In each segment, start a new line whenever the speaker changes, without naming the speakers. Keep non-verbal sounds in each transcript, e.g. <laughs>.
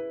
I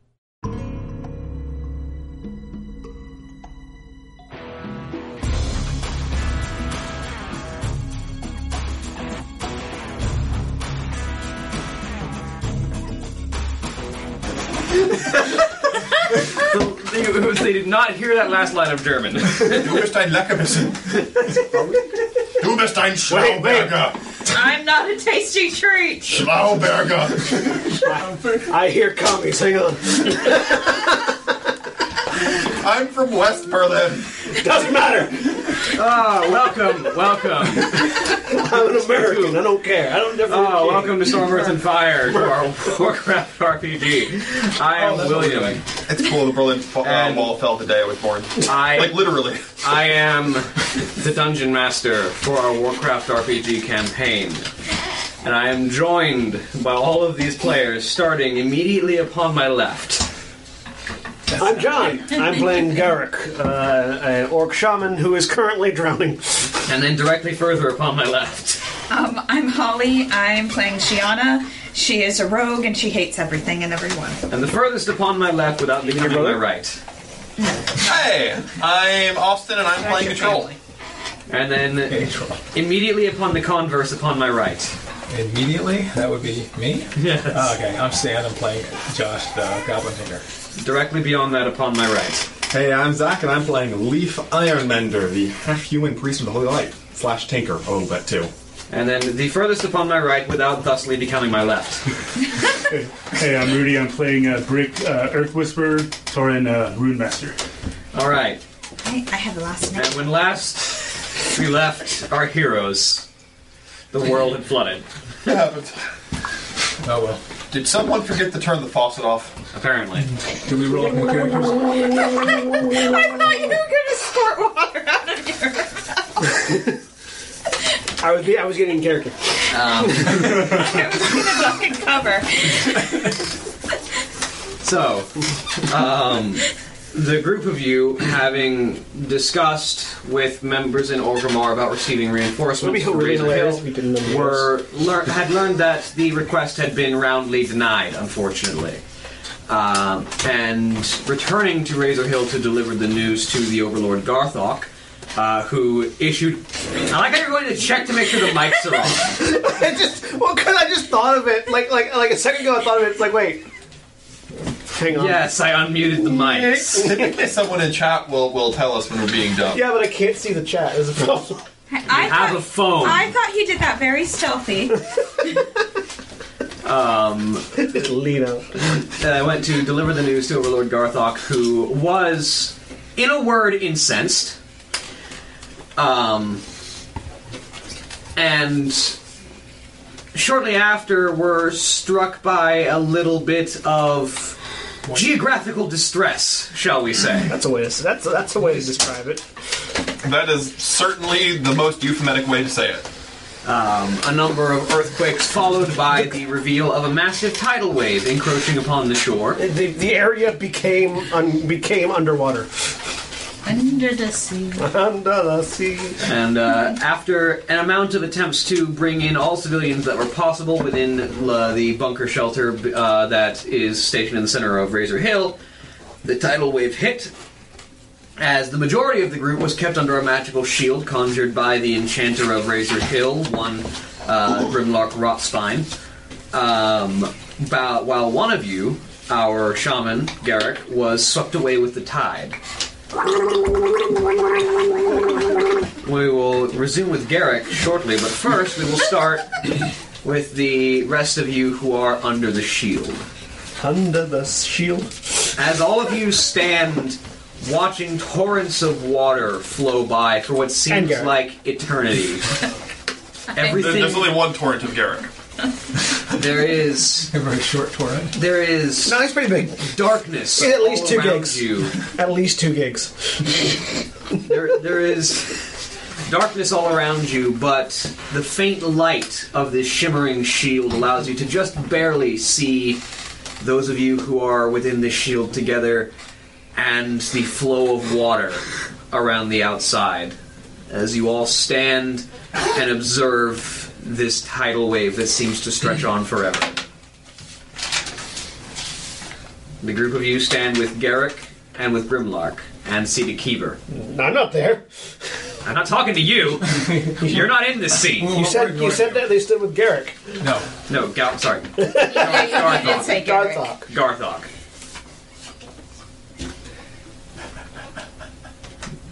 They, they did not hear that last line of <laughs> German.
Du bist ein Leckerbissen. Du bist ein Schlauberger.
I'm not a tasty treat.
Schlauberger.
I hear commies, hang on.
I'm from West Berlin.
Doesn't matter.
welcome, welcome.
I'm an American. I don't care. I don't
Oh, welcome to Storm, Earth, and Fire, to
<laughs>
our Warcraft RPG. I
Oh,
am William.
It's cool. The Berlin fa- uh,
And-
wall fell the day I was born. Like
I
literally.
I am the Dungeon Master for our Warcraft RPG campaign. And I am joined by all of these players, starting immediately upon my left.
I'm John. I'm playing Garrick, uh, an orc shaman who is currently drowning. <laughs>
And then directly further upon my left.
Um, I'm Holly. I'm playing Shiana. She is a rogue and she hates everything and everyone.
And the furthest upon my left without becoming my
brother?
right.
Hey, I'm Austin and I'm playing Control.
And then
Control.
immediately upon the converse upon my right.
Immediately, that would be me. Oh, okay, I'm Stan. I'm playing Josh, the Goblin Hunter.
Directly beyond that upon my right.
Hey, I'm Zach, and I'm playing Leaf Ironmender, the half-human priest of the Holy Light, slash tinker a little bit, too.
And then the furthest upon my right without thusly becoming my left.
Hey, I'm Rudy. I'm playing uh, Brick uh, Earth Whisperer, Torin uh, Rune Master.
Alright.
I, I have a last name.
And when last we left our heroes, the world had flooded.
What happened?
Oh well.
Did someone forget to turn the faucet off?
Apparently.
Do we roll more characters?
I thought you were gonna squirt water out of your.
I was, I was getting in <laughs>
Um.
character.
I was gonna fucking cover.
So, um, the group of you having discussed with members in Orgrimmar about receiving
It'd
reinforcements
be
for
really
Razor
hilarious if
Hill
we didn't remember
were lear- had learned that the request had been roundly denied, unfortunately. Um, and returning to Razor Hill to deliver the news to the Overlord Garthok, uh, who issued. I like how you're going to check to make sure the mics are on.
I just well, cause I just thought of it like like like a second ago. I thought of it. It's like wait, hang on.
Yes, I unmuted the mics.
Typically, someone in chat will, will tell us when we're being dumb.
Yeah, but I can't see the chat. Is a problem. <laughs>
I
Have a
thought,
phone.
I thought he did that very stealthy.
Just lean out.
that I went to deliver the news to Overlord Garthok, who was, in a word, incensed. Um, and shortly after, were struck by a little bit of geographical distress, shall we say.
That's a way to that's that's a way to describe it.
That is certainly the most euphemetic way to say it.
a number of earthquakes, followed by the reveal of a massive tidal wave encroaching upon the shore.
The, the area became un, became underwater <laughs>
Under the sea.
under the sea.
And uh, after an amount of attempts to bring in all civilians that were possible within uh, the bunker shelter uh, that is stationed in the center of Razor Hill, the tidal wave hit, as the majority of the group was kept under a magical shield conjured by the enchanter of Razor Hill, one uh, Grimlark Rotspine. Um, ba- while one of you, our shaman, Garrick, was swept away with the tide. We will resume with Garrick shortly, but first we will start with the rest of you who are under the shield.
Under the shield.
As all of you stand watching torrents of water flow by for what
And
seems
Garrett.
like
<laughs>
eternity,
There- There's
<laughs>
everything
only one torrent of Garrick.
there is
A very short torrent.
there is
No, he's pretty big.
darkness
At least
all
two
around
gigs.
you.
At least two gigs.
There there is darkness all around you, but the faint light of this shimmering shield allows you to just barely see those of you who are within this shield together and the flow of water around the outside as you all stand and observe this tidal wave that seems to stretch on forever. The group of you stand with Garrick and with Grimlark and Sita Keeper.
I'm not there.
I'm not talking to
<laughs>
you. You're not in this scene.
Well,
You
we're
said you
going
said
to-
that they stood with Garrick.
No.
No, Gal- sorry,
<laughs> Yeah, you did say Garrick.
Darthok.
Garthok.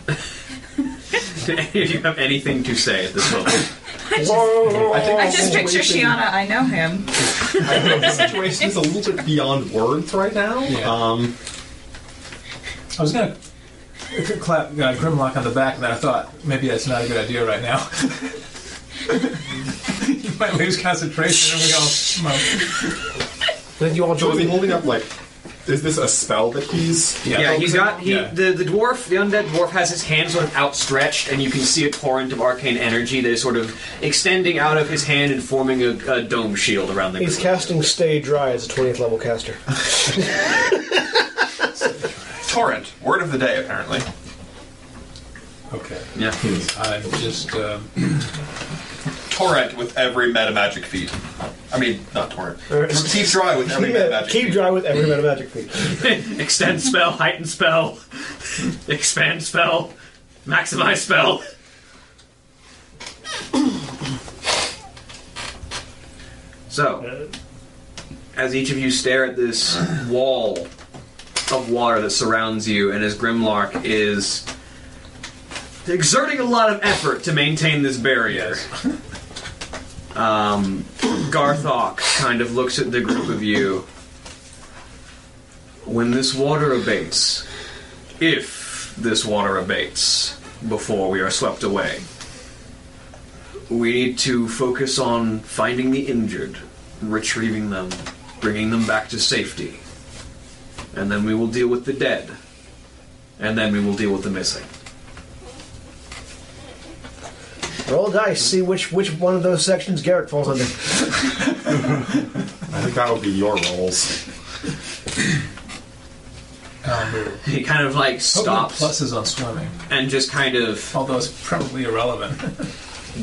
<laughs> Do any of you have anything to say at this moment?
I just picture Shiana. I know him.
I think the situation is a little bit beyond words right now.
Yeah.
Um,
I was gonna clap uh, Grimlock on the back, and then I thought maybe that's not a good idea right now. <laughs> you might lose concentration if we all smoke.
Then you all
so is he
joined.
holding up like? Is this a spell that he's?
Yeah, he's got he,
Yeah.
the the dwarf, the undead dwarf, has his hand sort of outstretched, and you can see a torrent of arcane energy that is sort of extending out of his hand and forming a, a dome shield around the.
He's
group.
casting Stay Dry as a 20th level caster.
Torrent. Word of the day, apparently.
Okay.
Yeah.
I'm just. Um,
Torrent with every meta magic feat. I mean, not torrent.
Uh,
Keep dry with every
<laughs>
Keep,
meta
it,
magic
keep
feat.
dry with every amount of magic feet.
<laughs> Extend spell, heighten spell, expand spell, maximize spell. So, as each of you stare at this wall of water that surrounds you, and as Grimlark is exerting a lot of effort to maintain this barrier, um, Garthok kind of looks at the group of you. When this water abates, if this water abates before we are swept away, we need to focus on finding the injured, retrieving them, bringing them back to safety. And then we will deal with the dead. And then we will deal with the missing.
Roll dice, see which which one of those sections Garrett falls under.
I think that would be your rolls.
um,
He kind of like stops
Pluses on swimming,
and just kind of
although it's probably irrelevant.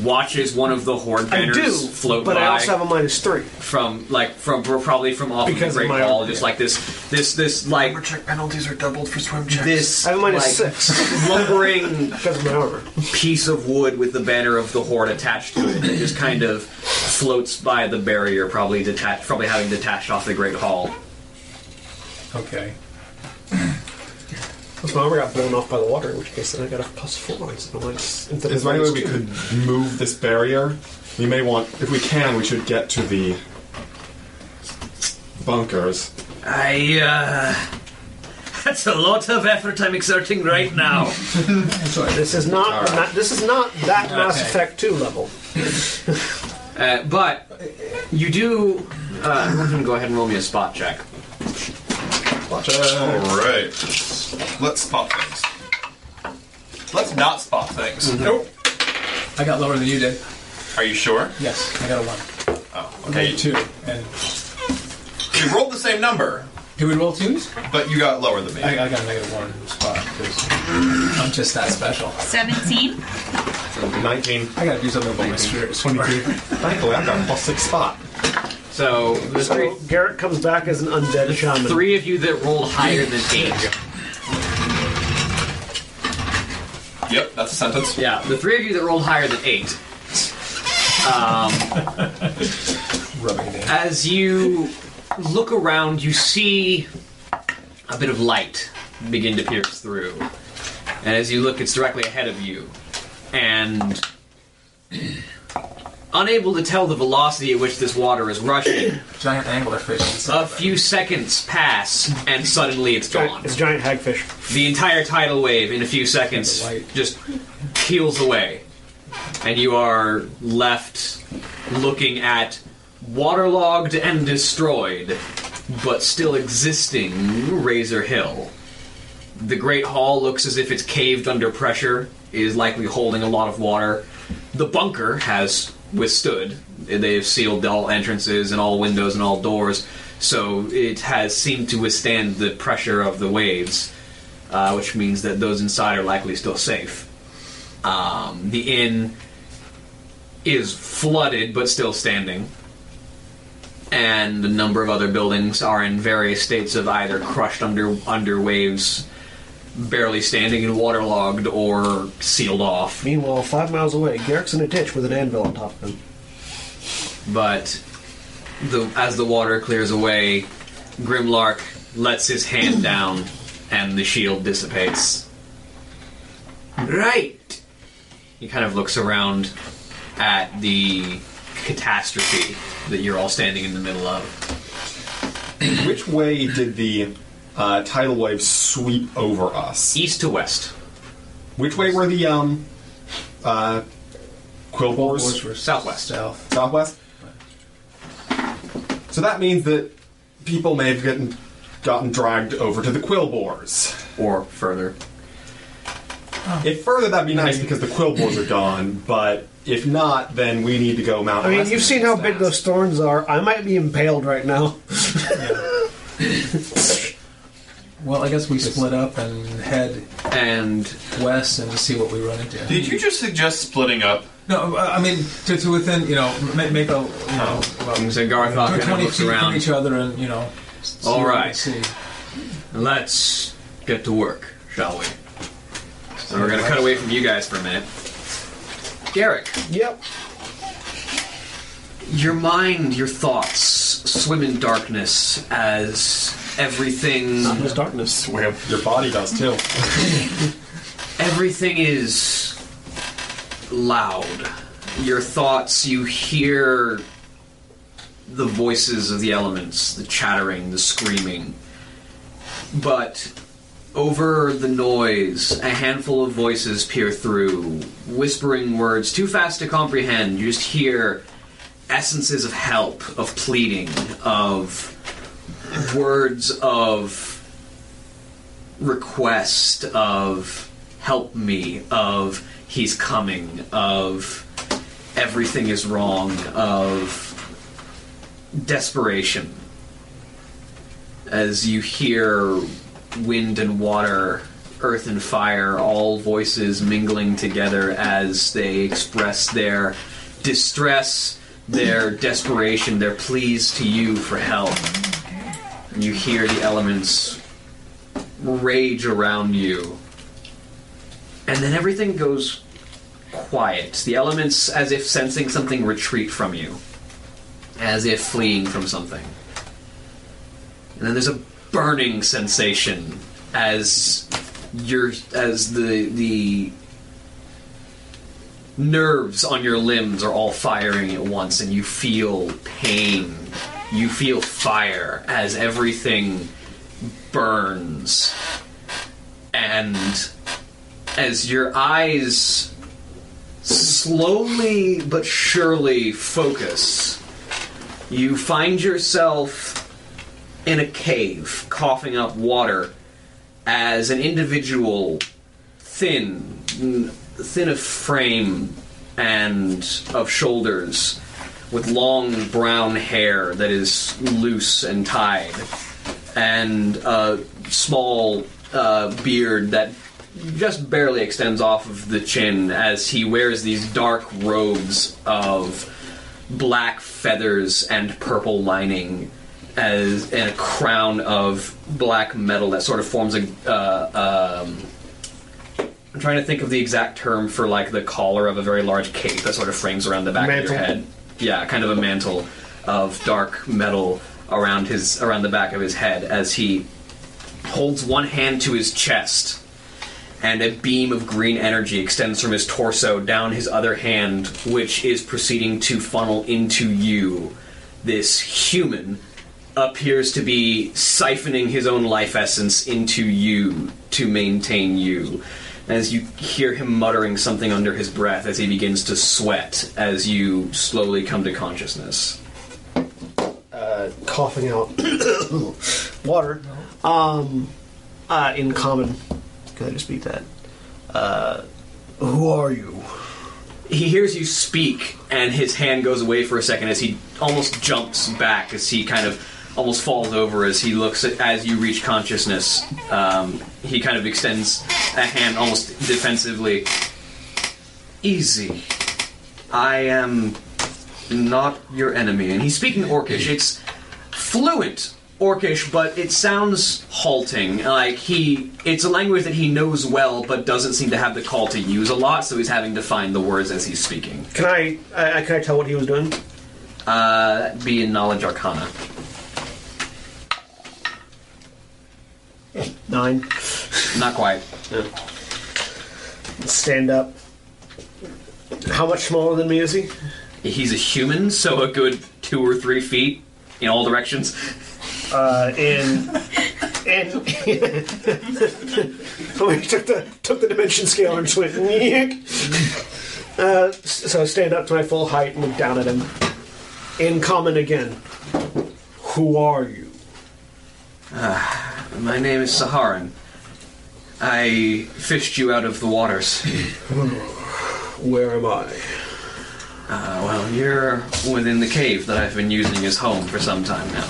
watches one of the horde
I
banners
do,
float
but
by.
I also have a minus three.
from like from probably from off
Because
the
of
Great
my
Wall,
arm,
just
yeah.
like this, this, this like
check penalties are doubled for swim checks.
this
I have a minus
like,
six <laughs>
lumbering
because of my armor.
piece of wood with the banner of the horde attached to it. It just kind of floats by the barrier, probably detached, probably having detached off the Great Hall.
Okay.
Plus my armor got blown off by the water, in which case then I got a plus four instead of minus. Instead
Is
of
there any way
minus
we
two.
could move this barrier? We may want, if we can, we should get to the bunkers.
I. uh... <laughs> That's a lot of effort I'm exerting right now.
This is not
All right.
ma- this is not that Mass
Okay.
Effect two level.
<laughs> Uh, but you do. Uh, I'm gonna go ahead and roll me a spot check.
All right. Let's spot things. Let's not spot things.
Mm-hmm.
Nope. I got lower than you did.
Are you sure?
Yes, I got a one.
Oh, okay.
Two. And
You rolled the same number,
do we roll twos?
but you got lower than me.
I, I got a negative one spot because I'm just that special.
Seventeen.
19.
I gotta do something about my spirit. <laughs>
22.
Thankfully, I've got a plus six spot.
So the three,
So Garrett comes back as an undead shaman.
<laughs> three of you that rolled higher than eight.
Yep, that's a sentence.
Yeah, the three of you that rolled higher than eight. Um, as you look around, you see a bit of light begin to pierce through. And as you look, it's directly ahead of you. And <clears throat> unable to tell the velocity at which this water is rushing,
Giant anglerfish. It's
a few seconds pass, and suddenly it's gone.
It's giant hagfish.
The entire tidal wave in a few seconds just peels away. And you are left looking at waterlogged and destroyed, but still existing Razor Hill. The Great Hall looks as if it's caved under pressure, it is likely holding a lot of water. The bunker has withstood. They have sealed all entrances and all windows and all doors, so it has seemed to withstand the pressure of the waves uh, which means that those inside are likely still safe. Um, the inn is flooded but still standing, and a number of other buildings are in various states of either crushed under under waves, barely standing and waterlogged, or sealed off.
Meanwhile, five miles away, Garrick's in a ditch with an anvil on top of him.
but the, as the water clears away, Grimlark lets his hand down and the shield dissipates. Right! He kind of looks around at the catastrophe that you're all standing in the middle of.
Which way did the uh, tidal wave sweep over us?
East to west,
Which way were the um, uh, quill bores?
southwest.
south.
Southwest. So that means that people may have gotten, gotten dragged over to the quill bores.
Or further.
If further, that'd be nice because the quill bores are gone. But if not, then we need to go Mount.
I mean,
West
you've
and
seen how
fix
big
that.
those thorns are. I might be impaled right now. <laughs>
Well, I guess we split up and head
And
west and see what we run into.
Did you just suggest splitting up?
No, uh, I mean to, to within you know ma- make a you know Oh, well,
so Garthok kind of
twenty
looks
feet from
around.
each other and you know. s- see
All
what we
right.
see.
Let's get to work, shall we? So we're going to cut away from you guys for a minute. Garrick.
Yep.
Your mind, your thoughts swim in darkness as everything
There's darkness.
Where your body does too.
everything is loud. Your thoughts, you hear the voices of the elements, the chattering, the screaming. But over the noise, a handful of voices peer through, whispering words too fast to comprehend. You just hear essences of help, of pleading, of words of request of help me, of he's coming, of everything is wrong, of desperation. As you hear wind and water, earth and fire, all voices mingling together as they express their distress, their desperation, their pleas to you for help. And you hear the elements rage around you. And then everything goes quiet. The elements, as if sensing something, retreat from you, as if fleeing from something. And then there's a burning sensation as your as the the nerves on your limbs are all firing at once and you feel pain. You feel fire as everything burns. And as your eyes slowly but surely focus, you find yourself in a cave coughing up water as an individual thin, thin of frame and of shoulders, with long brown hair that is loose and tied, and a small uh, beard that just barely extends off of the chin as he wears these dark robes of black feathers and purple lining as and a crown of black metal that sort of forms a uh, um, I'm trying to think of the exact term for like the collar of a very large cape that sort of frames around the back of your
Mantle.
head. Yeah, kind of a mantle of dark metal around his around the back of his head as he holds one hand to his chest and a beam of green energy extends from his torso down his other hand, which is proceeding to funnel into you. This human appears to be siphoning his own life essence into you to maintain you. As you hear him muttering something under his breath as he begins to sweat as you slowly come to consciousness.
coughing out <coughs> water. Um, uh, in common, can I just beat that? Uh, who are you?
he hears you speak and his hand goes away for a second as he almost jumps back as he kind of almost falls over as he looks at as you reach consciousness um, he kind of extends a hand almost defensively easy i am not your enemy and he's speaking orcish it's fluent Orcish, but it sounds halting. Like he, it's a language that he knows well, but doesn't seem to have the call to use a lot. So he's having to find the words as he's speaking.
Can I, I, I can I tell what he was doing?
Uh, that'd be in knowledge arcana.
Nine.
Not quite.
Stand up. How much smaller than me is he?
He's a human, so a good two or three feet in all directions.
Uh, in and <laughs> we took the took the dimension scale and just went. "Yeek." Uh, s- so stand up to my full height and look down at him. In common again. Who are you?
My name is Saharan. I fished you out of the
<laughs>
waters.
Where am I?
Uh, well, you're within the cave that I've been using as home for some time now.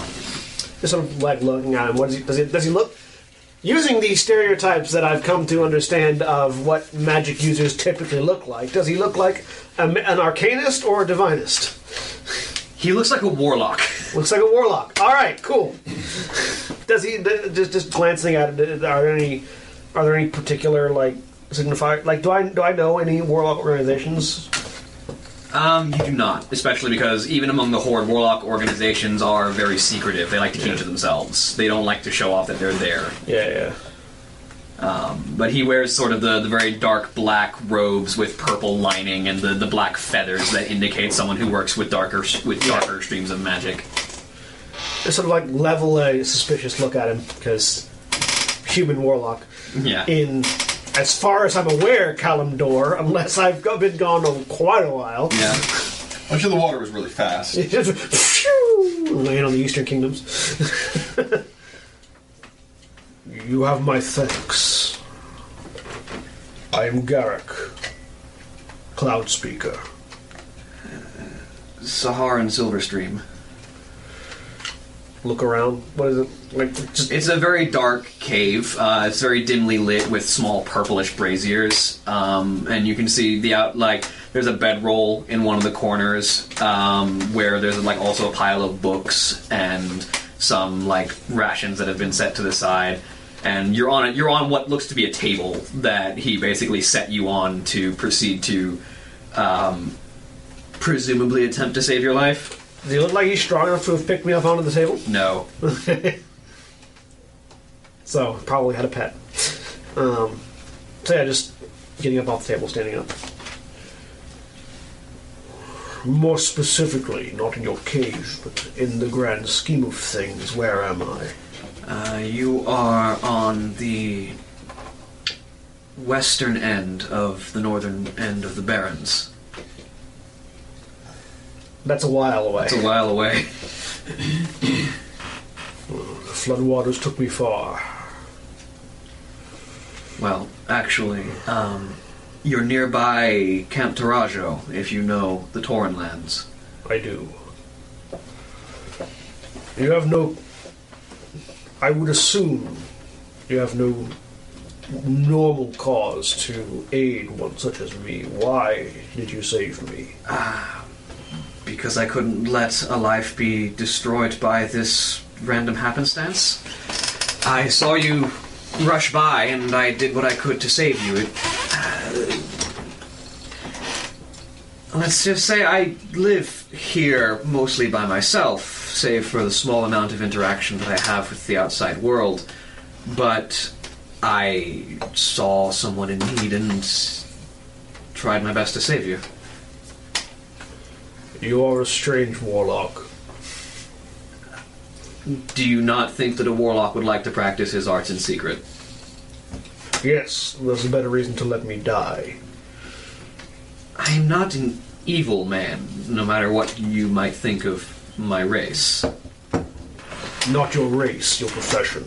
Just sort of like looking at him. What does he? Does he? Does he look? Using the stereotypes that I've come to understand of what magic users typically look like, does he look like a, an arcanist or a divinist?
He looks like a warlock. <laughs>
Looks like a warlock. All right, cool. Does he th- just just glancing at it? Are there any are there any particular like signifier? Like, do I do I know any warlock organizations?
Um, you do not, especially because even among the Horde, warlock organizations are very secretive. They like to keep to themselves. They don't like to show off that they're there. Um,
Yeah, yeah.
But he wears sort of the, the very dark black robes with purple lining and the, the black feathers that indicate someone who works with darker with darker streams of magic.
Just sort of like level a suspicious look at him because human warlock
Yeah.
in as far as I'm aware, Kalimdor, unless I've go- been gone on quite a while. <laughs>
yeah.
I'm sure the water was really fast.
Just phew, land on the Eastern Kingdoms. <laughs> you have my thanks. I am Garrick, Cloud Speaker.
Saharan Silverstream.
Look around. What is it like? Just
It's a very dark cave. Uh, it's very dimly lit with small purplish braziers, um, and you can see the out like there's a bedroll in one of the corners um, where there's like also a pile of books and some like rations that have been set to the side. And you're on it. You're on what looks to be a table that he basically set you on to proceed to, um, presumably attempt to save your life.
does he look like he's strong enough to have picked me up onto the table?
No,
So probably had a pet. <laughs> Um, so yeah, just getting up off the table, standing up. More specifically, not in your cage, but in the grand scheme of things, where am I?
Uh, you are on the western end of the northern end of the Barrens.
That's a while away.
It's a while away.
The floodwaters took me far.
Well, actually, um, you're nearby Camp Tarajo, if you know the Torren lands.
I do. You have no. I would assume you have no normal cause to aid one such as me. Why did you save me?
Because I couldn't let a life be destroyed by this random happenstance. I saw you rush by, and I did what I could to save you. It uh, Let's just say I live here mostly by myself, save for the small amount of interaction that I have with the outside world. But I saw someone in need and tried my best to save you.
You are a strange warlock.
Do you not think that a warlock would like to practice his arts in secret?
Yes, there's a better reason to let me die.
I am not an evil man, no matter what you might think of my race.
Not your race, your profession.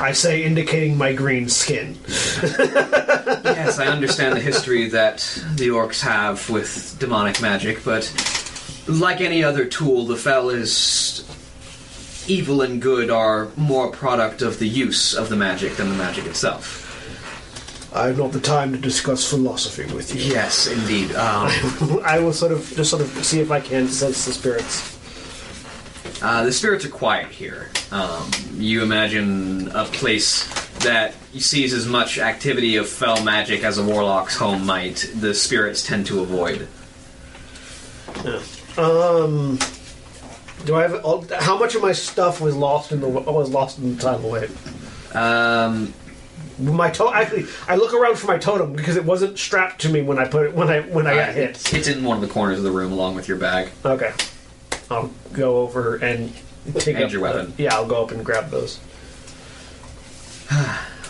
I say, indicating my green skin.
yes, I understand the history that the orcs have with demonic magic, but like any other tool, the fell is. Evil and good are more a product of the use of the magic than the magic itself.
I have not the time to discuss philosophy with you.
Yes, indeed. Um,
<laughs> I will sort of just sort of see if I can sense the spirits.
Uh, the spirits are quiet here. Um, you imagine a place that sees as much activity of fell magic as a warlock's home might. The spirits tend to avoid.
Do I have all, how much of my stuff was lost in the was lost in the tidal wave?
Um,
My to- actually, I look around for my totem because it wasn't strapped to me when I put Oh, it when I when I got hit.
It's in one of the corners of the room along with your bag.
Okay, I'll go over and take
And
up
your
the-
weapon.
yeah, I'll go up and grab those.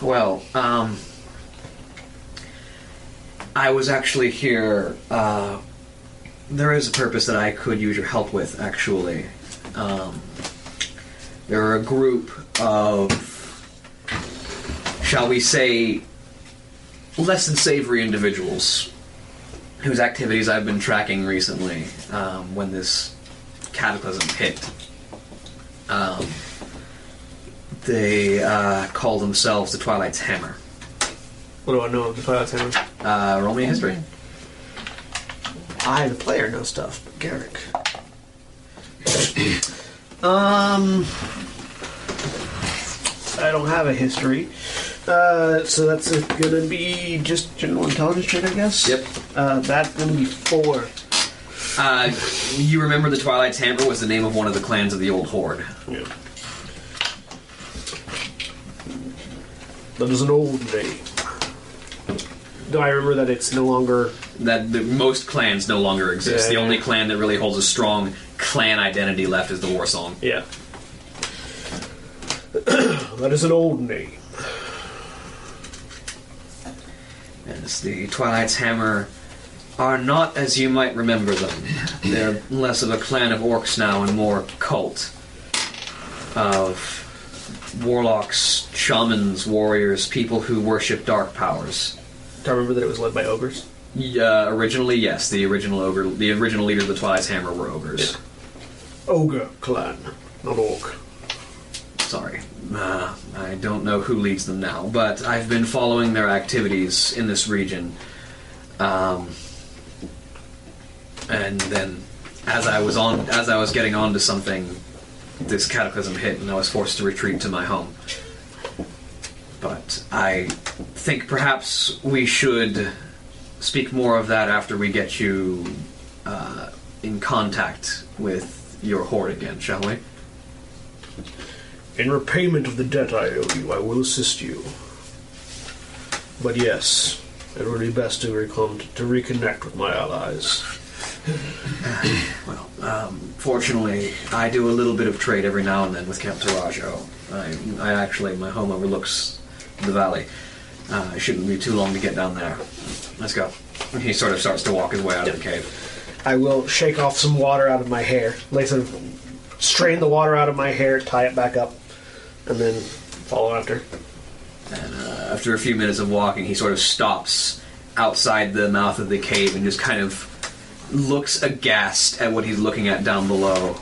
Well, um, I was actually here. Uh, there is a purpose that I could use your help with, actually. Um, there are a group of, shall we say, less than savory individuals whose activities I've been tracking recently um, when this cataclysm hit. Um, they uh, call themselves the Twilight's Hammer.
What do I know of the Twilight Town?
Uh, roll me a history.
I, the player, know stuff, but Garrick. um, I don't have a history, uh, so that's uh, gonna be just general intelligence check, I guess.
Yep.
Uh, that's gonna be four.
Uh, you remember the Twilight's Hammer was the name of one of the clans of the Old Horde.
That is an old name. Do I remember that it's no longer?
That the, most clans no longer exist.
Yeah,
the
yeah.
only clan that really holds a strong clan identity left is the War Song.
Yeah. <clears throat> that is an old name.
As the Twilight's Hammer are not as you might remember them. They're less of a clan of orcs now and more a cult of warlocks, shamans, warriors, people who worship dark powers.
Do I remember that it was led by ogres?
Yeah, uh, originally, yes. The original ogre, the original leader of the Twilight's Hammer were ogres.
Ogre clan, not orc.
Sorry, uh, I don't know who leads them now, but I've been following their activities in this region. Um, and then, as I was on, as I was getting onto something, this cataclysm hit, and I was forced to retreat to my home. But I think perhaps we should speak more of that after we get you uh, in contact with your horde again, shall we?
In repayment of the debt I owe you, I will assist you. But yes, it would be best to, recon- to reconnect with my allies.
Well, um, fortunately, I do a little bit of trade every now and then with Count Tarajo. I, I actually, my home overlooks the valley. Uh, it shouldn't be too long to get down there. Let's go. And He sort of starts to walk his way out of the cave.
I will shake off some water out of my hair, like sort of strain the water out of my hair, tie it back up, and then follow after.
After a few minutes of walking, he sort of stops outside the mouth of the cave and just kind of looks aghast at what he's looking at down below.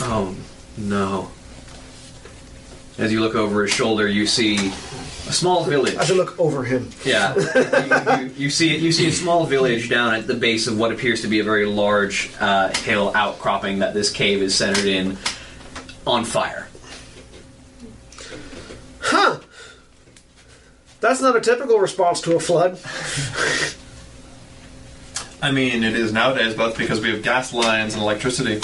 Oh, no. As you look over his shoulder, you see a small village.
I should look over him.
Yeah, you, you, you see you see a small village down at the base of what appears to be a very large uh, hill outcropping that this cave is centered in, on fire.
That's not a typical response to a flood.
I mean, it is nowadays, but because we have gas lines and electricity.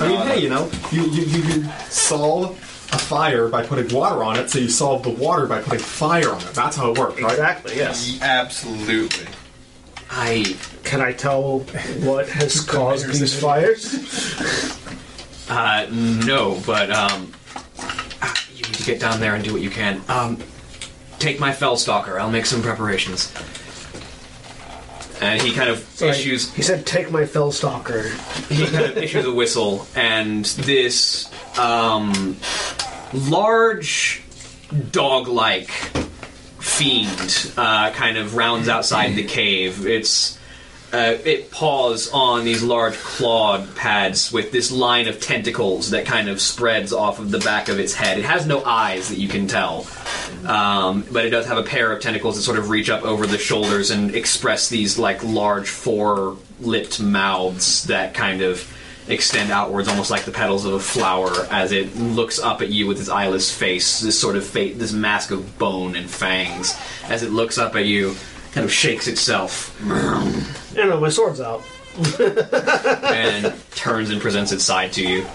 I mean, hey, you know, you, you, you, you solve a fire by putting water on it, so you solve the water by putting fire on it. That's how it works, right?
Exactly. Yes.
Absolutely.
I
Can I tell what <laughs> has caused these fires?
Uh, no, but um, ah, you need to get down there and do what you can. Um, take my fell stalker. I'll make some preparations. And he kind of issues
He said, "Take my fell stalker."
he kind of issues a whistle, and this um, large dog-like fiend uh, kind of rounds outside the cave. It's uh, it paws on these large clawed pads with this line of tentacles that kind of spreads off of the back of its head. It has no eyes that you can tell, um, but it does have a pair of tentacles that sort of reach up over the shoulders and express these like large four lipped mouths that kind of extend outwards, almost like the petals of a flower, as it looks up at you with its eyeless face, this sort of fa- this mask of bone and fangs. As it looks up at you, kind of shakes itself
No, no, my sword's out.
and turns and presents its side to you.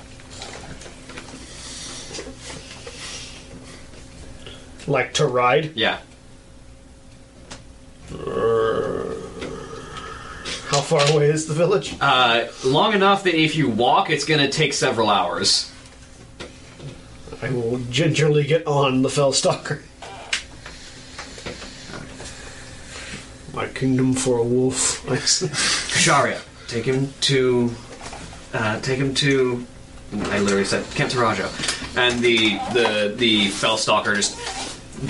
Like to ride.
Yeah,
How far away is the village?
uh, long enough that if you walk, it's going to take several hours.
I will gingerly get on the fell stalker. My kingdom for a wolf. <laughs> I s-
Sharia, take him to, uh, take him to. I literally said Camp Tarajo, and the the the fell stalker just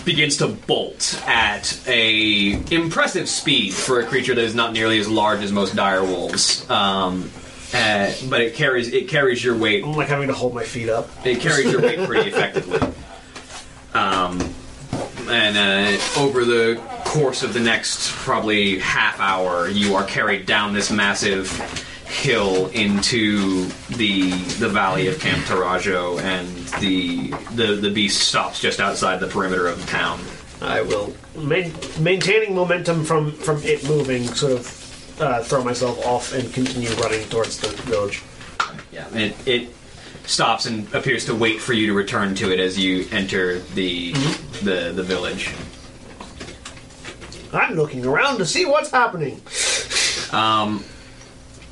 begins to bolt at a impressive speed for a creature that is not nearly as large as most dire wolves. Um, uh, but it carries it carries your weight
I'm like having to hold my feet up.
it carries your weight pretty effectively. Um, and uh, over the course of the next probably half hour, you are carried down this massive hill into the the valley of Camp Tarajo, and the the the beast stops just outside the perimeter of the town.
I will main, maintaining momentum from from it moving, sort of uh, throw myself off and continue running towards the village.
Yeah, it it stops and appears to wait for you to return to it as you enter the the the village.
I'm looking around to see what's happening.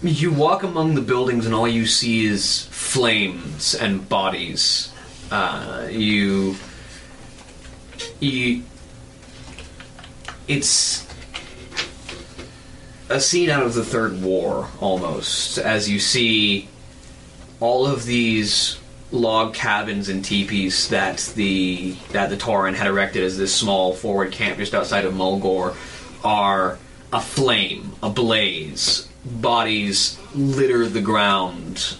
You walk among the buildings, and all you see is flames and bodies. Uh, you, you, it's a scene out of the Third War almost, as you see all of these log cabins and teepees that the that the Tauren had erected as this small forward camp just outside of Mulgore are aflame, ablaze. Bodies litter the ground,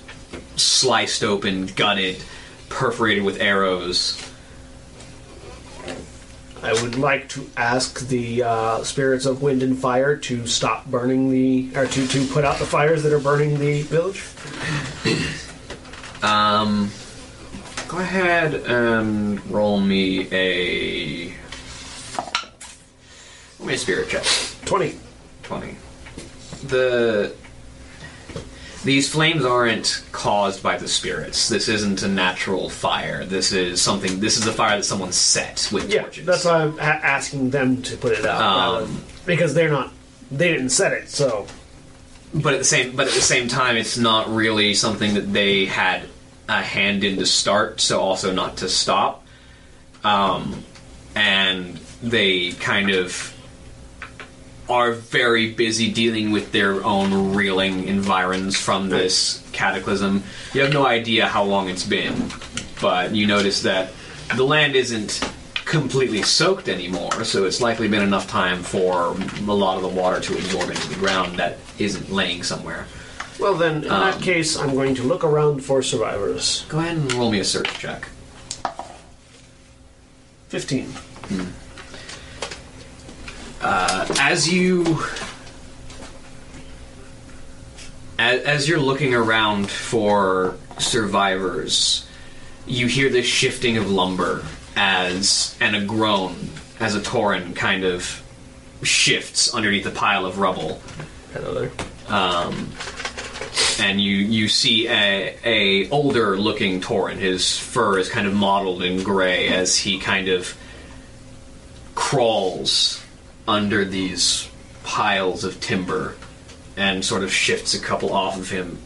sliced open, gutted, perforated with arrows.
I would like to ask the uh, spirits of wind and fire to stop burning the, or to, to put out the fires that are burning the village.
Go ahead and roll me a roll me a spirit check.
20.
20. The these flames aren't caused by the spirits. This isn't a natural fire. This is something this is a fire that someone set with
Yeah,
torches.
that's why I'm a- asking them to put it out. rather-
Um,
because they're not, they didn't set it, so.
but at the same but at the same time it's not really something that they had a hand in to start so also not to stop um, and they kind of are very busy dealing with their own reeling environs from this cataclysm you have no idea how long it's been but you notice that the land isn't completely soaked anymore, so it's likely been enough time for a lot of the water to absorb into the ground that isn't laying somewhere.
Well, then, in
Um,
that case, I'm going to look around for survivors.
Go ahead and roll me a search check.
15.
as you as, as you're looking around for survivors you hear the shifting of lumber as and a groan as a tauren kind of shifts underneath a pile of rubble.
Hello there.
Um, and you you see a, a older looking Torin. His fur is kind of mottled in gray as he kind of crawls under these piles of timber and sort of shifts a couple off of him.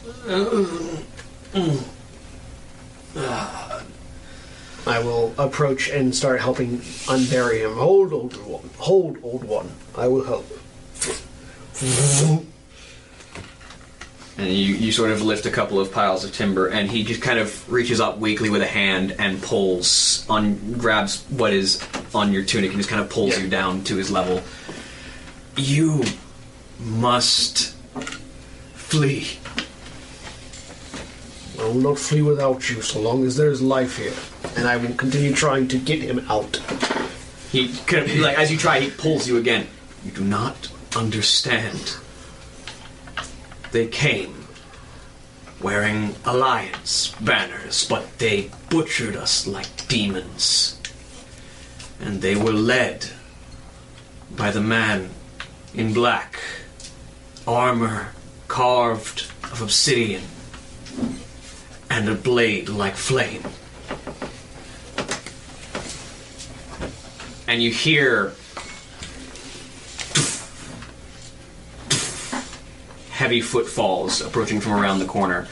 I will approach and start helping unbury him. Hold, old one. Hold, old one. I will help.
And you, you sort of lift a couple of piles of timber, and he just kind of reaches up weakly with a hand and pulls on, grabs what is on your tunic, and just kind of pulls you down to his level. You must flee.
I will not flee without you so long as there is life here. And I will continue trying to get him out.
He kind of, like as you try, he pulls you again. You do not understand. They came wearing alliance banners, but they butchered us like demons. And they were led by the man in black, armor carved of obsidian, and a blade like flame. and you hear heavy footfalls approaching from around the corner.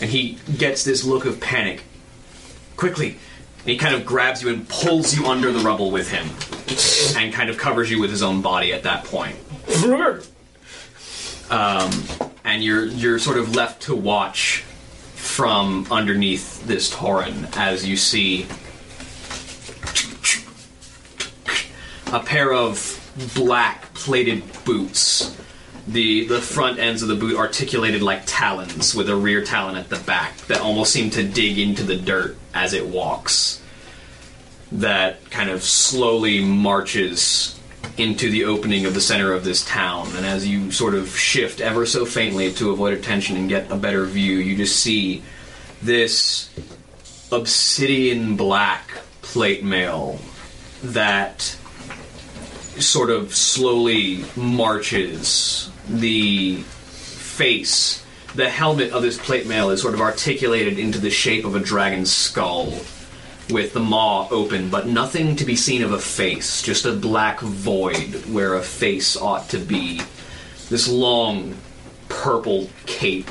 And he gets this look of panic. Quickly, and he kind of grabs you and pulls you under the rubble with him, and kind of covers you with his own body at that point. Um, and you're you're sort of left to watch from underneath this torrent as you see a pair of black plated boots. The the front ends of the boot articulated like talons with a rear talon at the back that almost seem to dig into the dirt as it walks. That kind of slowly marches into the opening of the center of this town, and as you sort of shift ever so faintly to avoid attention and get a better view, you just see this obsidian black plate mail that sort of slowly marches. The face, the helmet of this plate mail is sort of articulated into the shape of a dragon's skull, with the maw open, but nothing to be seen of a face, just a black void where a face ought to be. This long purple cape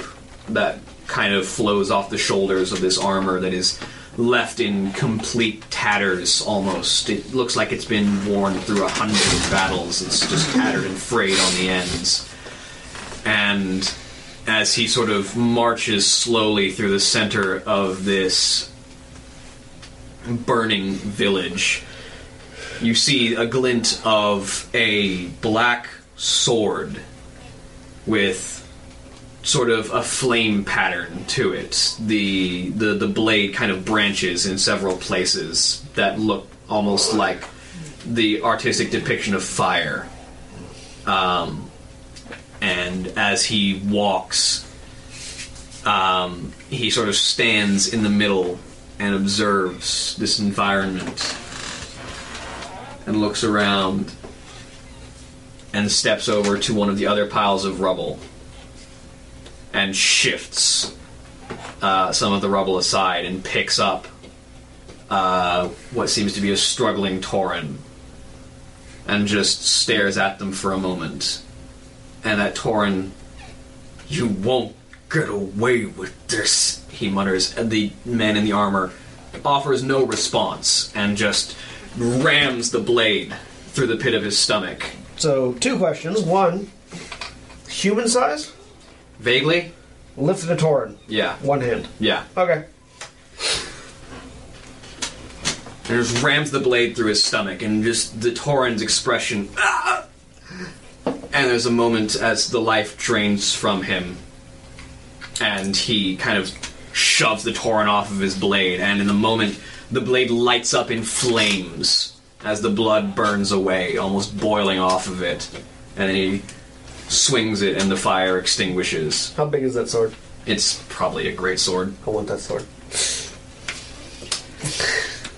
that kind of flows off the shoulders of this armor that is left in complete tatters almost. It looks like it's been worn through a hundred battles. It's just tattered and frayed on the ends. And as he sort of marches slowly through the center of this burning village, you see a glint of a black sword with sort of a flame pattern to it. The the the blade kind of branches in several places that look almost like the artistic depiction of fire. Um, and as he walks, um, he sort of stands in the middle and observes this environment and looks around and steps over to one of the other piles of rubble and shifts uh, some of the rubble aside and picks up uh, what seems to be a struggling Torin and just stares at them for a moment. And that Torin, you won't get away with this, he mutters. And the man in the armor offers no response and just rams the blade through the pit of his stomach.
So, two questions. One, human size?
Vaguely?
Lifted a torrent.
Yeah.
One hand.
Yeah.
Okay.
and just rams the blade through his stomach, and just the Torin's expression. "Ah!" And there's a moment as the life drains from him, and he kind of shoves the Torin off of his blade, and in the moment, the blade lights up in flames as the blood burns away, almost boiling off of it, and then he swings it, and the fire extinguishes.
How big is that sword?
It's probably a great sword.
I want that sword.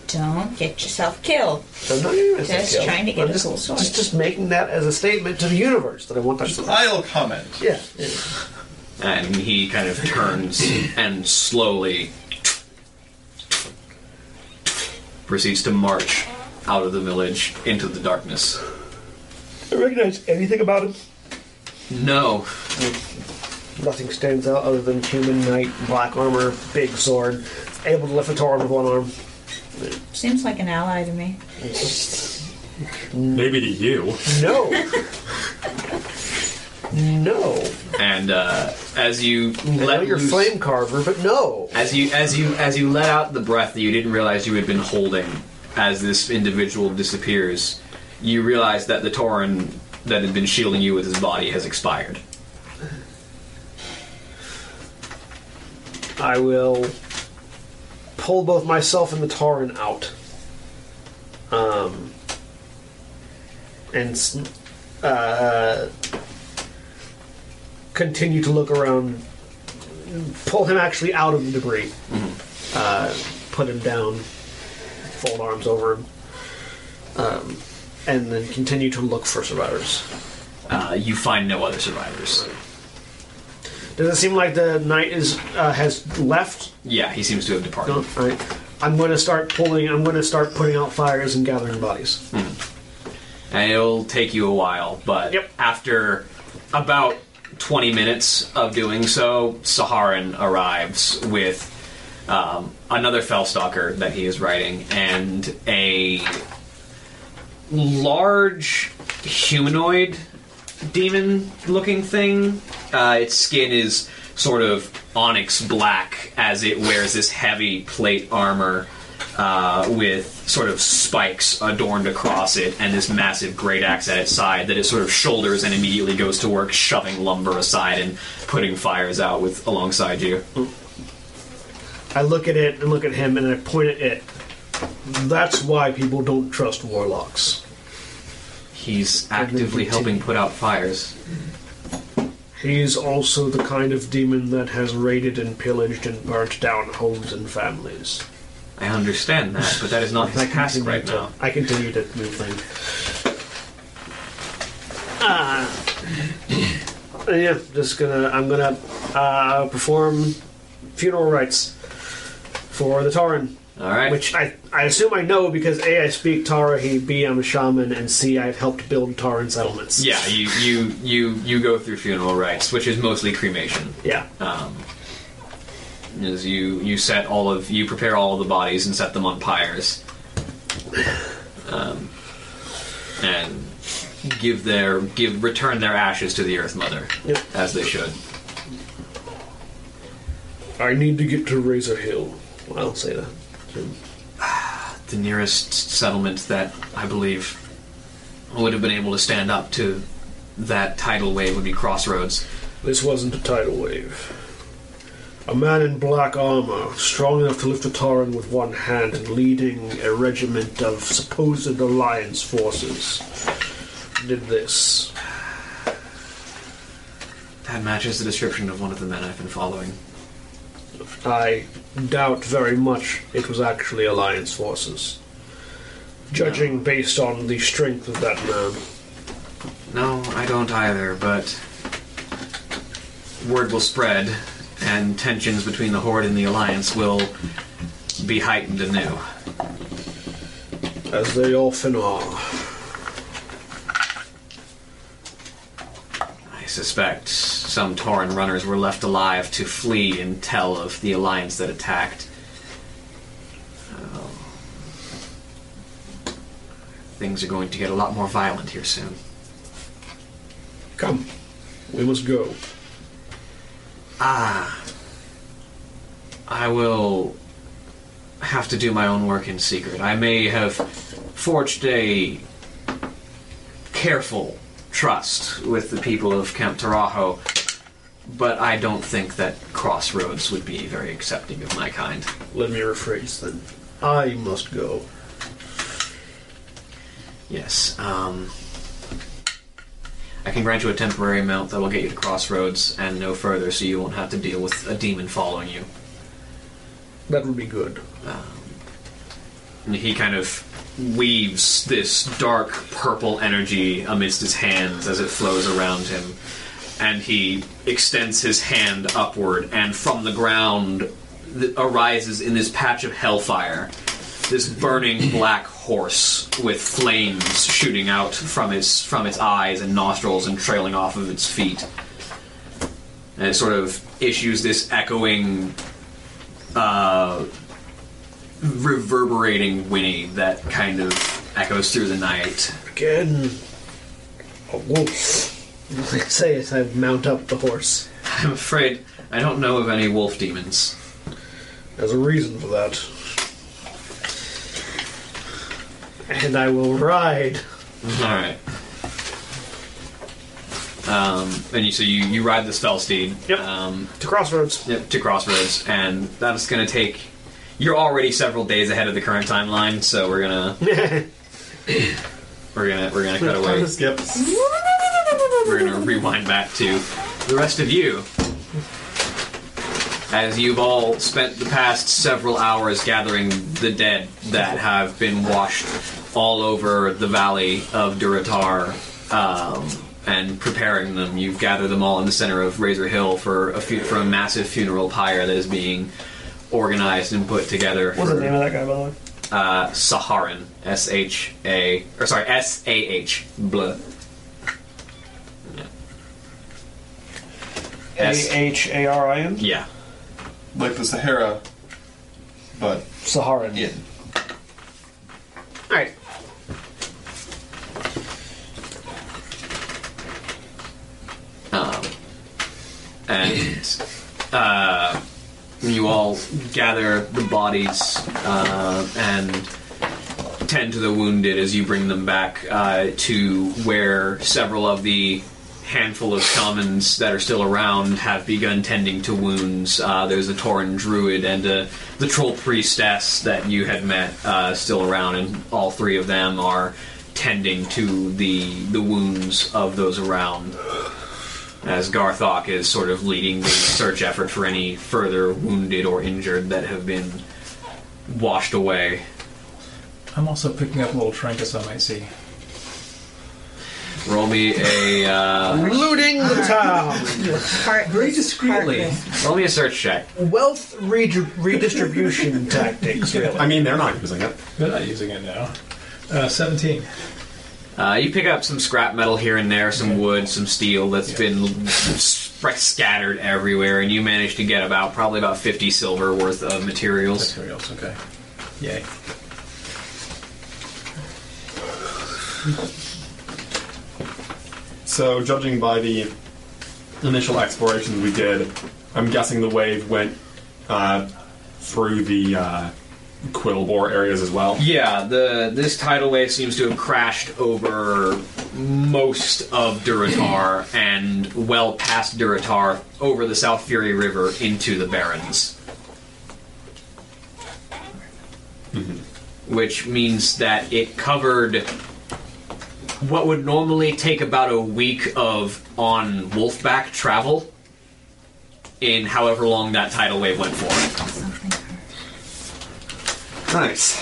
Don't get yourself killed.
I'm not giving myself
Just
killed.
trying to get
I'm
a
just,
cool story.
Just, just making that as a statement to the universe that I want that.
Just an
to-
idle comment.
Yeah, yeah.
And he kind of turns and slowly proceeds to march out of the village into the darkness.
I recognize anything about him.
No,
Nothing stands out other than human knight, black armor, big sword, able to lift a torrent with one arm.
Seems like an ally to me.
Maybe to you.
No. no.
and uh, as you
Let
let
your
loose-
flame carver, but no.
As you as you as you let out the breath that you didn't realize you had been holding as this individual disappears, you realize that the Tauren that had been shielding you with his body has expired.
I will pull both myself and the Tauren out. Um, and s- uh, continue to look around. Pull him actually out of the debris. Uh, put him down. Fold arms over him. Um, and then continue to look for survivors.
Uh, you find no other survivors.
Does it seem like the knight is uh, has left
Yeah, he seems to have departed.
No, all right. I'm going to start pulling. I'm going to start putting out fires and gathering bodies.
and it'll take you a while, but
Yep.
after about 20 minutes of doing so, Saharan arrives with um, another Fellstalker that he is riding and a large humanoid demon looking thing. Uh, its skin is sort of onyx black as it wears this heavy plate armor uh, with sort of spikes adorned across it and this massive great axe at its side that it sort of shoulders and immediately goes to work shoving lumber aside and putting fires out with alongside you.
I look at it and look at him and I point at it. That's why people don't trust warlocks.
He's actively helping put out fires.
He's also the kind of demon that has raided and pillaged and burnt down homes and families.
I understand that, but that is not his task
continue
right
to-
now.
I continue to move things. Uh, Ah. yeah, just gonna. I'm gonna uh, perform funeral rites for the Tauren.
All right.
Which I, I assume I know because A, I speak Tarahi, B, I'm a shaman, and C, I've helped build Tauren settlements.
Yeah, you, you you you go through funeral rites, which is mostly cremation.
Yeah.
Ah. Is you you set all of you prepare all of the bodies and set them on pyres, um, and give their give return their ashes to the Earth Mother
Yep.
as they should.
I need to get to Razor Hill. I'll say that.
The nearest settlement that I believe would have been able to stand up to that tidal wave would be Crossroads.
This wasn't a tidal wave. A man in black armor, strong enough to lift a Tauren with one hand and leading a regiment of supposed alliance forces, did this.
That matches the description of one of the men I've been following.
I doubt very much it was actually alliance forces. Judging based on the strength of that man.
No, I don't either, but word will spread, and tensions between the Horde and the Alliance will be heightened anew.
As they often are.
I suspect some Tauren runners were left alive to flee and tell of the Alliance that attacked. Oh. Things are going to get a lot more violent here soon.
Come, we must go.
Ah. I will have to do my own work in secret. I may have forged a careful trust with the people of Camp Tarajo, but I don't think that Crossroads would be very accepting of my kind.
Let me rephrase then. I must go.
Yes. Um, I can grant you a temporary mount that will get you to Crossroads and no further, so you won't have to deal with a demon following you.
That would be good.
And he kind of weaves this dark purple energy amidst his hands as it flows around him. And he extends his hand upward, and from the ground th- arises in this patch of hellfire this burning black horse with flames shooting out from its from its eyes and nostrils and trailing off of its feet. And it sort of issues this echoing reverberating whinny that kind of echoes through the night.
Again,
<laughs>
a wolf. Like I say as I mount up the horse.
I'm afraid I don't know of any wolf demons. <laughs>
There's a reason for that. And I will ride.
Alright. Um, and you, so you, you ride this fell steed
Yep.
um,
To crossroads. <laughs>
yep, to Crossroads, and that's going to take. You're already several days ahead of the current timeline, so we're gonna we're gonna we're gonna cut away.
Skip.
We're gonna rewind back to the rest of you. As you've all spent the past several hours gathering the dead that have been washed all over the valley of Duratar um, and preparing them, you've gathered them all in the center of Razor Hill for a fu- for a massive funeral pyre that is being organized and put together.
What's the
for-
name of that guy, by the way?
uh, Saharan. S H A or sorry S A H blah.
A
S
H A R I N?
yeah.
Like the Sahara, but
Saharan.
yeah.
Alright.
Um, and uh, you all gather the bodies uh, and tend to the wounded as you bring them back uh, to where several of the handful of shamans that are still around have begun tending to wounds. Uh, there's a Torin druid and uh the troll priestess that you had met uh, still around, and all three of them are tending to the the wounds of those around as Garthok is sort of leading the search effort for any further wounded or injured that have been washed away.
I'm also picking up little trinkets I might see.
Roll me a uh,
Looting the
<laughs>
town!
Very discreetly.
roll me a search check.
Wealth redi- <laughs> redistribution tactics, really.
I mean, they're not using it.
They're not using it now. Uh, 17.
Uh, you pick up some scrap metal here and there, some wood, some steel that's been sp- scattered everywhere, and you manage to get about probably about fifty silver worth of materials.
Materials, okay. Yay.
So, judging by the initial explorations we did, I'm guessing the wave went uh, through the uh, Quillbore areas as well.
Yeah, the this tidal wave seems to have crashed over most of Duratar and well past Duratar over the South Fury River into the Barrens. Which means that it covered what would normally take about a week of on wolfback travel in however long that tidal wave went for.
Nice.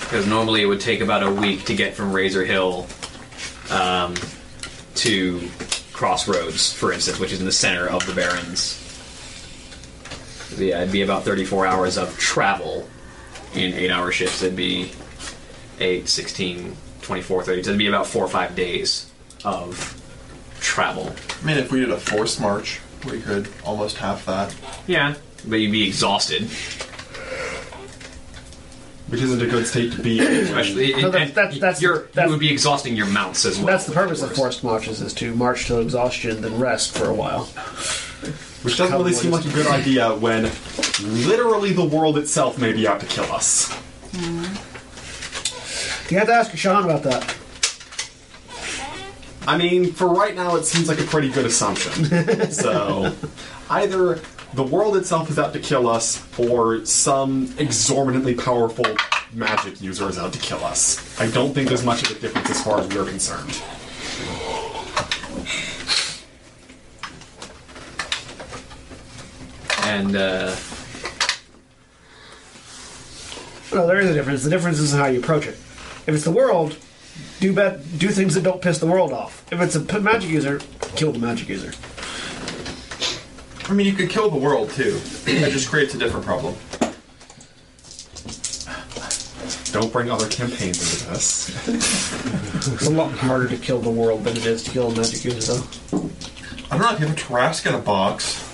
because normally it would take about a week to get from Razor Hill um, to Crossroads, for instance, which is in the center of the Barrens. So yeah, it'd be about 34 hours of travel in eight hour shifts. It'd be 8, 16, 24, 30. So it'd be about four or five days of travel.
I mean, if we did a forced march, we could almost half that.
Yeah. But you'd be exhausted.
Which isn't a good state to be in.
Especially,
No, that's-
and
that's- that's-
you're-
that's-
you would be exhausting your mounts as well.
That's the purpose of forced marches, is to march till exhaustion, then rest for a while.
Which doesn't really seem like a good idea when literally the world itself may be out to kill us.
You have to ask Sean about that.
I mean, for right now, it seems like a pretty good
<laughs>
assumption. so, either the world itself is out to kill us, or some exorbitantly powerful magic user is out to kill us. I don't think there's much of a difference as far as we're concerned.
and uh,
No, there is a difference. The difference is how you approach it. If it's the world, do bet, do things that don't piss the world off. If it's a p- magic user, kill the magic user.
I mean, you could kill the world too. That just creates a different problem.
Don't bring other campaigns into this.
It's a lot harder to kill the world than it is to kill a magic user, though.
I'm not gonna Tarask in a box.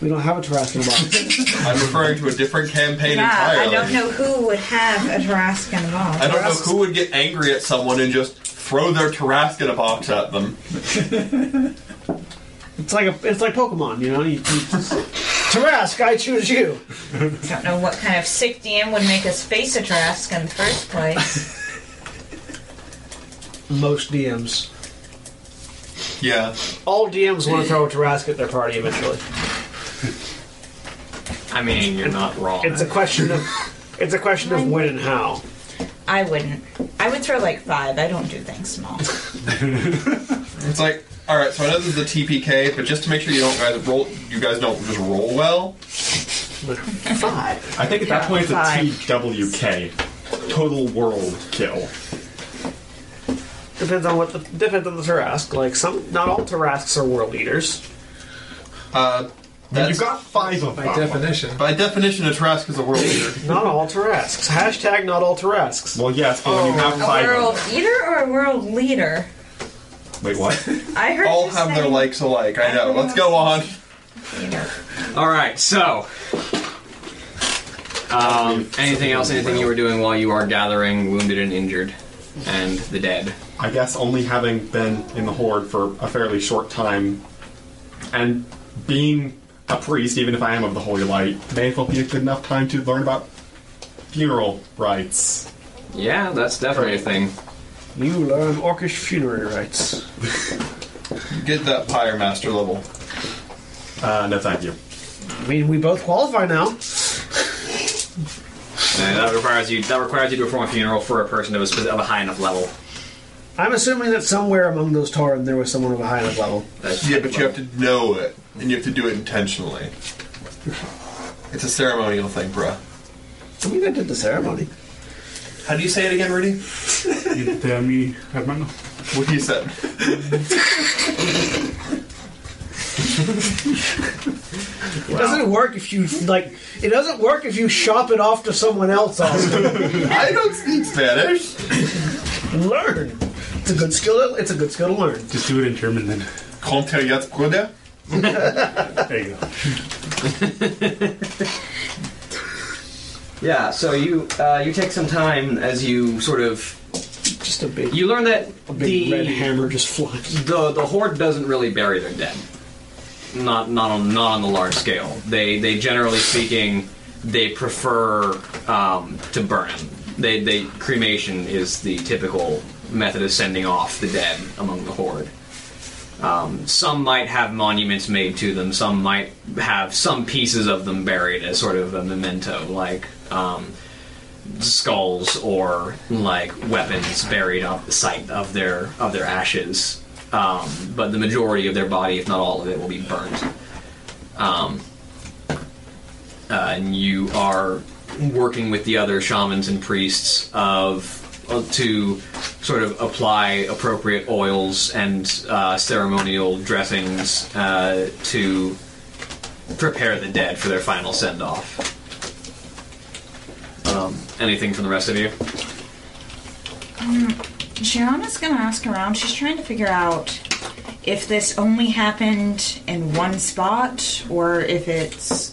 We don't have a Tarrascan box.
I'm referring to a different campaign
Yeah, Ah, I
entirely.
don't know who would have a Tarascan
I
bomb.
don't know who would get angry at someone and just throw their Tarask in a box at them.
it's like a, it's like Pokemon, you know. You, <laughs> you, Tarrasque, I choose you.
I don't know what kind of sick DM would make us face a Tarascan in the first
<laughs>
place.
Most DMs,
Yeah.
all DMs want to throw a Tarrasque at their party eventually.
I mean, you're not wrong.
It's a question of, it's a question of when and how.
I wouldn't. I would throw like five. I don't do
<laughs>
things small.
It's like, all right. So I know this is the TPK, but just to make sure you don't guys roll, you guys don't just roll well.
I think at that
Yeah,
point it's a
fine.
TWK. Total world kill.
Depends on what the depends on the Tarrasque. Like some, not all Tarrasques are world eaters.
Uh,
And
that's,
you've got five of
By
them.
definition.
by definition, a Tarask is a world leader.
Not all Tarrasques. Hashtag not all Tarrasques.
Well, yes, but when you have
A
five
Oh, world
of
eater or a world leader?
them. Wait, what?
I heard
All
you
have their
saying
likes alike. I know. Let's go on.
leader.
All right, so. Um, anything else? Anything you were doing while you are gathering wounded and injured, and the dead?
I guess only having been in the Horde for a fairly short time and being a priest, even if I am of the Holy Light, may as well be a good enough time to learn about funeral rites.
Yeah, that's definitely a thing.
You learn Orcish funerary rites.
Get that Pyre Master level.
Uh, no, thank you.
I mean, we both qualify now.
And Uh, that requires you. That requires you to perform a funeral for a person of a, spec- of a high enough level.
I'm assuming that somewhere among those Tauren there was someone of a high enough level.
That's-
Yeah, but you have to know it, and you have to do it intentionally. It's a ceremonial thing, bruh.
I mean, I did the ceremony.
How do you say it again, Rudy?
You tell me, hermano.
What do you say? <laughs>
It doesn't work if you like. It doesn't work if you shop it off to someone else.
<laughs>
Also,
I don't speak Spanish.
learn. It's a good skill. To, it's a good skill to learn.
Just do it in German then.
Conte yet Bruder?
There you go.
Yeah. So you uh, you take some time as you sort of
Just a big,
you learn that
a big red
the
hammer just flies.
the the horde doesn't really bury their dead. Not not on not on the large scale. They they generally speaking they prefer um, to burn. They they cremation is the typical method of sending off the dead among the horde. Um, some might have monuments made to them. Some might have some pieces of them buried as sort of a memento, like um, skulls or like weapons buried off the site of their of their ashes. Um, but the majority of their body, if not all of it, will be burnt. Um, uh, and you are working with the other shamans and priests of uh, to sort of apply appropriate oils and uh, ceremonial dressings uh, to prepare the dead for their final send off. Um, anything from the rest of you?
Gianna's gonna ask around. She's trying to figure out if this only happened in one spot or if it's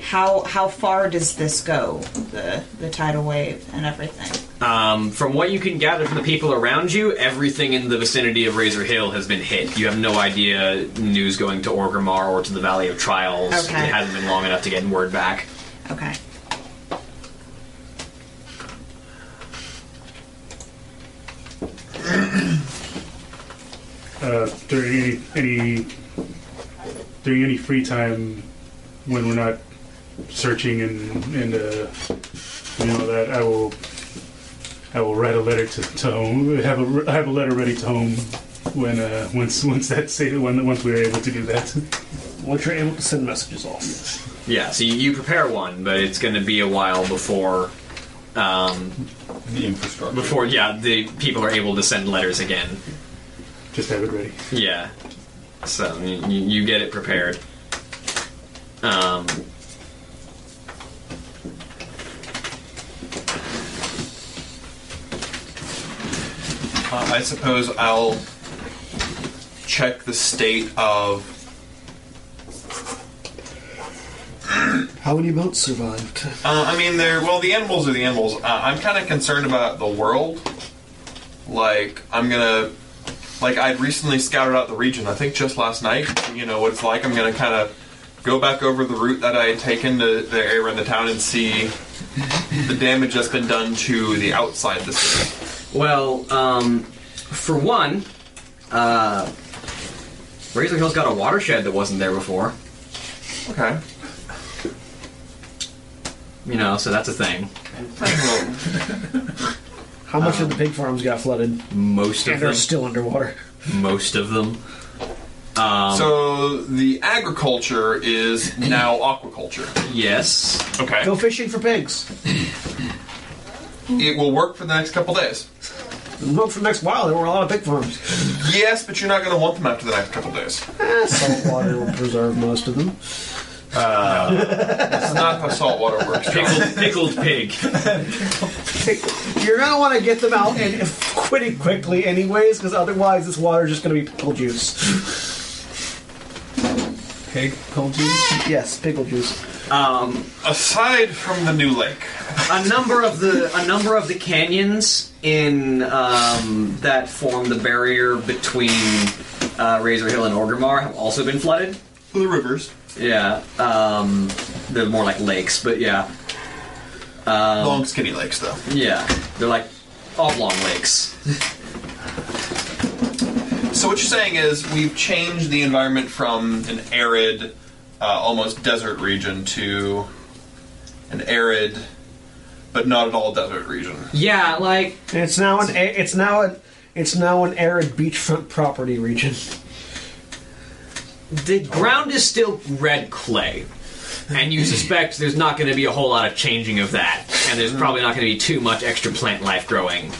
how how far does this go the the tidal wave and everything.
Um, from what you can gather from the people around you, everything in the vicinity of Razor Hill has been hit. You have no idea news going to Orgrimmar or to the Valley of Trials.
Okay.
It hasn't been long enough to get word back.
Okay.
Uh, during any, any during any free time when we're not searching and and uh, you know that I will I will write a letter to, to home. Have a have a <laughs> letter ready to home when uh, once once that say when once we're able to do that.
once you're able to send messages off.
Yeah, so you, you prepare one, but it's going to be a while before, um,
The infrastructure.
before yeah, the people are able to send letters again.
Just have it ready.
Yeah. So you, you get it prepared. Um,
Uh, I suppose I'll check the state of.
How many boats survived?
Uh, I mean, they're well. The animals are the animals. Uh, I'm kind of concerned about the world. Like, I'm gonna, like, I'd recently scouted out the region. I think just last night. You know what it's like. I'm gonna kind of go back over the route that I had taken to the area around the town and see the damage that's been done to the outside of the city.
well, um, for one, uh, Razor Hill's got a watershed that wasn't there before.
Okay.
You know, so that's a thing.
Well,
How much of the pig farms got flooded
Most of
and are
them.
still underwater?
most of them.
so the agriculture is now aquaculture.
Yes.
Okay.
Go fishing for pigs.
It will work for the next couple days.
Look for the next while. There were a lot of pig farms.
Yes, but you're not going to want them after the next couple days.
Eh, Salt water will preserve most of them.
That's Uh, not how salt water works. John.
Pickled, pickled pig.
You're gonna want to get them out and quit it quickly, anyways, because otherwise this water is just gonna be pickle juice.
Pig, cold juice.
Yes, pickle juice.
Aside from the new lake,
a number of the a number of the canyons in um, that form the barrier between uh, Razor Hill and Orgrimmar have also been flooded.
the rivers,
Yeah, um, they're more like lakes, but yeah,
long skinny lakes though.
yeah, they're like oblong lakes.
So what you're saying is we've changed the environment from an arid, uh, almost desert region to an arid, but not at all desert region.
Yeah, like
And it's now an a- it's now an it's now an arid beachfront property region.
the ground is still red clay. And you suspect there's not going to be a whole lot of changing of that, and there's probably not going to be too much extra plant life growing.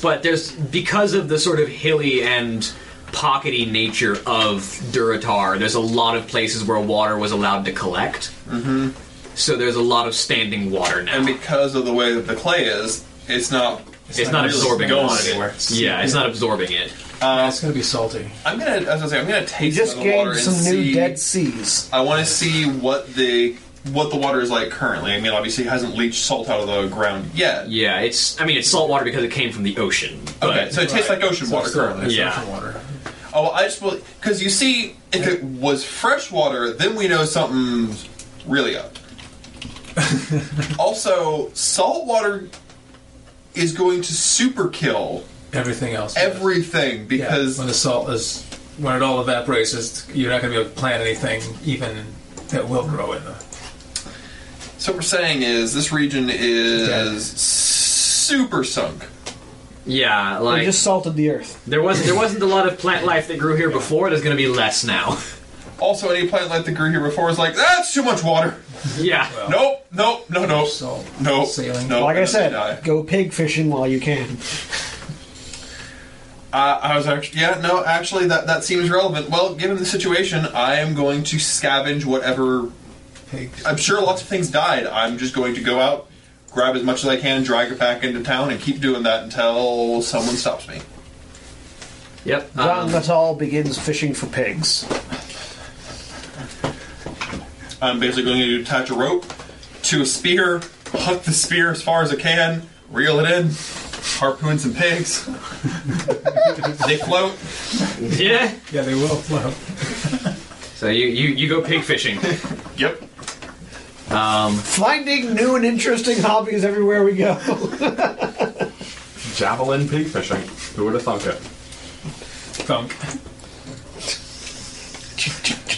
But there's because of the sort of hilly and pockety nature of Duratar, there's a lot of places where water was allowed to collect. Mm-hmm. So there's a lot of standing water now.
And because of the way that the clay is, it's not.
it's not
really
absorbing
going
us.
anywhere.
Yeah, it's not absorbing it.
Yeah, it's gonna be salty.
I'm gonna. As I was gonna say, I'm gonna taste
Just
the water
gained
and
some new
see-
dead seas.
I want to see what the what the water is like currently. I mean, obviously, it hasn't leached salt out of the ground yet.
Yeah, it's. I mean, it's salt water because it came from the ocean. But
Okay, so it tastes like ocean water currently.
It's
Yeah.
ocean water.
Oh, I just because you see, if it was fresh water, then we know something's really
<laughs>
up. also, salt water is going to super kill
Everything else.
everything
Yeah,
because
when the salt is when it all evaporates, it's, you're not gonna be able to plant anything even that will grow in the.
so what we're saying is this region is
Yeah.
super sunk.
yeah,
We
like
just salted the earth.
there was there wasn't a lot of plant life that grew here before. There's going to be less now. <laughs>
Also, any plant like that grew here before is like that's too much water.
yeah.
Nope, nope, no, nope.
Salt.
No,
Sailing.
no.
Like I
I,
said, go pig fishing while you can.
I was actually, yeah, no, actually, that that seems relevant. Well, given the situation, I am going to scavenge whatever.
Pig.
I'm sure lots of things died. I'm just going to go out, grab as much as I can, drag it back into town, and keep doing that until someone stops me.
Yep.
John
Um,
Natal begins fishing for pigs.
I'm basically going to attach a rope to a spear, hook the spear as far as I can, reel it in, harpoon some
<laughs>
pigs. they float.
yeah.
Yeah, they will float.
<laughs> So you, you you go pig fishing.
Yep.
Finding new and interesting hobbies everywhere we go.
Javelin pig fishing. Who would have thunk it?
Thunk.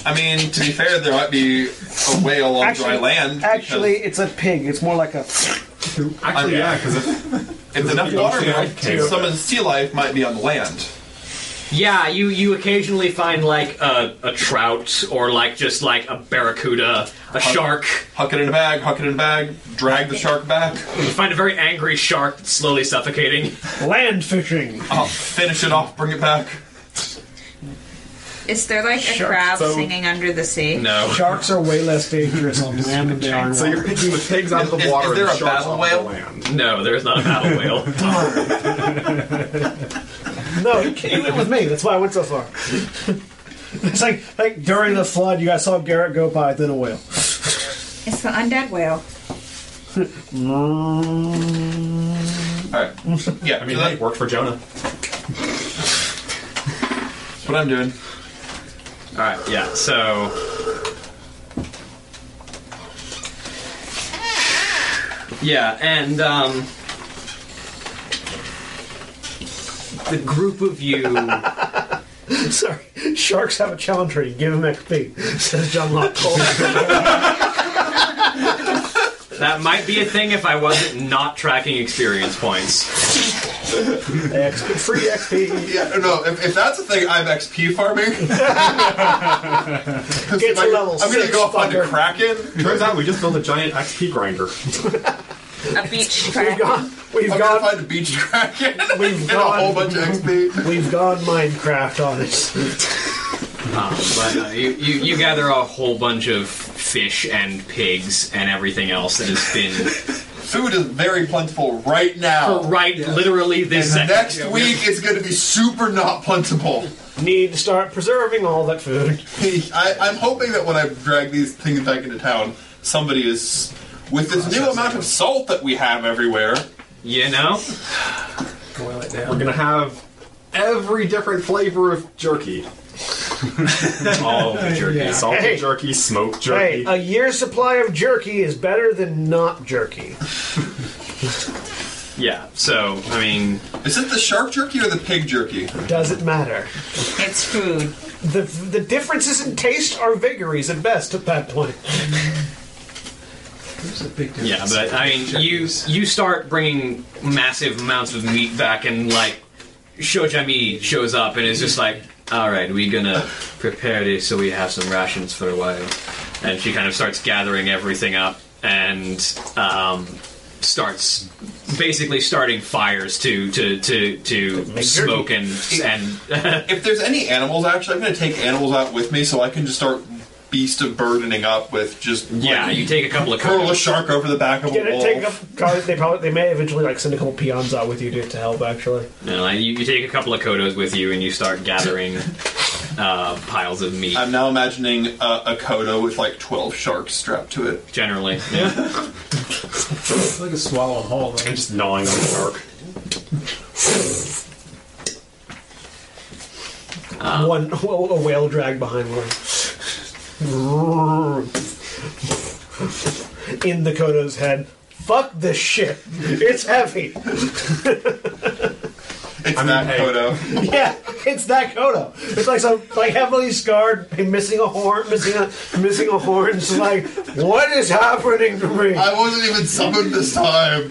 I mean, to be fair, there might be a whale on dry land. because
actually, it's a pig. It's more like a.
Actually,
yeah,
yeah, because
if enough
you
water
don't see
melts,
it,
some of the sea life might be on land.
Yeah, you, you occasionally find like a, a trout or like just like a barracuda, a shark.
Huck it in a bag, huck it in a bag, drag the shark back,
You find a very angry shark that's slowly suffocating.
Land fishing.
I'll finish it off, bring it back.
Is there like a crab singing under the sea?
No.
Sharks are way less dangerous on land than they are in
So
water.
you're picking the pigs out of the
Is- is
water
there
and
a
the sharks
battle
off
whale?
the land.
No, there's not a battle
<laughs>
whale.
No, you you went with me. That's why I went so far. <laughs> It's like like during the flood, you guys saw Garrett go by, then a whale. <laughs>
It's the undead whale.
Alright. Yeah, I
I mean,
mean,
hey,
that's
worked for Jonah.
what I'm doing.
Alright, yeah, so. Yeah, and um, the group of you.
Sorry, sharks have a challenge rating. Give him XP, says John Locke.
That might be a thing if I wasn't not tracking experience points.
Free XP.
Yeah, no, if, if that's a thing, I'm XP farming.
Get to level
I'm gonna
six,
go up on
fucker.
Kraken.
Turns out we just built a giant XP grinder.
A beach
We've
crab.
gone. We've
I'm
gone.
gonna find a beach <laughs> Kraken
We've
and a whole
gone.
bunch of XP.
We've gone Minecraft on it.
Um, but uh, you, you, you gather a whole bunch of fish and pigs and everything else that has
<laughs>
been
Food is very plentiful right now.
right literally this
And
second.
next week is going to be super not plentiful. <laughs>
Need to start preserving all that food.
I, I'm hoping that when I drag these things back into town, somebody is with this new amount of salt that we have everywhere.
You know?
Boil it
We're
down.
gonna have every different flavor of <laughs> jerky:
All of the jerky.
salted
Hey.
jerky, smoked jerky.
Hey, a year's supply of jerky is better than not jerky.
Yeah, so, I mean,
Is it the shark jerky or the pig jerky?
Doesn't matter.
<laughs>
It's food.
The the differences in taste are vagaries at best at that point.
There's a big difference.
yeah, but, I mean, you, you start bringing massive amounts of meat back and, like, Shojami shows up and is just like, alright, we're gonna prepare this so we have some rations for a while. And she kind of starts gathering everything up and um, starts basically starting fires to to to, to smoke and and
If there's any animals, actually, I'm going to take animals out with me so I can just start beast of burdening up with just like,
yeah, you take a couple of
curl a
coconuts.
shark over the back of
Get
a
it?
wolf.
Take up. They probably they may eventually like send a couple peons out with you to, to help. Actually,
No, like, you, you take a couple of kodos with you and you start gathering uh, piles of meat.
I'm now imagining a, a kodo with like 12 sharks strapped to it.
generally, yeah.
It's like a swallow and whole. Though.
just gnawing on the shark.
Uh-huh.
one <laughs> a whale dragged behind one. In the Kodo's head. Fuck this shit. It's heavy.
It's
mean,
that
hey.
kodo.
Yeah, it's that Kodo. It's like some like heavily scarred, missing a horn, missing a missing a horn. It's like, what is happening to me?
I wasn't even summoned this time.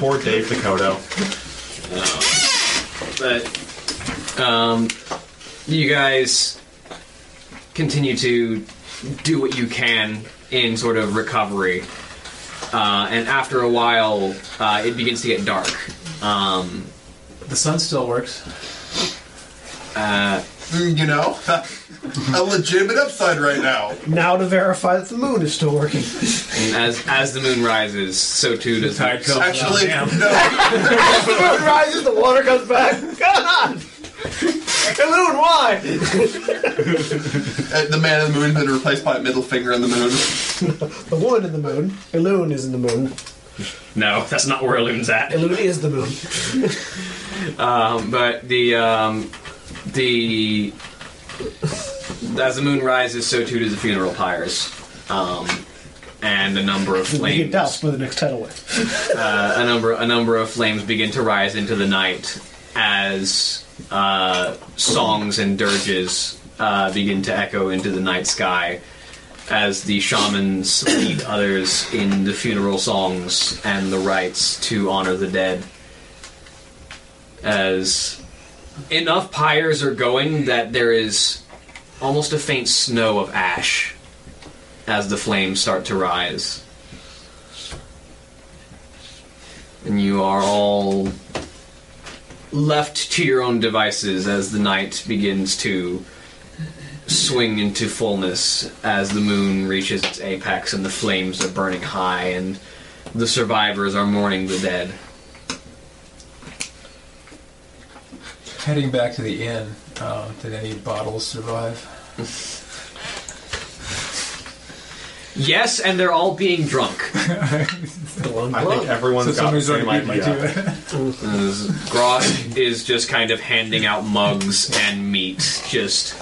Poor Dave the Kodo.
But um, you guys continue to do what you can in sort of recovery, uh, and after a while, uh, it begins to get dark. Um,
The sun still works.
Mm, You know, a legitimate upside right now.
Now to verify that the moon is still working.
and as as the moon rises, so too does
Tide comes
Actually,
out. Damn.
no.
the moon rises, the water comes back. God! Illumin, why?
Uh, The man in the moon has been replaced by a middle finger in the moon.
The woman in the moon. Illumin is in the moon.
No, that's not where Illumin's at.
Illumin is the moon.
But the um, the as the moon rises, so too does the funeral pyres, um, and a number of
We
flames,
get doused by the next tidal wave.
uh, a number a number of flames begin to rise into the night as uh, songs and dirges uh, begin to echo into the night sky. As the shamans lead others in the funeral songs and the rites to honor the dead, as enough pyres are going that there is almost a faint snow of ash as the flames start to rise. And you are all left to your own devices as the night begins to swing into fullness as the moon reaches its apex and the flames are burning high and the survivors are mourning the dead.
Heading back to the inn, um, did any bottles survive?
Yes, and they're all being drunk.
I think everyone's got the
somebody's
same
already beat me
idea.
to it.
Grosh is just kind of handing out mugs and meat, just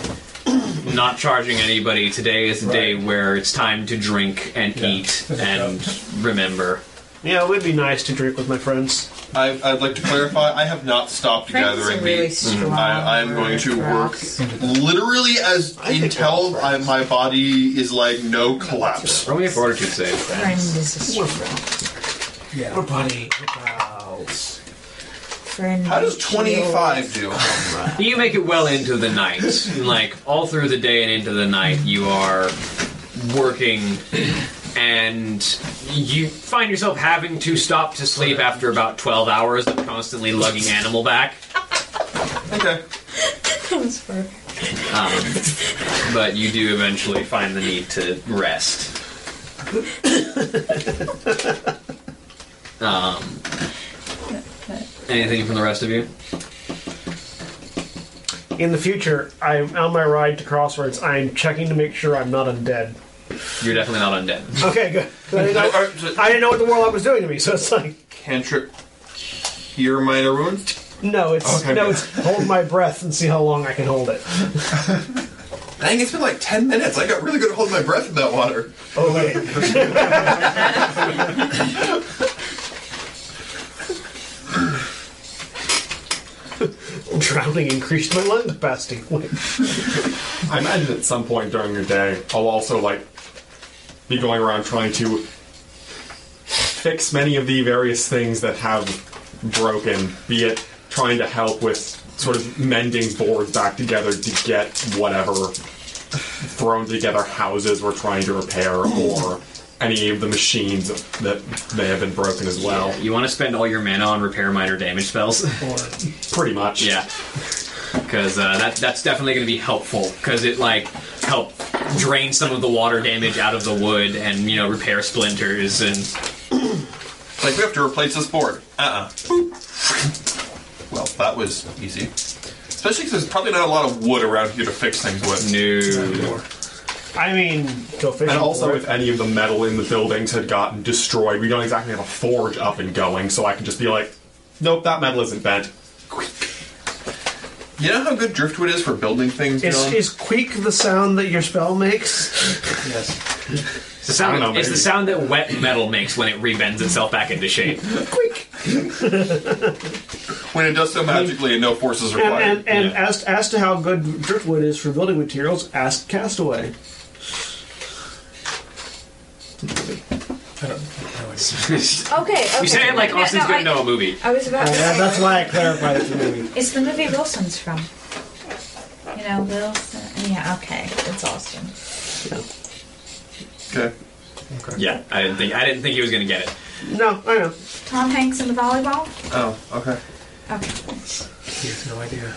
not charging anybody. Today is the day where it's time to drink and eat and remember.
Yeah, it would be nice to drink with my friends.
I, I'd like to clarify. I have not stopped
Friends
gathering
are really
meat.
strong.
I, I'm going to work literally as until I, my body is like no collapse.
Roll me a fortitude save.
Friend is a strong.
Yeah.
Buddy.
Oh.
Friend
How does
is
25 do?
You make it well into the night, like all through the day and into the night. You are working, and you find yourself having to stop to sleep after about twelve hours of constantly lugging animal back.
Okay.
That was for
But you do eventually find the need to rest. um, anything from the rest of you?
In the future, I'm on my ride to Crossroads. I'm checking to make sure I'm not undead.
You're definitely not undead.
Okay, good. I didn't know,
Or- so-
I didn't know what the warlock was doing to me, so it's like,
Cantrip cure minor wounds.
no, it's
Okay,
no,
good.
it's hold my breath and see how long I can hold it.
Dang, it's been like 10 minutes. I got really good at holding my breath in that water. <laughs>
Okay. <laughs> Drowning increased my lung capacity. Wait.
I imagine at some point during your day, I'll also like be going around trying to fix many of the various things that have broken, be it trying to help with sort of mending boards back together to get whatever thrown together houses we're trying to repair or any of the machines that may have been broken as well.
You want to spend all your mana on repair minor damage spells?
Pretty much.
yeah, because uh, that that's definitely going to be helpful because it like help drain some of the water damage out of the wood and you know repair splinters and
Like, we have to replace this board. Uh uh Well, that was easy. Especially because there's probably not a lot of wood around here to fix things with.
new.
I mean, go fishing.
And also,
for it.
if any of the metal in the buildings had gotten destroyed, we don't exactly have a forge up and going, so I can just be like, nope, that metal isn't bent.
You know how good driftwood is for building things,
is,
Dylan?
is queak the sound that your spell makes?
Yes.
It's the sound.
I don't know,
it's the
maybe.
sound that wet metal makes when it rebends itself back into shape.
when it does so magically and no force
um,
is
And,
required.
and, and as, as to how good driftwood is for building materials, ask Castaway.
I don't know. It's
Okay, okay.
You say it like
No,
Austin's
no,
gonna
I-
know a movie.
I was about to say,
that's why I clarified it
it's the movie Wilson's from. You know, Wilson. Yeah, okay. It's Austin.
okay.
Yeah, I didn't think I didn't think he was gonna get it.
No, I know.
Tom Hanks in the volleyball?
Oh, okay.
Okay.
he has no idea.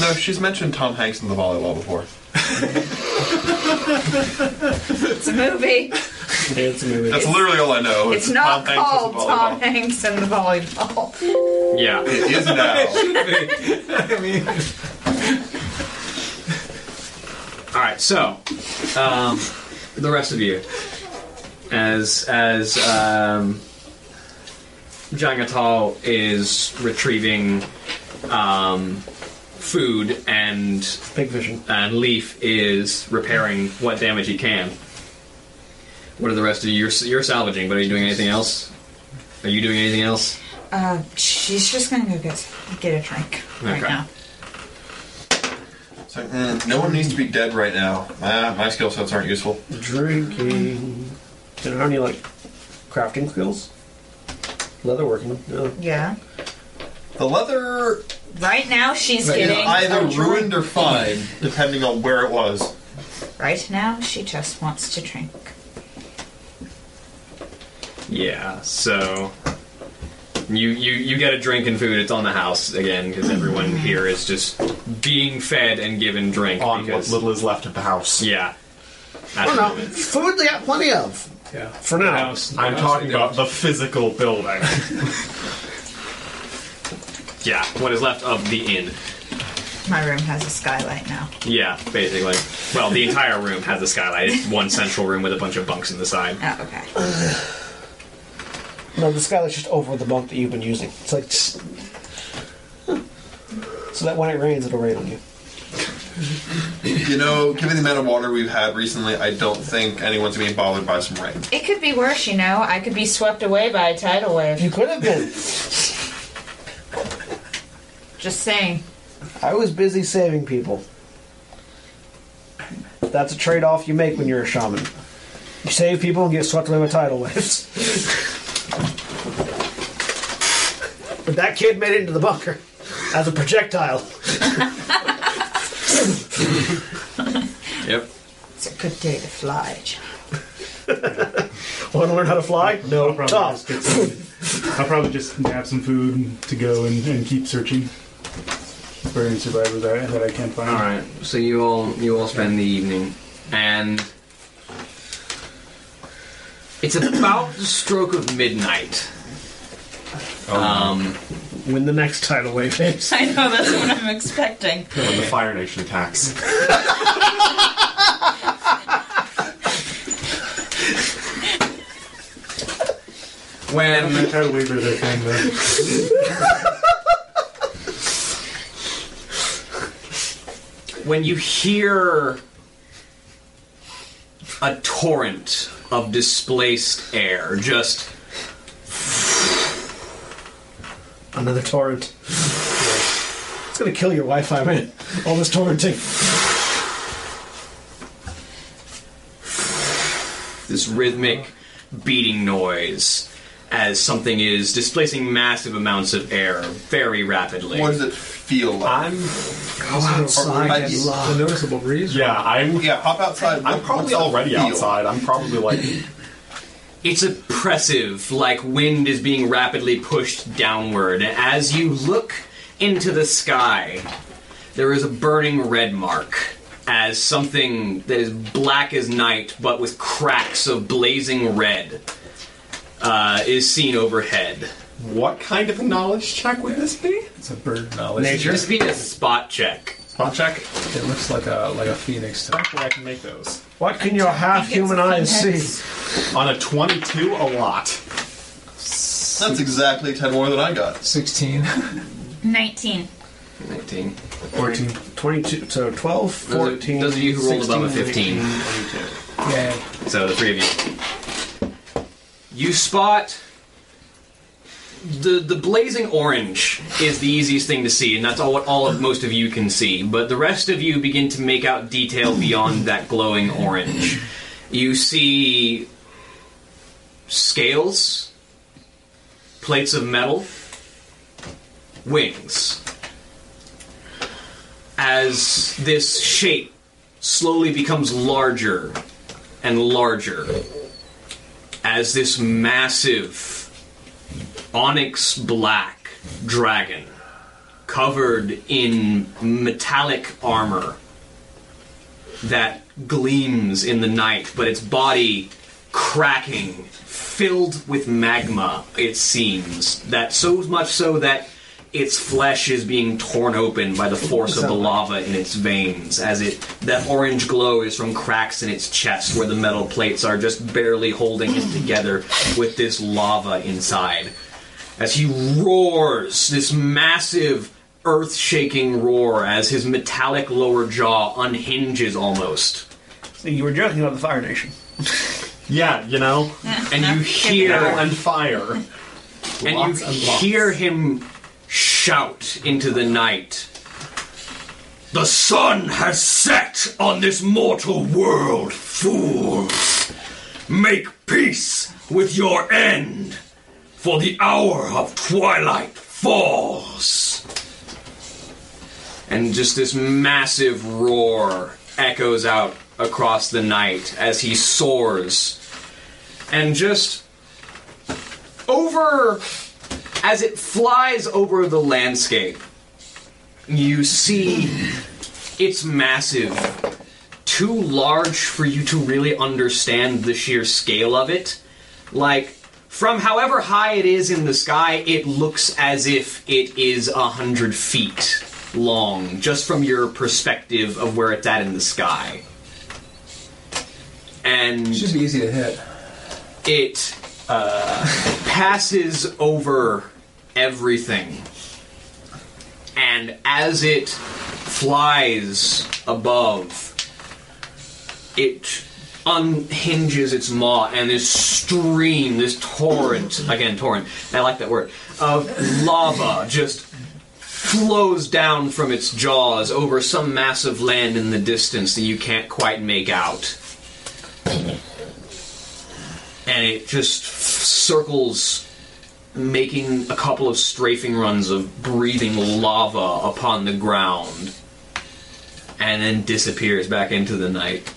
No, she's mentioned Tom Hanks in the volleyball before.
It's
<laughs>
a movie.
That's literally all I know.
It's
Tom
not
Hanks
called
is a
Tom
volleyball.
Hanks in the volleyball.
Yeah,
<laughs>
It is now.
I mean,
All right, so um, the rest of you, as as um, Jangatal is retrieving um, food and
Big vision.
and Leaf is repairing what damage he can. What are the rest of you? You're, you're salvaging, but are you doing anything else? Are you doing anything else?
Uh, she's just gonna go get get a drink right
Okay.
now.
It's like, mm, no one needs to be dead right now. Ah, my skill sets aren't useful.
Drinking. Did I have any, like, crafting skills? Leatherworking. No.
Yeah.
The leather
Right now, she's
is
getting
either
a drink.
ruined or fine, depending on where it was.
Right now, she just wants to drink.
Yeah, so you you you get a drink and food. It's on the house again because
Mm-hmm.
everyone here is just being fed and given drink
on
because,
what little is left of the house.
Yeah,
I don't know. Food they got plenty of.
Yeah.
For now.
I'm talking about the physical <laughs> building.
yeah. What is left of the inn?
My room has a skylight now.
Yeah, basically. Well, the entire room has a skylight. It's one central room with a bunch of bunks in the side.
Oh, okay.
No, the skylight's just over the bunk that you've been using. It's like, tss. so that when it rains, it'll rain on you.
You know, given the amount of water we've had recently, I don't think anyone's being bothered by some rain.
It could be worse, you know. I could be swept away by a tidal wave.
You could have <laughs> been.
Just saying.
I was busy saving people. That's a trade-off you make when you're a shaman. You save people and get swept away by tidal waves. but that kid made it into the bunker as a projectile.
Yep.
It's a good day to fly. John.
Want to learn how to fly? No,
<laughs> I'll probably
tough.
just get some, I'll probably just nab some food to go and, and keep searching for any survivors that, that I can find.
All right. So you all you all spend the evening, and it's about the stroke of midnight. Um,
When the next tidal wave hits,
<laughs> I know, that's what I'm expecting.
when the Fire Nation attacks.
I'm
when
not tidal wave is a thing, though.
when you hear a torrent of displaced air just
another torrent. It's gonna kill your Wi-Fi, man. All this torrenting.
this rhythmic beating noise as something is displacing massive amounts of air very rapidly.
What does it feel like?
I'm
Go outside
I-
and
A
love.
noticeable breeze.
yeah, I'm
yeah, hop outside.
I'm
What-
probably
what's it
already
feel?
outside. I'm probably like
It's oppressive, like wind is being rapidly pushed downward. And As you look into the sky, there is a burning red mark as something that is black as night but with cracks of blazing red uh, is seen overhead.
what kind of a knowledge check would this be?
It's a bird knowledge.
Just be a spot check.
Spot check.
It looks like a like a phoenix. Type.
Actually, I can make those.
What can your half-human eyes see?
On a 22, a lot.
That's exactly ten more than I got.
Sixteen.
19.
19.
14.
22, so 12,
Those are-
14.
those of you who rolled
16,
above a 15.
18, 22.
Yeah.
So the three of you. You spot the the blazing orange is the easiest thing to see, and that's all what all of most of you can see. But the rest of you begin to make out detail beyond that glowing orange. You see scales, plates of metal, wings. As this shape slowly becomes larger and larger as this massive onyx black dragon covered in metallic armor that gleams in the night, but its body cracking, filled with magma, it seems. That so much so that its flesh is being torn open by the force of the lava in its veins, as it that orange glow is from cracks in its chest where the metal plates are just barely holding it together with this lava inside. As he roars, this massive earth shaking roar, as his metallic lower jaw unhinges almost.
So you were joking about the Fire Nation.
Yeah, you know,
and you
metal
hear
and fire.
and
Lots
you
and lots.
hear him shout into the night the sun has set on this mortal world fools make peace with your end for the hour of twilight falls. And just this massive roar echoes out across the night as he soars. And just over, as it flies over the landscape, you see it's massive. Too large for you to really understand the sheer scale of it. Like, from however high it is in the sky, it looks as if it is a hundred feet long, just from your perspective of where it's at in the sky. And
Should be easy to hit.
it uh, <laughs> passes over everything. And as it flies above, it unhinges its maw, and this stream, this torrent, again, torrent, I like that word, of lava just flows down from its jaws over some mass of land in the distance that you can't quite make out and it just f- circles, making a couple of strafing runs of breathing lava upon the ground, and then disappears back into the night.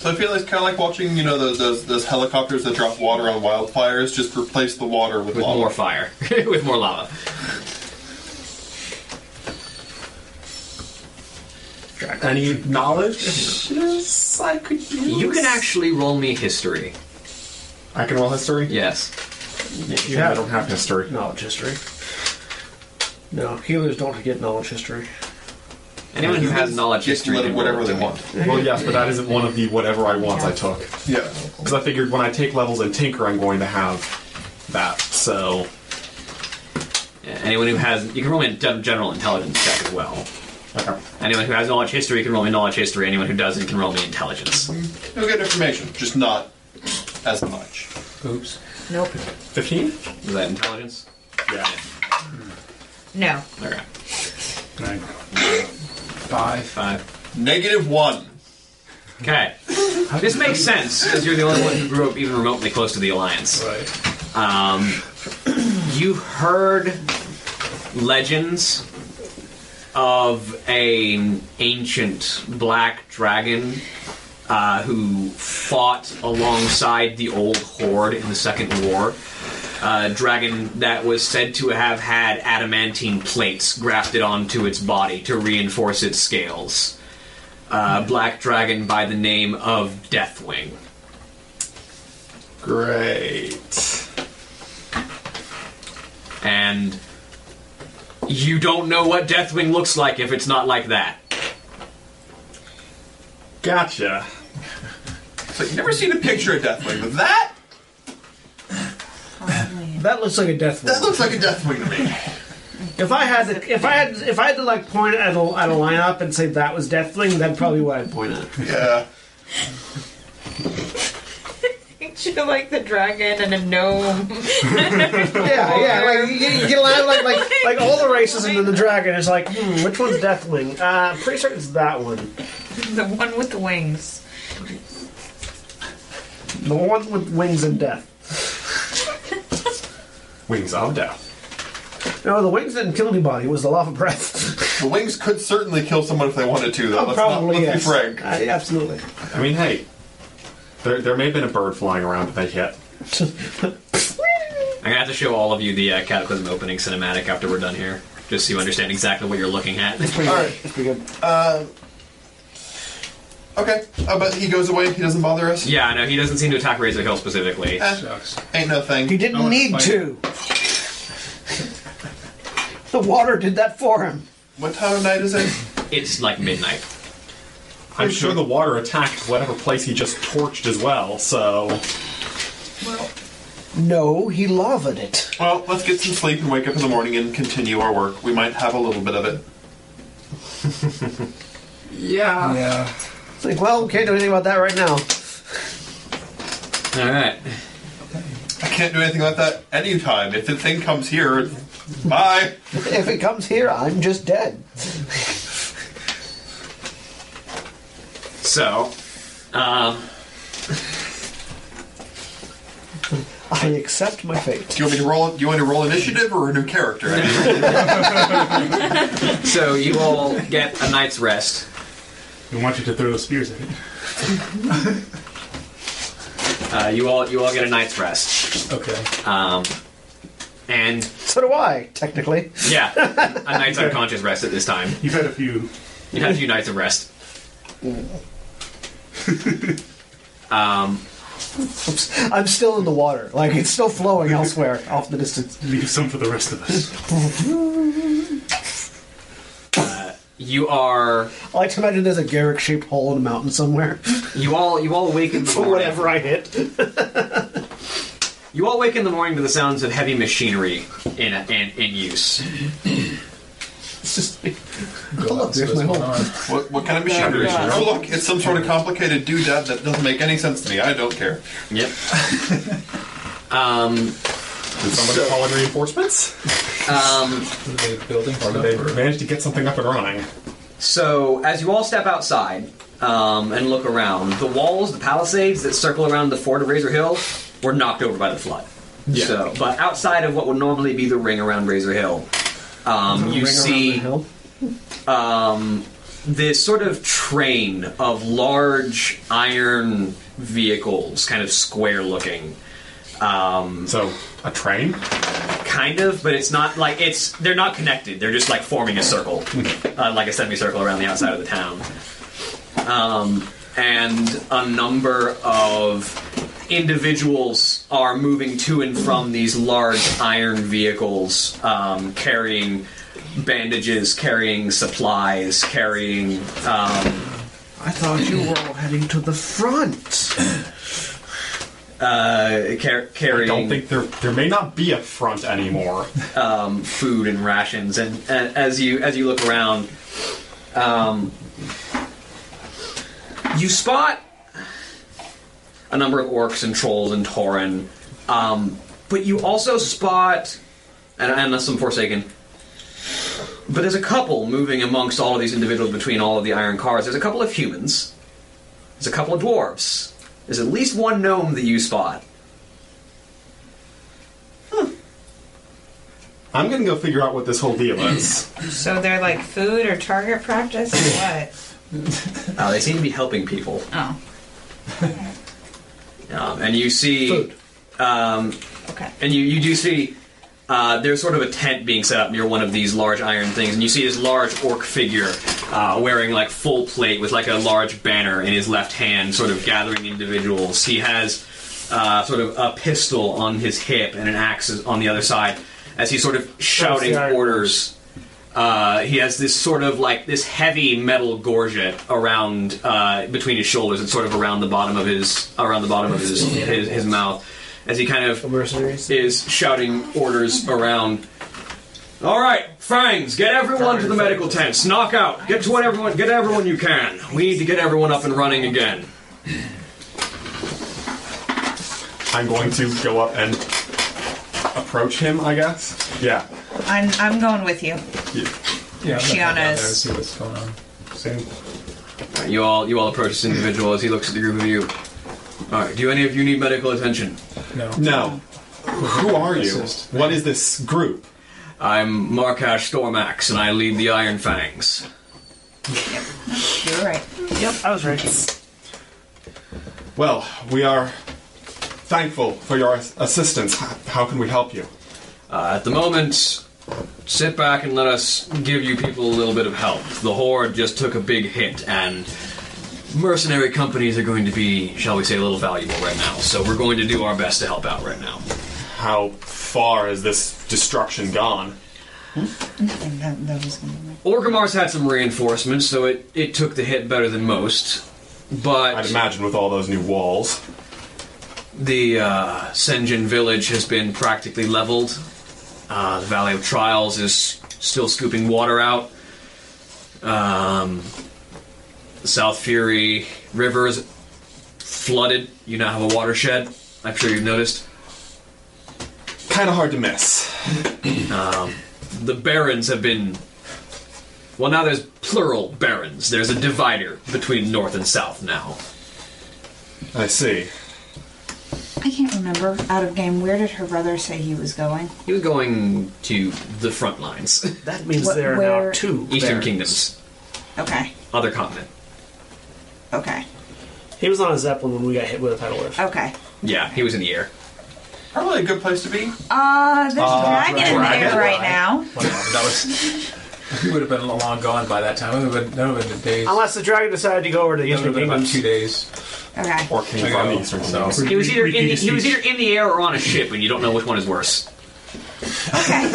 So I feel it's kind of like watching, you know, those, those those helicopters that drop water on wildfires. Just replace the water with,
With
lava.
more fire, <laughs> with more lava.
Any knowledge? Yes, I could use.
You can actually roll me history.
I can roll history.
Yes.
You have. I don't have history.
Knowledge history. No, healers don't get knowledge history.
Anyone who has knowledge
Just
history
let
can
it
roll
whatever
it
they
to me.
want.
Well, yes, but that isn't one of the whatever I want I took.
Yeah.
Because I figured when I take levels in Tinker, I'm going to have that. So
Yeah, Anyone who has you can roll me a gen- general intelligence check as well.
okay.
Anyone who has knowledge history can roll me knowledge history. Anyone who doesn't can roll me intelligence.
You'll get information, just not as much.
Oops.
Nope.
fifteen.
Is that intelligence?
Yeah.
No.
Okay.
Nine.
Five.
Five.
Negative one.
Okay. This makes sense, because you're the only one who grew up even remotely close to the Alliance.
Right.
Um, you heard legends of an ancient black dragon uh, who fought alongside the old horde in the Second War. A dragon that was said to have had adamantine plates grafted onto its body to reinforce its scales. A uh, black dragon by the name of Deathwing.
Great.
and you don't know what Deathwing looks like if it's not like that.
Gotcha.
So you've never seen a picture of Deathwing, but that
That looks like a death
that
wing.
looks like a Deathwing to me.
If I had to, if I had, if I had to like point at a, at a lineup and say that was Deathwing, that'd probably what I'd point at.
Yeah.
Should like the dragon and a
<laughs>
gnome.
Yeah, yeah. Like you, get- you get a line like like like all the races, and then the dragon is like, hmm, which one's Deathwing? Uh, I'm pretty certain it's that one.
the one with the wings.
The one with wings and death.
Wings of death.
No, the wings didn't kill anybody. It was the lava breath.
The wings could certainly kill someone if they wanted to, though.
<laughs> Oh,
let's
probably
not,
yes.
let's be frank.
I- absolutely.
I mean, hey, there there may have been a bird flying around that they hit.
I'm gonna have to show all of you the uh, Cataclysm opening cinematic after we're done here, just so you understand exactly what you're looking at.
All right. Uh, okay. Uh, but he goes away. He doesn't bother
<laughs>
us.
yeah, no, he doesn't seem to attack Razor Hill specifically.
Eh,
Sucks.
ain't no thing.
He didn't need to. The water did that for him.
What time of night is
<clears throat>
it?
It's like midnight.
I'm sure the water attacked whatever place he just torched as well. So
No, he lavaed it.
Well, let's get some sleep and wake up in the morning and continue our work. We might have a little bit of it.
yeah.
Yeah.
It's like, well, we can't do anything about that right now.
All right.
I can't do anything about that anytime. If the thing comes here, bye.
If it comes here, I'm just dead.
So, um,
I accept my fate.
Do you want me to roll? Do you want to roll initiative or a new character?
so you all get a night's rest.
We want you to throw spears at it.
Uh, you all you all get a night's rest.
Okay.
Um, and
So do I, technically. <laughs>
yeah, a night's unconscious rest at this time.
You've had a few.
You had a few nights of rest. um,
I'm still in the water. Like, it's still flowing elsewhere off the distance.
Leave some for the rest of us.
you are
I like to imagine there's a Garrick shaped hole in a mountain somewhere. <laughs>
you all you all wake in the
For
morning.
whatever I hit.
You all wake in the morning to the sounds of heavy machinery in in, in use.
It's just. Oh, look, there's my hole.
What, what kind of machinery is it? Oh, look, it's some sort of complicated doodad that doesn't make any sense to me. I don't care.
Yep. um,
Did someone call in reinforcements?
um,
The building.
Or did they manage to get something up and running?
So, as you all step outside um, and look around, the walls, the palisades that circle around the fort of Razor Hill were knocked over by the flood.
Yeah.
So, but outside of what would normally be the ring around Razor Hill, um, you see um, this sort of train of large iron vehicles, kind of square looking. Um,
So, a train?
kind of, but it's not like it's they're not connected. They're just like forming a circle,
Hmm.
uh, like a semicircle around the outside of the town. Um, and a number of individuals are moving to and from these large iron vehicles, um, carrying bandages, carrying supplies, carrying. Um,
I thought you were all heading to the front.
uh, car-
I
carrying
don't think there there may not be a front anymore.
um, food and rations, and, and as you as you look around, um, you spot a number of orcs and trolls and tauren, um, but you also spot, and, and some forsaken. But there's a couple moving amongst all of these individuals between all of the iron cars. There's a couple of humans. There's a couple of dwarves. There's at least one gnome that you spot.
I'm gonna go figure out what this whole deal is.
So they're like food or target practice or what?
Uh, they seem to be helping people.
Oh,
Um, and you see, Um,
okay.
and you, you do see uh, there's sort of a tent being set up near one of these large iron things, and you see this large orc figure uh, wearing like full plate with like a large banner in his left hand, sort of gathering individuals. He has uh, sort of a pistol on his hip and an axe is on the other side as he's sort of shouting
Iron
orders. Uh, he has this sort of like this heavy metal gorget around uh, between his shoulders and sort of around the bottom of his around the bottom of his his, his mouth as he kind of
Mercenaries.
is shouting orders around. All right, Fangs, get everyone to the medical tents. Knock out. Get to what everyone. Get everyone you can. We need to get everyone up and running again.
I'm going to go up and approach him, I guess. Yeah.
I'm I'm going with you.
Yeah, I'm gonna
Shiana's-
hang out there and see what's going on.
Same.
You all, you all approach this individual as he looks at the group of you. All right, do any of you need medical attention?
No.
No. Who are you? What is this group?
I'm Markash Stormax, and I lead the Iron Fangs.
<laughs>
You're right.
Yep, I was right.
Well, we are thankful for your as- assistance. How how can we help you?
Uh, at the moment, sit back and let us give you people a little bit of help. The Horde just took a big hit, and mercenary companies are going to be, shall we say, a little valuable right now. So we're going to do our best to help out right now.
How far is this destruction gone?
Nothing. That, that was gonna be
Orgamar's had some reinforcements, so it, it took the hit better than most.
I'd
But
imagine with all those new walls.
the uh, Senjin village has been practically leveled. Uh, the Valley of Trials is still scooping water out. Um, South Fury River is flooded. You now have a watershed. I'm sure you've noticed.
Kind of hard to miss.
The barons have been. Well, now there's plural barons. There's a divider between north and south now.
I see.
I can't remember out of game. Where did her brother say he was going?
He was going to the front lines. <laughs>
That
means What- there are now where- two
Eastern
barons.
Kingdoms,
Okay.
other continent.
Okay.
He was on a zeppelin when we got hit with a tidal wave.
Okay.
Yeah, he was in the air.
Probably a good place to be.
Uh, there's
Uh,
a dragon in
dragon.
there right now.
that was. We would have been long gone by that time. It would have been, that would have been days.
Unless the dragon decided to go over to the
That
Eastern
would have been about
Kingdoms.
two days.
Okay.
Or came
There
from
you
the
go.
Eastern
So-
Kingdoms.
He was either in the,
Repeat
he was
speech.
either in the air or on a ship, and you don't know which one is worse.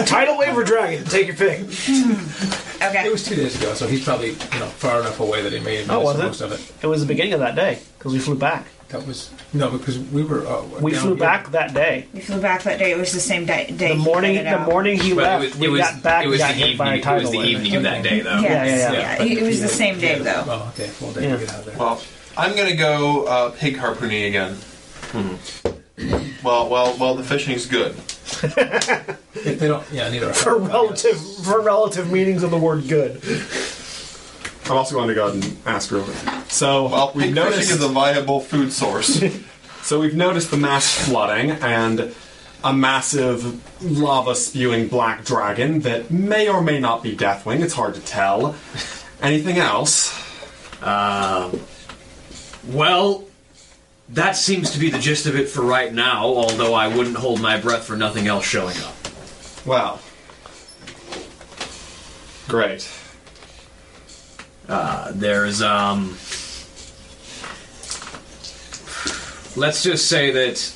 Tidal wave or dragon? Take your pick.
It
Okay.
was two days ago, so he's probably you know far enough away that he may have
Oh,
missed most
was it?
of it.
It was the beginning of that day because we flew back.
That was no, because we were uh,
We
down
flew
here.
back that day.
We flew back that day. It was the same day. day
The
he
morning,
let it
the
out.
morning he
But
left,
it was, it
we
was,
got back
it was
got
the
hit
evening.
by a
It was
tidal
the
wave.
evening of that day, though.
Yes. Yeah,
yeah, yeah.
It, it was the same day though.
Oh, okay, full day
Yeah.
to get out of there.
Well, I'm gonna go uh, pig harpooning again. Hmm. Well, well, well. The fishing's good.
If they don't, yeah, neither.
For relative, for relative meanings of the word "good,"
I'm also going to go ahead and ask real quick. So
Well,
we've
pig
noticed
fishing is a viable food source. <laughs>
So we've noticed the mass flooding and a massive lava spewing black dragon that may or may not be Deathwing. It's hard to tell. Anything else?
Well, that seems to be the gist of it for right now. Although I wouldn't hold my breath for nothing else showing up.
Well, great.
There's um Let's just say that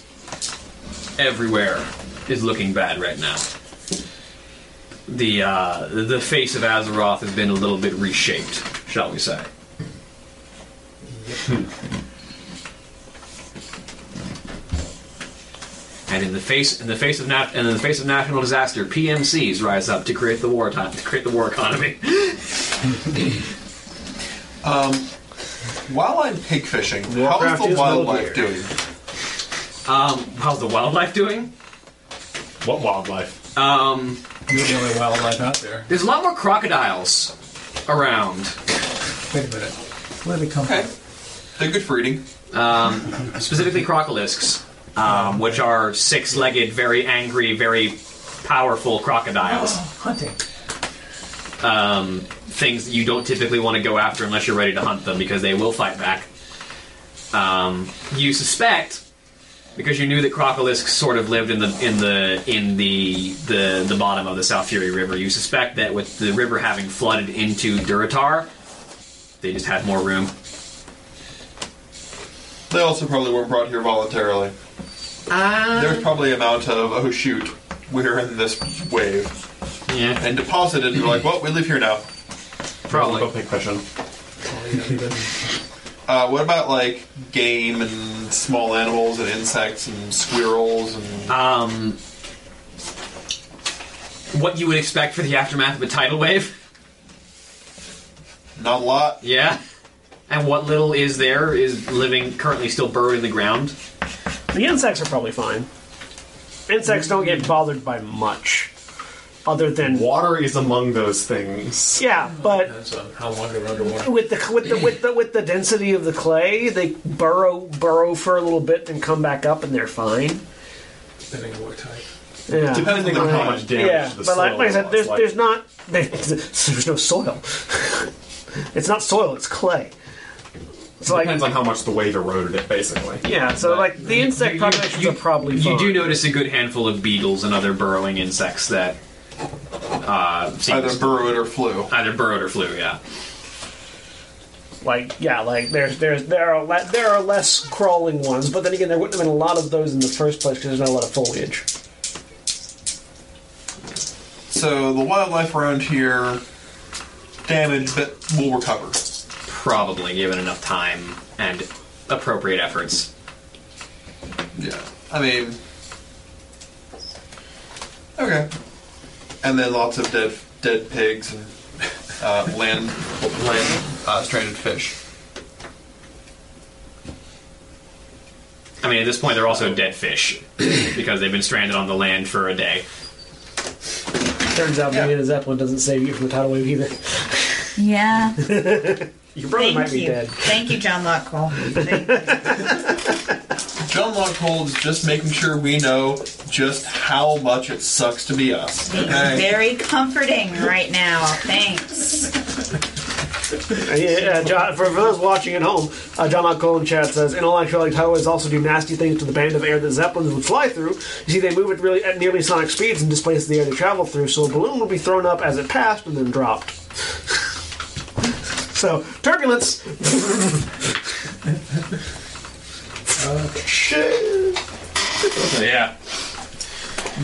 everywhere is looking bad right now. The uh the face of Azeroth has been a little bit reshaped, shall we say. <laughs> And in the face in the face of nat- and in the face of national disaster, PMCs rise up to create the war time to create the war economy. <laughs>
While I'm pig fishing, how's
Warcraft
the
is
wildlife
no
doing?
Um, how's the wildlife doing?
What wildlife?
Um,
You're the only wildlife out there.
there's a lot more crocodiles around.
Wait a minute. Where did they come
Okay,
from?
they're good for eating.
Um, specifically crocodilisks, um, which are six-legged, very angry, very powerful crocodiles.
Oh,
Um,
Hunting.
Things that you don't typically want to go after unless you're ready to hunt them because they will fight back. Um, you suspect because you knew that crocodilisks sort of lived in the in the in the the, the bottom of the South Fury River. You suspect that with the river having flooded into Duratar, they just had more room.
They also probably weren't brought here voluntarily. There's probably amount of oh shoot, we're in this wave
Yeah,
and deposited. And we're like, well, we live here now.
probably.
Go pig fishing.
Uh, what about like game and small animals and insects and squirrels and
um, what you would expect for the aftermath of a tidal wave. <laughs>
not a lot?
Yeah. And what little is there is living currently still buried in the ground.
the insects are probably fine. Insects don't get bothered by much, other than
Water is among those things.
yeah. But
Depends on how long they're underwater.
with the with the with the with the density of the clay, they burrow burrow for a little bit and come back up, and they're fine.
Depending on what type.
Yeah.
Depending on how much damage
yeah,
the
but like,
soil
like I said,
was,
there's,
like-
there's not <laughs> there's, there's no soil. <laughs> it's not soil; it's clay. It's like
Depends on how much the wave eroded it, basically.
yeah, so like the insect
You-
populations
you-
are probably
You
fine.
do notice a good handful of beetles and other burrowing insects that uh, seem
Either
to-
burrowed or flew.
either burrowed or flew. Yeah,
like yeah, like there's there's there are le- there are less crawling ones, but then again, there wouldn't have been a lot of those in the first place because there's not a lot of foliage.
So the wildlife around here damaged, but will recover.
probably given enough time and appropriate efforts.
Yeah. I mean, okay. And then lots of dead dead pigs and <laughs> uh, land land uh, stranded fish.
I mean, at this point, they're also dead fish <clears throat> because they've been stranded on the land for a day.
Turns out
Yeah.
being in a zeppelin doesn't save you from a tidal wave either.
Yeah.
Your brother
Thank
might be
you.
dead. <laughs>
Thank you, John Lockwell.
John Dunlop holds just making sure we know just how much it sucks to be us. Okay?
Very comforting right now. Thanks.
Yeah, uh, John, for, for those watching at home, uh, John O'Cole in chat says intellectual highways also do nasty things to the band of air that zeppelins would fly through. You see, they move at really at nearly sonic speeds and displace the air they travel through, so a balloon would be thrown up as it passed and then dropped. <laughs> so turbulence.
yeah.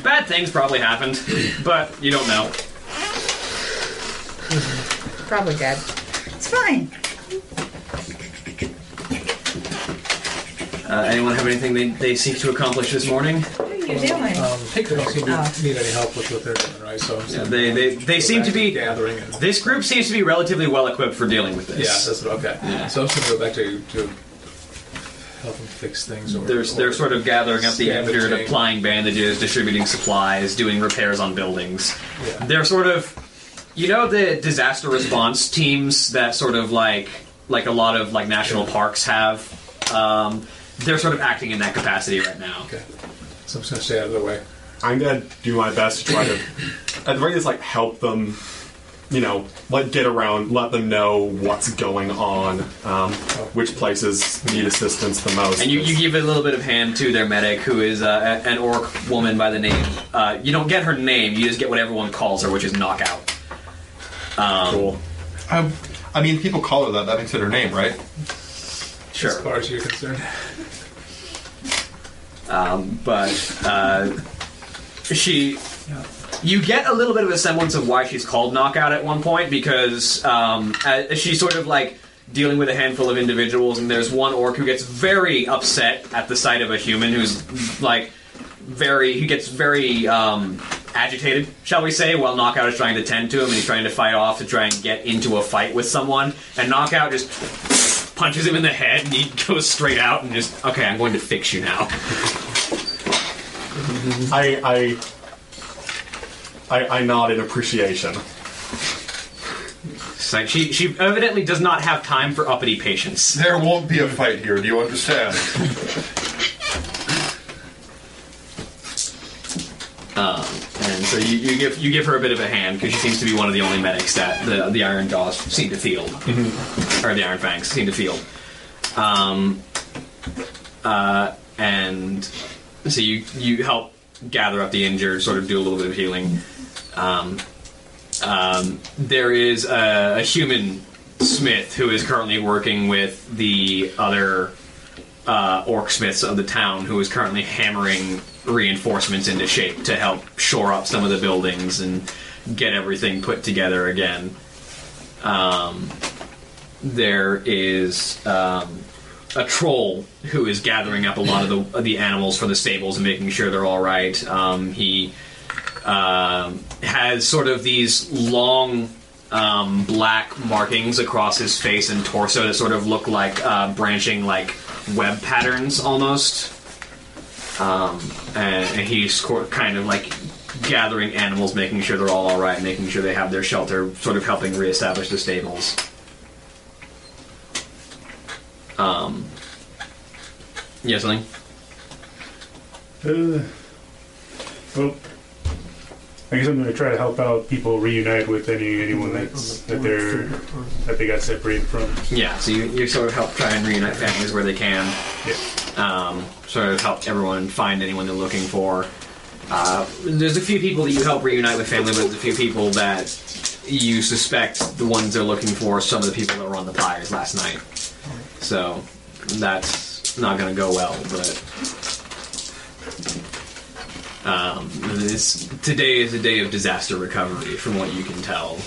Bad things probably happened, but you don't know.
Probably good. It's fine.
Uh, anyone have anything they, they seek to accomplish this morning?
What are you doing?
Um, they don't seem to
Oh.
need any help with what they're doing, right? So I'm just
They they, they seem to be
gathering. And, yeah,
this group seems to be relatively well equipped for dealing with this.
that's what, okay. So I'm just gonna go back to to help them fix things. Or,
They're, they're
or-
sort of gathering up the injured,
Scavenging.
applying bandages, distributing supplies, doing repairs on buildings.
Yeah.
They're sort of, you know, the disaster response teams that sort of like like a lot of like national parks have. Um, they're sort of acting in that capacity right now.
Okay. So I'm just gonna stay out of the way.
I'm gonna do my best to
<coughs>
try to, at the very least, like help them. You know, like get around, let them know what's going on, um, which places need assistance the most.
And you, you give a little bit of hand to their medic, who is uh, a- an orc woman by the name. Uh, you don't get her name; you just get what everyone calls her, which is knockout.
cool.
I, I mean, people call her that. That makes it her name, right?
As far as you're concerned.
Um, but uh, she, you get a little bit of a semblance of why she's called Knockout at one point because um, uh, she's sort of like dealing with a handful of individuals, and there's one orc who gets very upset at the sight of a human who's like very, who gets very um, agitated, shall we say, while Knockout is trying to tend to him and he's trying to fight off to try and get into a fight with someone, and Knockout just punches him in the head and he <laughs> goes straight out and just okay i'm going to fix you now
I, I, I, I nod in appreciation.
It's like she she evidently does not have time for uppity patience.
There won't be a fight here. Do you understand?
And so you, you give you give her a bit of a hand because she seems to be one of the only medics that the the Iron Jaws seem to field, or the Iron Fangs seem to field. Um, uh, and so you you help gather up the injured, sort of do a little bit of healing. Um, um, there is a, a human smith who is currently working with the other uh, orc smiths of the town who is currently hammering reinforcements into shape to help shore up some of the buildings and get everything put together again. Um, there is um, a troll who is gathering up a lot of the, the animals for the stables and making sure they're all right. Um, he um, has sort of these long um, black markings across his face and torso that sort of look like uh, branching like web patterns almost. Um, and, and he's co- kind of like gathering animals, making sure they're all alright, making sure they have their shelter, sort of helping reestablish the stables. Um, yeah, something?
Uh, well, I guess I'm going to try to help out people reunite with any anyone that's that they're that they got separated from.
Yeah, so you, you sort of help try and reunite families where they can.
Yeah.
Um, sort of help everyone find anyone they're looking for. Uh, there's a few people that you help reunite with family, but there's a few people that you suspect the ones they're looking for. are Some of the people that were on the pyres last night. So that's not going to go well. But um, this, today is a day of disaster recovery, from what you can tell.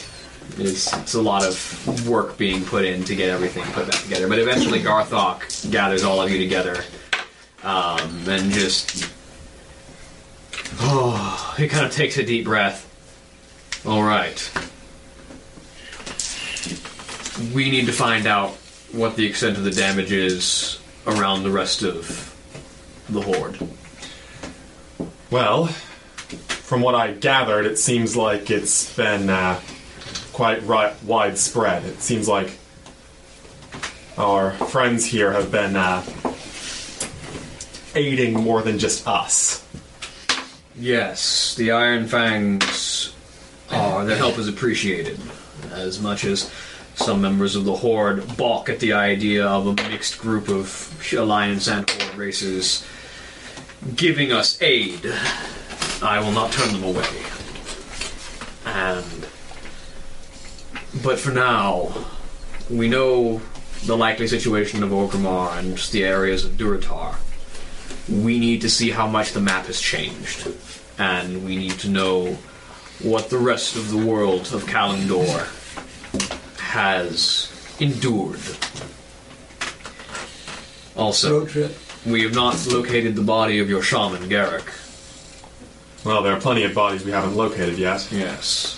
It's, it's a lot of work being put in to get everything put back together. But eventually, Garthok gathers all of you together um, and just. Oh, he kind of takes a deep breath. All right. We need to find out what the extent of the damage is around the rest of the horde.
Well, from what I gathered, it seems like it's been uh, quite ri- widespread. It seems like our friends here have been uh, aiding more than just us.
Yes, the Iron Fangs are. Their help is appreciated. As much as some members of the Horde balk at the idea of a mixed group of Alliance and Horde races giving us aid, I will not turn them away. And. But for now, we know the likely situation of Orgrimmar and the areas of Duratar we need to see how much the map has changed, and we need to know what the rest of the world of Kalimdor has endured. Also, we have not located the body of your shaman, Garrick.
Well, there are plenty of bodies we haven't located yet.
Yes.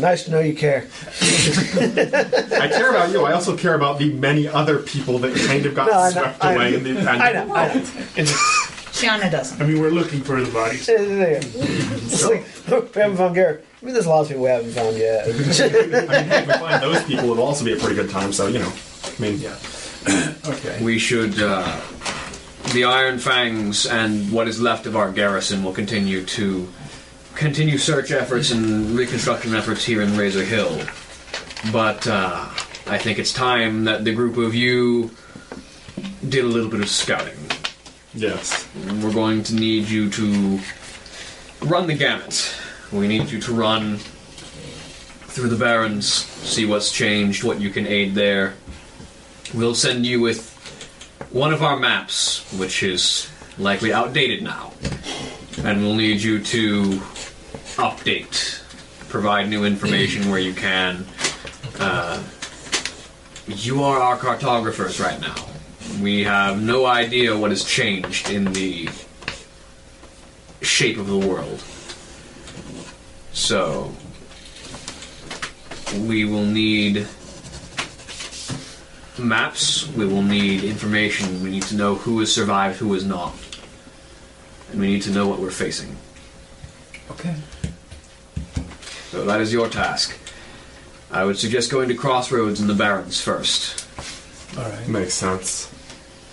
Nice to know you care.
I care about you. I also care about the many other people that kind of got
No, I know,
swept
I
away
know.
in the
I know, I know.
Shiana doesn't.
I mean, we're looking for the
<laughs>
bodies.
It's like, we haven't found Garrett. I mean, there's lots of people we haven't found yet.
I mean, hey, if we find those people, it'll also be a pretty good time. So you know, I mean, yeah.
Okay.
We should. Uh, the Iron Fangs and what is left of our garrison will continue to continue search efforts and reconstruction efforts here in Razor Hill. But uh, I think it's time that the group of you did a little bit of scouting.
Yes.
We're going to need you to run the gamut. We need you to run through the barons, see what's changed, what you can aid there. We'll send you with one of our maps, which is likely outdated now, and we'll need you to update, provide new information where you can. Uh, you are our cartographers right now. We have no idea what has changed in the shape of the world. So, we will need maps. We will need information. We need to know who has survived, who has not. And we need to know what we're facing.
Okay.
So that is your task. I would suggest going to Crossroads and the Barrens first.
All right.
Makes sense.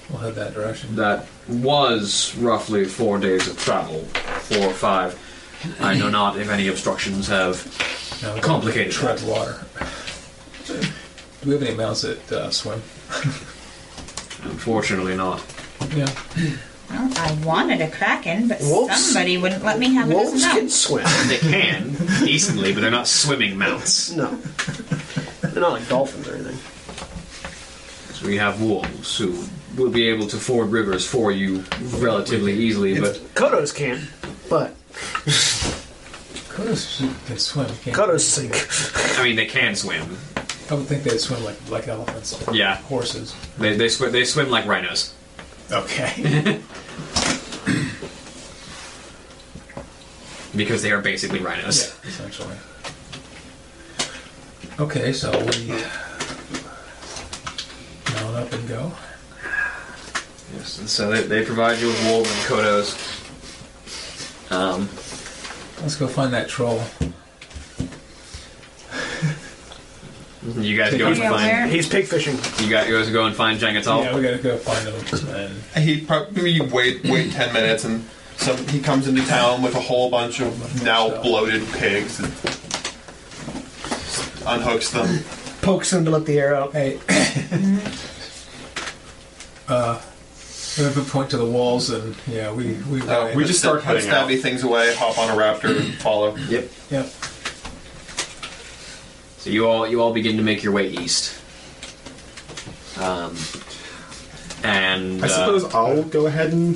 We'll head that direction.
That was roughly four days of travel, four or five. I
<clears throat>
know not if any obstructions have.
Now we
Complicated.
Tread water. Do we have any mounts that uh, swim?
Unfortunately, not.
Yeah.
Well, I wanted a kraken, but
Wolves-
somebody wouldn't let me have it as
Wolves
a
can
mount.
swim.
They can decently, but they're not swimming mounts.
No. They're not like dolphins or anything.
So we have wolves who will be able to ford rivers for you relatively easily, but
Kodos can, but
Kodos can swim. Can't
Kodos sink.
I mean, they can swim.
I would think they'd swim like like elephants.
Yeah.
Horses.
They, they, sw- they swim like rhinos.
Okay.
<laughs> Because they are basically rhinos.
essentially. Okay, so we mount up and go.
Yes, and so they, they provide you with wolves and kodos. Um,
Let's go find that troll.
you guys go and
Yeah, where-
find
He's pig fishing.
you guys go and find Jangatal.
Yeah, we gotta go find him. And
He probably wait wait ten minutes, and some he comes into <laughs> town with a whole bunch of now bloated pigs. And unhooks them.
Pokes him to let the air out.
<coughs> hey, uh, we have a point to the walls, and yeah, we we
Oh.
Uh,
we
put
just
sta-
start
put
heading out.
stabby things away. Hop on a raptor and follow.
Yep.
Yep.
So you all you all begin to make your way east. Um, and
I
uh,
suppose I'll go ahead and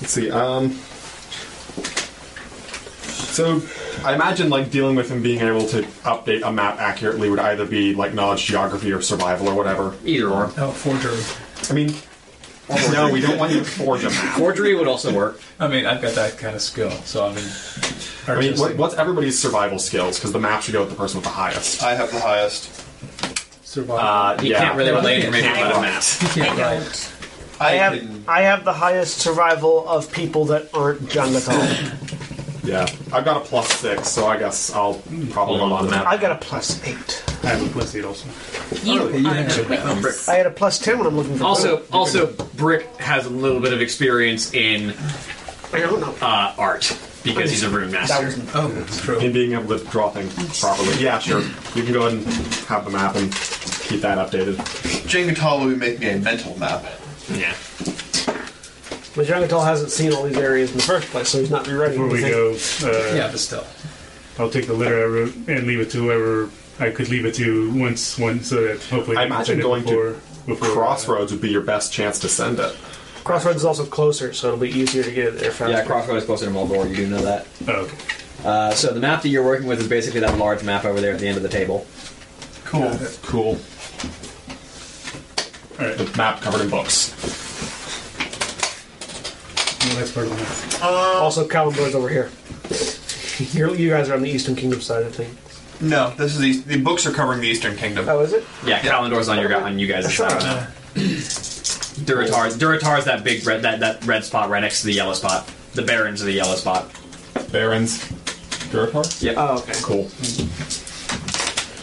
let's see. Um, so I imagine like dealing with and being able to update a map accurately would either be like knowledge geography or survival or whatever.
uh, either or
Oh, forgery.
I mean, no, we don't want you to forge a map.
forgery would also work.
I mean, I've got that kind of skill, so I mean,
I mean, what,
artistic.
what's everybody's survival skills? Because the map should go with the person with the highest.
I have the highest.
Uh,
survival?
Uh, You
yeah.
can't really relate information
Can't
about a
write.
map.
I
can't write.
don't.
I,
I
can-
have I have the highest survival of people that aren't Jungatal.
Yeah, I've got a plus six, so I guess I'll probably
Hold on
go
to
on
the
to
map.
I've got a plus eight.
I have a plus eight also.
You
Oh,
Okay, you
are
have
the
it.
witness.
I had a plus ten when I'm looking for.
<laughs> Also, also, Brick has a little bit of experience in uh, art because he's a rune master.
oh, that's true. In being able to draw things properly. Yeah, sure. You can go ahead and have the map and keep that updated.
Jengatal will be making a mental map.
Yeah.
But Jangatal hasn't seen all these areas in the first place, so he's not rewriting.
Before we
anything.
go, uh,
Yeah, but still.
I'll take the letter I wrote and leave it to whoever I could leave it to once, once so that hopefully
I
can
imagine
send it
going
before,
to
before uh, oh,
Crossroads would be your best chance to send it.
Crossroads is also closer, so it'll be easier to get it there faster.
Yeah, Crossroad is closer to Mulgore. You do know that.
Oh, okay.
Uh, so the map that you're working with is basically that large map over there at the end of the table.
Cool.
Cool.
All right.
The map covered in books.
Well, that's part of the map.
also, Kalimbor's over here. <laughs> You're, you guys are on the Eastern Kingdom side, I think.
No, this is the, the books are covering the Eastern Kingdom.
Oh, is it?
Yeah, Kalendor's on your gu- on you guys' side on that. Duratar, Duratar's that big red that, that red spot right next to the yellow spot. The Barons are the yellow spot.
Barons. Duratar?
Yep.
Oh, okay.
Cool.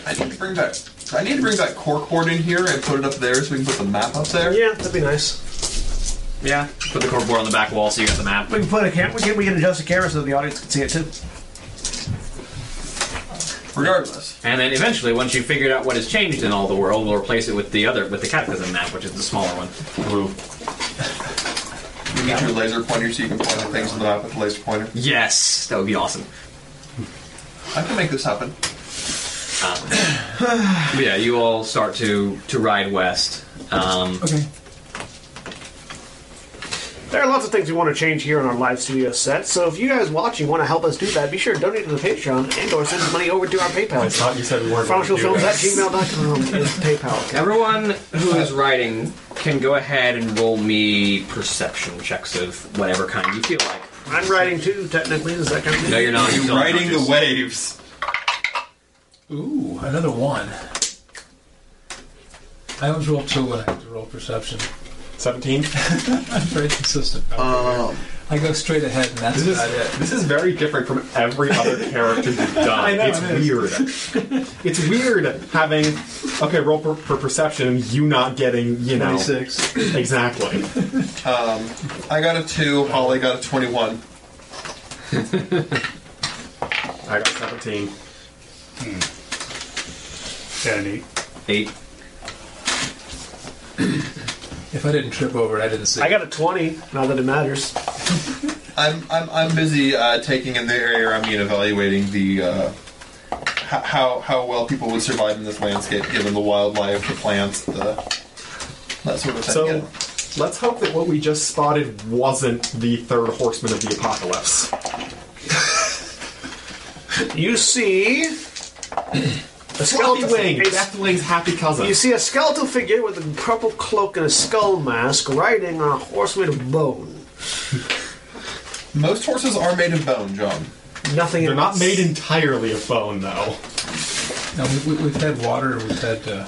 I need to bring back. I need to bring that corkboard in here and put it up there so we can put the map up there.
Yeah, that'd be nice.
Yeah. Put the corkboard on the back wall so you got the map.
We can put a camera. We can, we can adjust the camera so the audience can see it too.
Regardless,
And then eventually, once you've figured out what has changed in all the world, we'll replace it with the other with the Catechism map, which is the smaller one.
Blue.
you need your laser pointer so you can point at things on the map with the laser pointer.
Yes, that would be awesome.
I can make this happen.
But yeah, you all start to to ride west. Um,
Okay.
There are lots of things we want to change here on our live studio set, so if you guys watching want to help us do that, be sure to donate to the Patreon and or send money over to our
I
PayPal.
thought you said we weren't going to do
FinalShowFilms at
this.
gmail.com is PayPal.
everyone who is riding can go ahead and roll me perception checks of whatever kind you feel like.
I'm writing too, technically. Does that count?
No, you're not.
You
still
riding the
unconscious.
waves.
Ooh, another one. I always roll two when I have to roll perception.
17.
I'm very consistent.
Um,
I go straight ahead, and that's
This
about it.
is, this is very different from every other character <laughs> you've done.
I know,
it's
it is.
weird. it's weird having, okay, roll for, for perception, you not getting, you know.
26.
Exactly.
I got a two. Holly got a twenty-one.
I got 17.
Yeah, an eight.
Eight.
If I didn't trip over it, I didn't see.
I
it.
got a 20, not that it matters.
I'm I'm I'm busy uh, taking in the area. I mean, evaluating the. Uh, h- how, how well people would survive in this landscape given the wildlife, the plants, the that sort of thing.
So,
Yeah.
let's hope that what we just spotted wasn't the third horseman of the apocalypse.
You see. A skeleton
Deathwing!
It's-
Deathwing's happy cousin.
You see a skeletal figure with a purple cloak and a skull mask riding on a horse made of bone.
Most horses are made of bone, John.
Nothing
They're
in
not made entirely of bone, though.
Now, we, we, we've had water, we've had uh,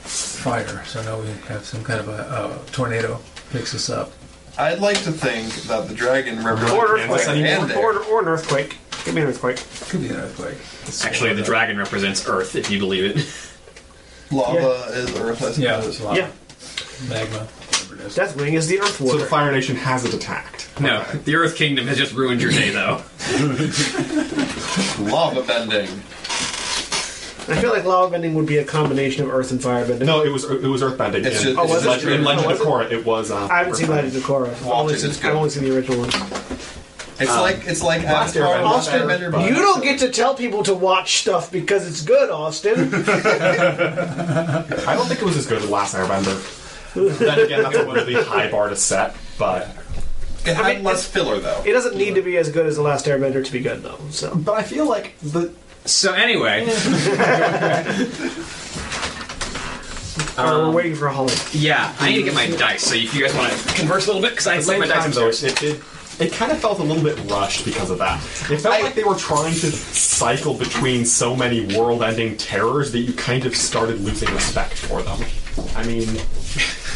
fire, so now we have some kind of a uh, tornado picks us up.
I'd like to think that the dragon
or an
represents
earthquake.
Kansas and
Or, or,
there.
or an earthquake. Give me an earthquake.
Could be an earthquake. It's
Actually, the
water.
dragon represents Earth, if you believe
<laughs>
it.
Lava is earth, I
Yeah, there's
suppose.
a lot.
Yeah.
Magma. Whatever it is.
Deathwing is the earth
So
warrior.
the Fire Nation has it attacked.
No, the Earth Kingdom has just ruined your day, though.
Lava bending.
I feel like lava bending would be a combination of earth and fire bending.
No, it was it was Earthbending.
It's
in,
just- Oh, was it?
in Legend, in
Oh,
Legend
was
of Korra, it was. Uh,
I haven't seen
Earthbending.
Legend of Korra. I've
Watch
only
it,
seen,
it's
I've
good.
only seen the original one.
It's like it's like
Last
Avatar and Ah. Last
Airbender,
Airbender,
but-
but
You don't get to tell people to watch stuff because it's good,
<laughs>
Austin.
I don't think it was as good as Last Airbender. then again, that's a really high bar to set, but
it had
I mean,
less filler though.
it doesn't need to be as good as The Last Airbender to be good, though. So
but I feel like the
So anyway,
Uh, we're waiting for Holly.
yeah, I need to get my dice. So if you guys want to converse a little bit, because I
at
left my
the
dice
time though,
upstairs.
it, it did. It kind of felt a little bit rushed because of that. It felt
I-
like they were trying to cycle between so many world-ending terrors that you kind of started losing respect for them. I mean,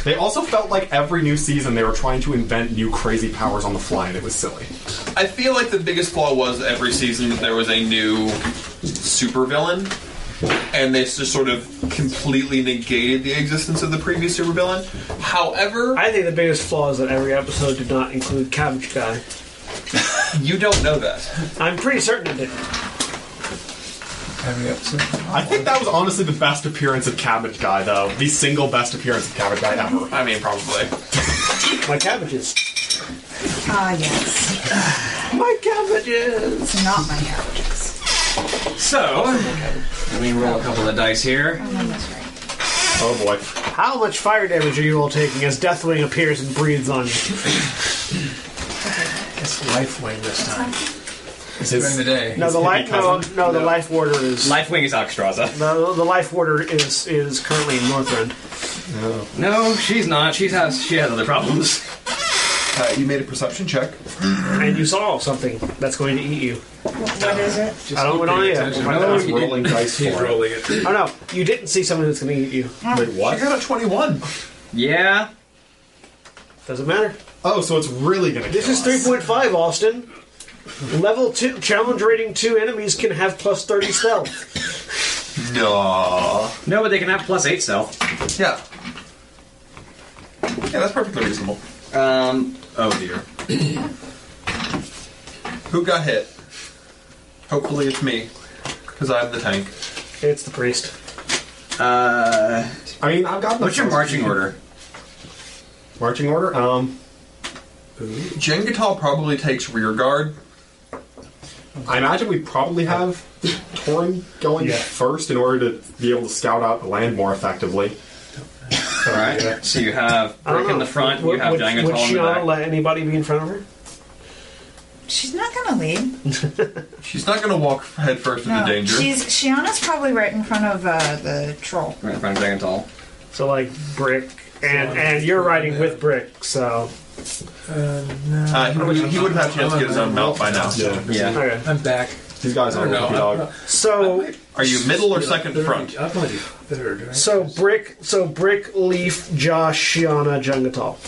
they also felt like every new season they were trying to invent new crazy powers on the fly, and it was silly.
I feel like the biggest flaw was every season that there was a new supervillain. and this just sort of completely negated the existence of the previous supervillain. However,
I think the biggest flaw is that every episode did not include Cabbage Guy.
you don't know that.
I'm pretty certain it didn't.
Every episode.
I think that was honestly the best appearance of Cabbage Guy, though. The single best appearance of Cabbage Guy ever.
I mean, probably.
My cabbages.
Ah, yes.
My cabbages.
It's not my cabbages.
So, let me roll a couple of dice here.
Oh, that's right.
Oh boy.
How much fire damage are you all taking as Deathwing appears and breathes on you?
It's Lifewing this time. It's
His-
during the day.
No, the life. No, no, the life warder is.
Lifewing is Oxtraza.
The, the life warder is is currently in Northrend.
No, she's not. She's has she has other problems.
Uh, you made a perception check.
and you saw something that's going to eat you.
What is it?
I don't know yet.
attention.
I
He's rolling dice for
He's
it.
rolling it.
don't know. You didn't see something that's going to eat you.
Wait, what? I got a 21.
Yeah.
Doesn't matter.
Oh, so it's really gonna
This
kill
is
us.
three point five, Austin. Level two challenge rating two enemies can have plus thirty stealth.
No.
No, but they can have plus eight stealth.
Yeah. Yeah, that's perfectly reasonable.
Um. Oh
<clears throat>
dear.
Who got hit? Hopefully it's me, because I'm the tank.
It's the priest.
Uh.
I mean, I've got.
What's your marching order?
Marching order. Um,
Jengatal probably takes rear guard.
I imagine we probably have Torin going
Yeah.
first in order to be able to scout out the land more effectively.
All right. So you have
I don't
Brick in
know.
the front.
Uh, Would-
you have
would, would
Dangatol
she
in the
not
back.
let anybody be in front of her?
She's not gonna lead.
She's not going to walk headfirst into
No,
danger.
she's Shiana's probably right in front of uh, the troll.
Right in front of Dangatol.
So like brick, and and you're riding with brick. So
Uh, he would, he would have had a chance to get his own mount by now.
Yeah.
okay.
I'm back.
These guys
I
are
don't know.
lucky dog.
So
Are you middle or second
Third.
front?
I might be third. Right?
So brick, so brick, leaf, Josh, Shiana, Jungatal.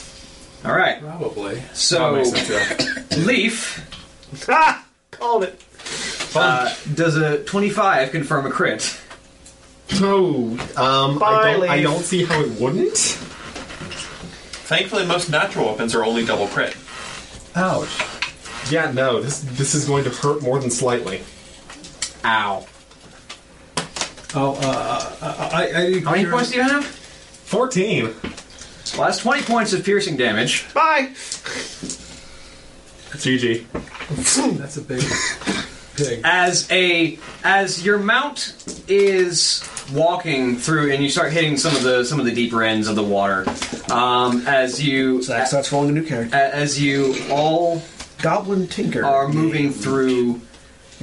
All right.
probably.
So
yeah.
Leaf
Ha! Called it.
uh, does a twenty-five confirm a crit.
No, um, I,
Bye,
don't, I
Leaf.
don't see how it wouldn't.
Thankfully, most natural weapons are only double crit.
Ouch.
Yeah, no, this this is going to hurt more than slightly.
Ow.
Oh, uh, I, I, I,
How many points do you have?
Fourteen.
Well, that's twenty points of piercing damage.
Bye.
GG.
That's a big pig.
as a as your mount is walking through and you start hitting some of the some of the deeper ends of the water um, as you
that's rolling a new character.
a- as you all
Goblin Tinker.
are moving through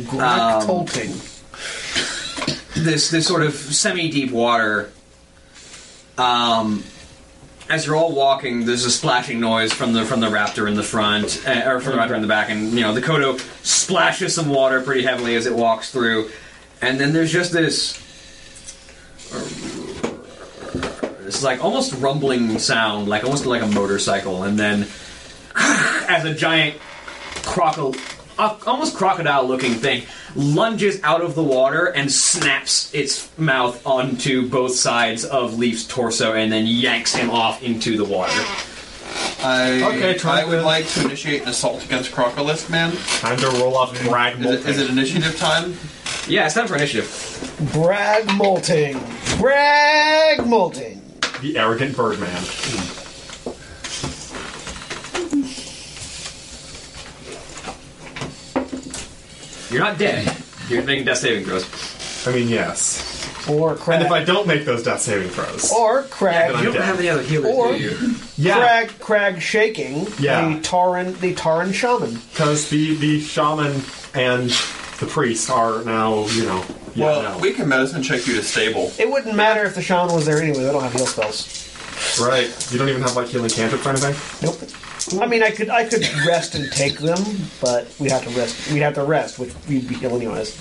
Black
um,
Tolting.
this this sort of semi deep water. Um, as you're all walking, there's a splashing noise from the from the raptor in the front, uh, or from the raptor in the back, and you know the kodo splashes some water pretty heavily as it walks through, and then there's just this. It's like almost rumbling sound, like almost like a motorcycle, and then <sighs> as a giant crocodile, almost crocodile-looking thing, lunges out of the water and snaps its mouth onto both sides of Leaf's torso, and then yanks him off into the water.
I,
Okay, try
I would
to-
like to initiate an assault against Crocolith Man.
Time to roll off brag
Is it, is it initiative time?
Yeah, it's time for initiative.
Brag molting. Brag molting.
The arrogant Birdman.
You're not dead. You're making death saving throws.
I mean, yes.
Or
And
crag.
if I don't make those death saving throws,
Oh,
or crag.
then I'm
You don't
dead.
have any other healers,
Or-
do you?
yeah,
crag. Crag shaking.
Yeah.
The Taran. The Taran shaman.
because the the shaman and the priest are now you know. Yeah,
well,
no.
we can medicine check you to stable.
It wouldn't matter if the shaman was there anyway. They don't have heal spells.
right. You don't even have like healing cantrip or anything.
Nope. I mean, I could I could rest and take them, but we have to rest. We'd have to rest, which we'd be healing anyways.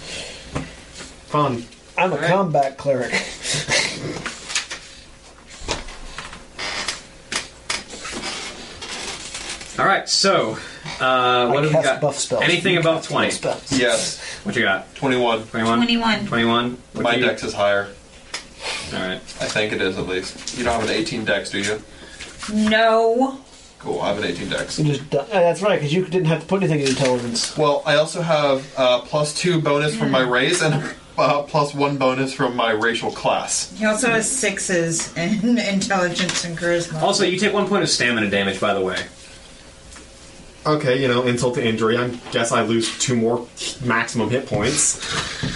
Fun.
I'm a
Alright.
combat cleric.
All right, so uh, what
I
have we
cast
got?
buff spells.
Anything
You
above
cast
twenty?
buff spells.
Yes.
What you got?
21.
21?
21.
21? What
My
do you-
dex is higher.
Alright.
I think it is at least. You don't have an 18 dex, do you?
No.
Cool, I have an 18 dex.
You just di- oh, that's right, because you didn't have to put anything in intelligence.
Well, I also have uh, plus two bonus from my race and uh, plus one bonus from my racial class.
He also has sixes in <laughs> intelligence and charisma.
Also, you take one point of stamina damage, by the way.
Okay, you know, insult to injury. I guess I lose two more maximum hit points.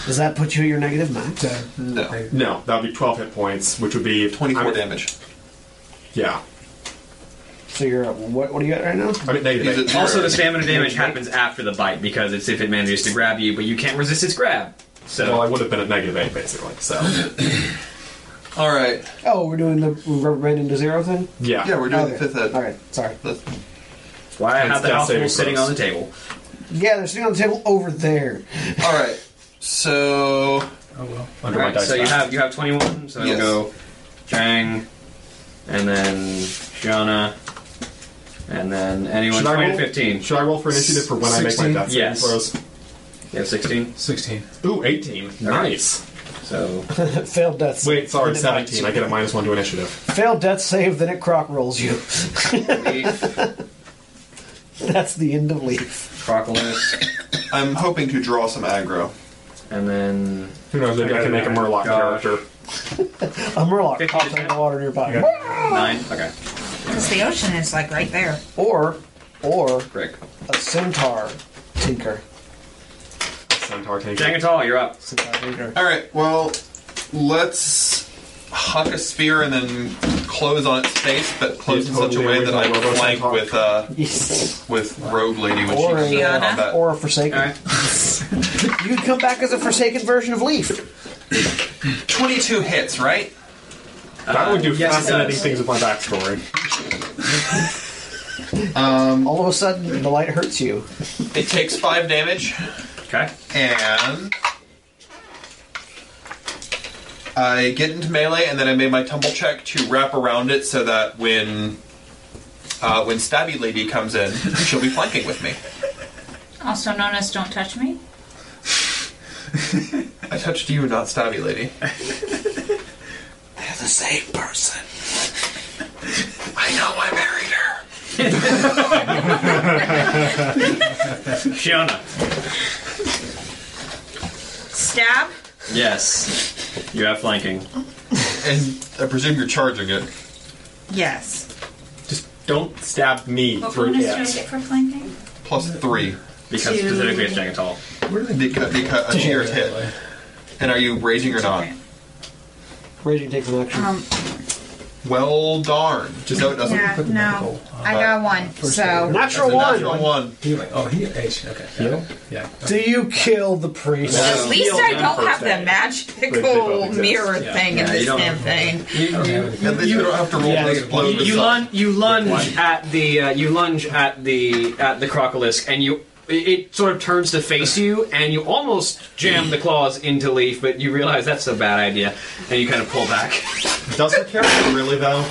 Does that put you at your negative max?
No.
No, that would be 12 hit points, which would be
24
I'm-
damage.
Yeah.
So you're at what? What are you at right now?
I mean,
He's
negative.
at
eight.
zero.
Also, the stamina damage happens after the bite because it's if it manages to grab you, but you can't resist its grab.
Well, I
So,
would have been at negative 8, basically, so.
<laughs>
All right.
Oh, we're doing the rubber band into zero thing.
Yeah.
Yeah, we're doing
Okay.
the fifth ed.
All right, sorry.
The-
why I have
It's
the
death
alcohol
saving
sitting
throws.
on the table?
Yeah, they're sitting on the table over there.
All right. So
Oh, well.
Under my
Alright,
dice
so you
back.
have you have 21, so
Yes.
it'll go Chang, and then Shana, and then anyone
Should I
20 to
roll?
15.
Should I roll for initiative for when I make
16?
my death
Yes.
saving
You have 16,
16.
throws? Ooh, 18. Nice.
so
Failed death. save.
Wait, sorry,
Then it
17. I
bites
get a minus 1 to initiative.
you. Failed death save, then it croc rolls you. <laughs> That's the end of leaf.
Crocolis,
I'm hoping to draw some aggro.
and then
Who knows, maybe I, can make a Murloc
Gosh.
character.
A murloc
Fifty
pops out
percent.
of the water nearby.
nine. Okay,
Because the ocean is like right there.
Or, or
Rick.
a centaur tinker.
Centaur tank.
Jangatol, you're up.
Centaur tinker.
All right. Well, let's huck a spear and then close on its face, but close in such a
totally
way that I
original Robo
flank
Centaur.
with uh,
Yes.
with Rogue Lady when she
Or
comes
a, uh,
out
Fiona.
of combat.
Or a forsaken.
All right.
You'd come back as a forsaken version of leaf.
Twenty-two hits, right?
That would do
Uh, yes, it
fascinating
does.
things with my backstory.
All of a sudden, the light hurts you.
It takes five damage,
Okay.
and I get into melee, and then I made my tumble check to wrap around it so that when uh, when Stabby Lady comes in, she'll be flanking with me.
Also known as Don't Touch Me.
I touched you, not Stabby Lady. They're the same person. I know I married her.
Shiona.
Stab.
Yes. You have flanking.
And I presume you're charging it.
Yes.
Just don't stab me
What
through
bonus do I
it.
get for flanking?
Plus three.
Because
Two.
specifically it's Jangatol.
Because, because a sheer Uh, hit. And are you raging or not?
Okay.
Raging takes an action.
Um,
Well, darn. Just no, it doesn't.
yeah, no. I got one, so.
Natural
It's a
one.
natural one.
Healing. Oh, he H. Okay.
Heal?
Yeah.
Do you kill the priest?
At least I don't have the
aid.
magical
exist.
mirror
Yeah.
thing in
Yeah,
this
you don't-
damn thing.
I don't have
At
any.
least you don't have to roll
Yeah,
to
it's
explode
You,
this
you
up.
lunge. You lunge at the. Uh, you lunge at the at the crocolisk, and you. It it sort of turns to face you, and you almost jam the claws into Leaf, but you realize that's a bad idea, and you kind of pull back.
Does the character really, though?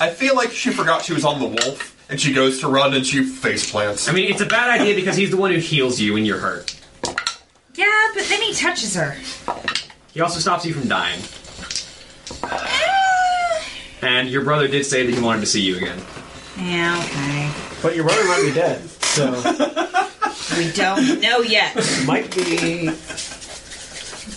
I feel like she forgot she was on the wolf, and she goes to run, and she face plants.
I mean, it's a bad idea because he's the one who heals you when you're hurt.
Yeah, but then he touches her.
He also stops you from dying. And your brother did say that he wanted to see you again.
Yeah, okay.
But your brother might be dead, so
We don't know yet.
might be.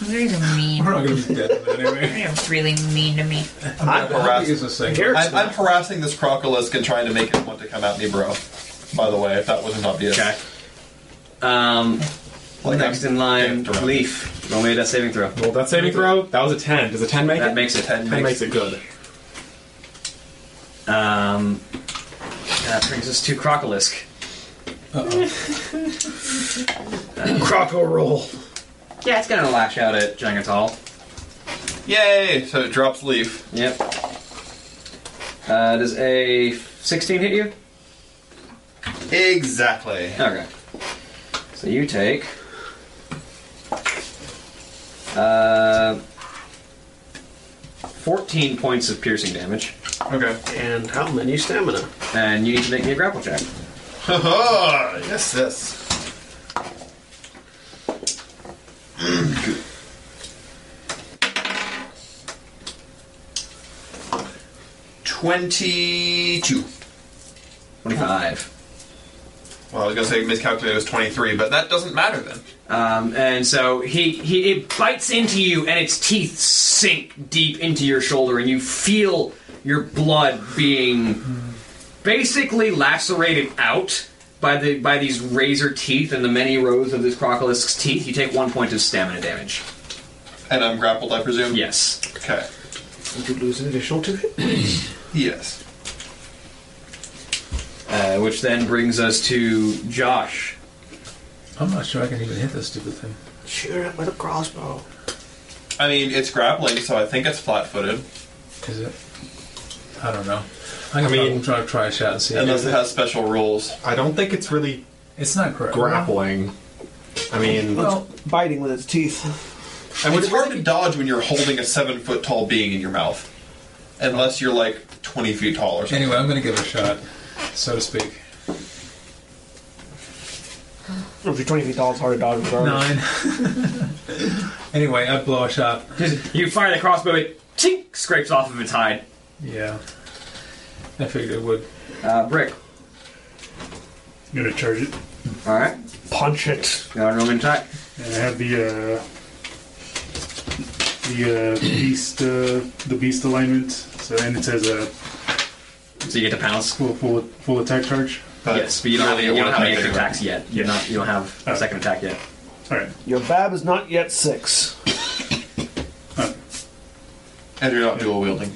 You're either mean.
We're not going to be dead but
<laughs>
anyway.
You're really mean to me.
I'm
harassed.
Is this thing?
I'm, I'm harassing this crocolisk and trying to make it want to come at me, bro. By the way, if that wasn't obvious.
Okay. Um,
Like,
next
I'm
in line,
damped around.
Leaf. Roll me a death saving throw.
Well, that saving throw, that was a 10. Does a 10 make it?
That makes it.
10 makes, it good.
Um, that brings us to Crocolisk.
Croco roll.
Yeah, it's gonna lash out at Jangatol.
Yay! So it drops leaf.
Yep. Uh, does a 16 hit you?
Exactly.
Okay. So you take. Uh, 14 points of piercing damage,
Okay.
And how many stamina?
and you need to make me a grapple check.
yes, yes. 22.
25.
Well, I was going to say miscalculated was 23, but that doesn't matter then.
Um, and so he, he it bites into you, and its teeth sink deep into your shoulder, and you feel your blood being basically lacerated out by the by these razor teeth and the many rows of this crocolisk's teeth. You take one point of stamina damage.
And I'm grappled, I presume?
Yes.
Okay.
Would you lose an additional two hit points?
Yes.
Uh, which then brings us to Josh. <laughs>
I'm not sure I can even hit this stupid thing.
Shoot it with a crossbow.
I mean, it's grappling, so I think it's flat footed.
Is it? I don't know. I,
I mean-
mean, try, try a shot and see.
Unless it has special rules.
I don't think it's really
It's not correct.
grappling. I mean,
Well, biting with its teeth.
I mean, it's hard to dodge when you're holding a seven foot tall being in your mouth. Unless you're like 20 feet tall or something.
Anyway, I'm going to give it a shot, so to speak.
If you're 20 feet tall, it's hard to dodge regardless.
Nine. anyway, I blow a shot.
You fire the crossbow, it tink scrapes off of its hide.
Yeah. I figured it would.
Uh, brick.
I'm gonna charge it.
All right.
Punch it.
Got Roman attack.
And I have the uh, the uh, beast uh, the beast alignment. So and it says a uh,
So you get to pounce.
full, full full attack charge.
But
yes, but you don't have,
really
you don't
wanna
have any
attack
extra
anyway.
attacks yet. You're not, you don't have
Oh.
a second attack yet.
All right.
Your bab is not yet six.
And you're not dual wielding.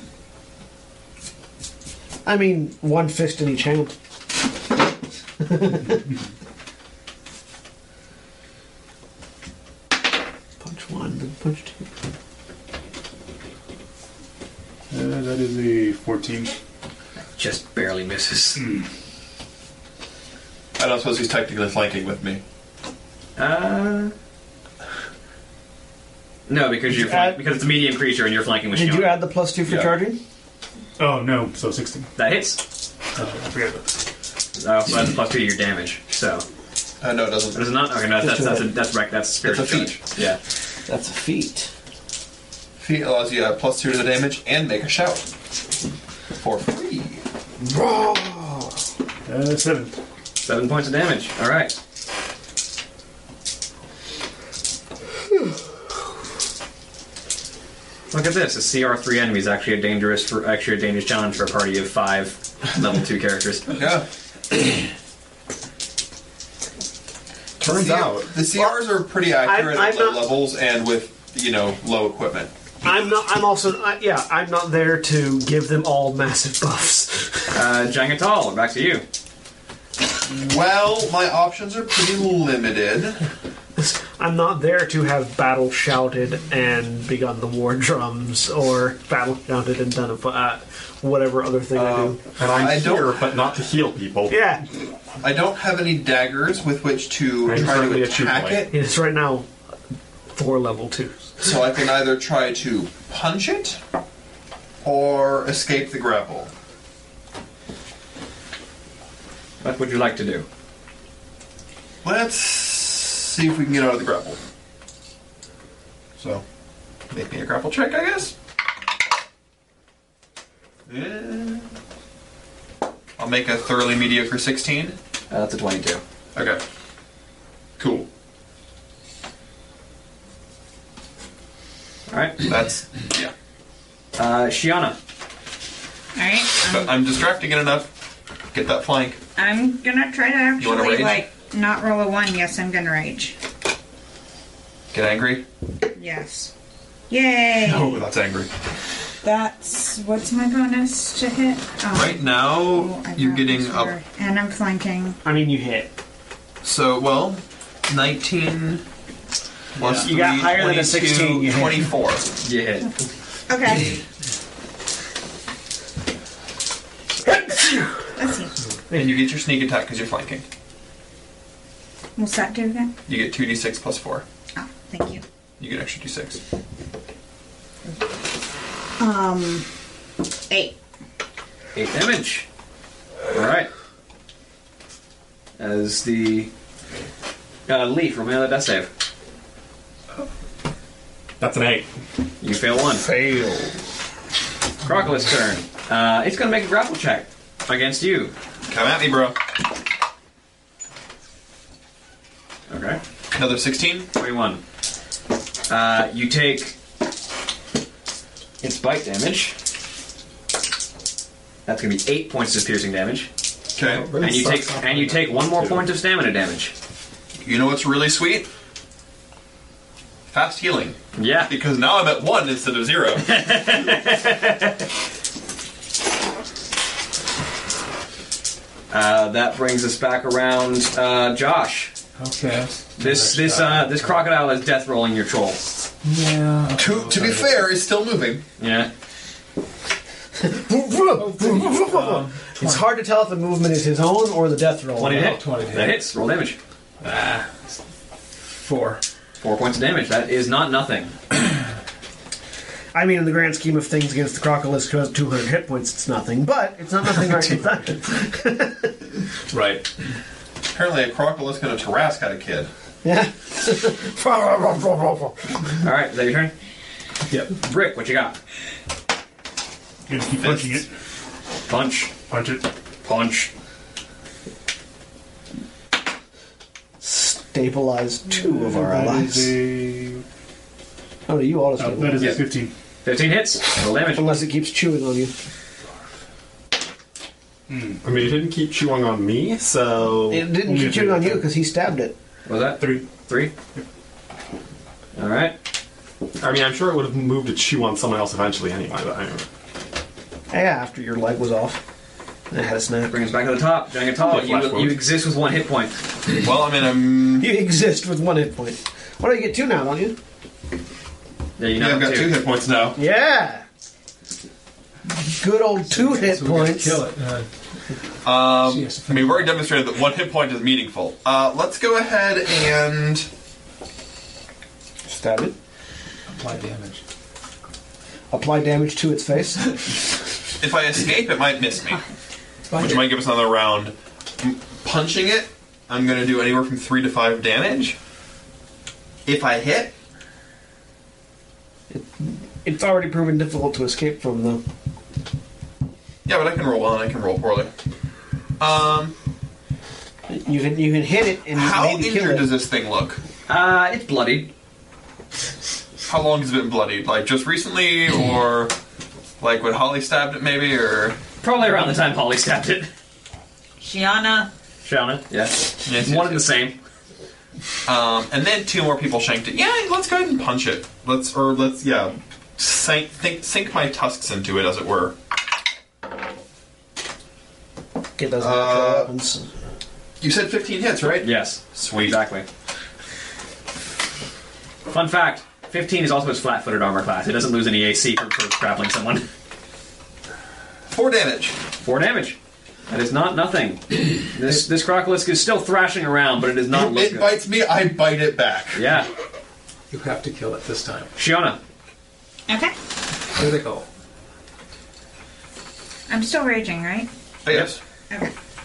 I mean, one fist in
<laughs>
each hand. punch one, then punch two.
Uh, that is a 14.
Just barely misses.
Hmm.
I don't suppose he's technically flanking with me.
Uh, no, because you're flank,
add-
because it's a medium creature and you're flanking with
Did
Shion.
you add the plus two for
Yeah.
charging?
Oh no, so 16.
that hits.
Oh, I forgot about that.
I also add the plus two to your damage. So
Uh, no, it doesn't.
does it not? Okay, no, that's
Just
that's
do
a, that's right. That's spirit
That's a
charge. Yeah.
That's a feat.
Feet allows you to add plus two to the damage and make a shout. For free.
Uh, 7.
Seven points of damage. All right. Look at this. A CR three enemy is actually a dangerous for actually a dangerous challenge for a party of five level two characters.
Yeah.
turns
The-
out
The CRs are pretty accurate
I'm
at low
not-
levels and with, you know, low equipment.
I'm not. I'm also. I, yeah, I'm not there to give them all massive buffs.
Uh, Jangatal, back to you.
Well, my options are pretty limited.
<laughs> I'm not there to have battle shouted and begun the war drums, or battle shouted and done a, uh, whatever other thing I
Um,
do.
and I'm
I don't-
here, but not to heal people.
Yeah,
I don't have any daggers with which to try
I'm
to
currently a two
attack
point.
it,
it's right now four level twos.
so I can either try to punch it or escape the grapple.
What would you like to do?
Let's see if we can get out of the grapple. So, make me a grapple check, I guess. Yeah. I'll make a thoroughly mediocre 16.
Uh, that's a twenty-two.
Okay. Cool.
All right.
That's yeah.
Uh, Shiana.
Alright, um,
But I'm distracting it enough. Get that flank.
I'm gonna try to
You wanna
actually
rage?
like not roll a one. Yes, I'm gonna rage.
Get angry.
Yes. Yay!
Oh, that's angry.
That's what's my bonus to hit? Oh,
Right
oh,
now
I
you're
got
getting
this
up.
word. and I'm flanking.
I mean, you hit.
So well, 19. Plus
You got
three,
higher than
22,
a 16, you hit.
24.
You hit.
Okay. Let's see.
And you get your sneak attack because you're flanking.
What's that do again?
You get 2d6 plus 4.
Oh, thank you.
You get extra d6.
Um, eight.
Eight damage. All right. As the uh, leaf from another death save,
That's an eight.
you fail one.
Fail.
Crocoli's turn. Uh, it's going to make a grapple check against you.
Come at me, bro.
Okay.
Another 16?
21. Uh, you take its bite damage. That's going to be eight points of piercing damage,
Okay.
and you take and you take one more point of stamina damage.
You know what's really sweet? Fast healing.
Yeah.
Because now I'm at one instead of zero.
Uh, that brings us back around, uh, Josh.
Okay.
This this uh, this crocodile is death rolling your troll.
Yeah.
to, to be fair, it's still moving.
Yeah.
It's hard to tell if the movement is his own or the death roll.
Twenty to hit.
20 to hit.
That hits. Roll damage.
Four.
Four points of damage. That is not nothing.
I mean, in the grand scheme of things, against the crocodilus who has 200 hit points, it's nothing. But it's not nothing right now.
Right.
Apparently, a crocodile's gonna Tarrasque at a kid.
Yeah.
All right. Is that your turn?
Yep.
Brick, what you got?
Gonna keep punching it.
Punch.
Punch it.
Punch.
<laughs> Stabilize two of our
That is
allies.
a,
Oh, no, you auto
oh, that
stabilize.
is a 15.
Fifteen hits. Roll damage.
Unless it keeps chewing on you.
I mean, it didn't keep chewing on me, so.
It didn't keep chewing on you because he stabbed it.
What was that
Three.
three? All right.
I mean, I'm sure it would have moved to chew on someone else eventually anyway, but I don't know.
Yeah, after your leg was off. And it had a snap. <laughs>
Brings us back to the top. Jangatala,
Flash
you,
forward.
you exist with one hit point.
Well, I mean, I'm.
You exist with one hit point. What do you get two now, don't you?
Yeah, you know
Yeah, I've got two hit points now.
Yeah! Good old two hit
So we gotta
points.
kill it. Uh,
Um,
Yes.
I mean, we've already demonstrated that one hit point is meaningful. Uh, let's go ahead and.
Stab it.
apply damage.
Apply damage to its face.
If I escape, it might miss me, which might give us another round. M- Punching it, I'm going to do anywhere from three to five damage. If I hit,
it's already proven difficult to escape from, though.
yeah, but I can roll well and I can roll poorly. Um,
You can you can hit it and
how
maybe kill it.
injured does this thing look?
Uh, it's bloodied.
How long has it been bloodied? Like just recently, or like when Holly stabbed it, maybe, or
Probably around the time Holly stabbed it.
Shiana.
Shauna. Yeah.
Yes,
one
yes,
and the same.
Um, and then two more people shanked it. Yeah, let's go ahead and punch it. Let's or let's yeah, sink think, sink my tusks into it, as it were.
It doesn't have
Uh,
weapons.
You said 15 hits, right?
Yes.
Sweet.
Exactly. Fun fact: 15 is also its flat-footed armor class. It doesn't lose any AC for, for grappling someone. <laughs>
Four damage.
Four damage. That is not nothing. This this crocolisk is still thrashing around, but it is not
it
looking.
bites me. I bite it back.
Yeah,
You have to kill it this time.
Shiona.
Okay.
Critical.
I'm still raging, right?
Oh, yes.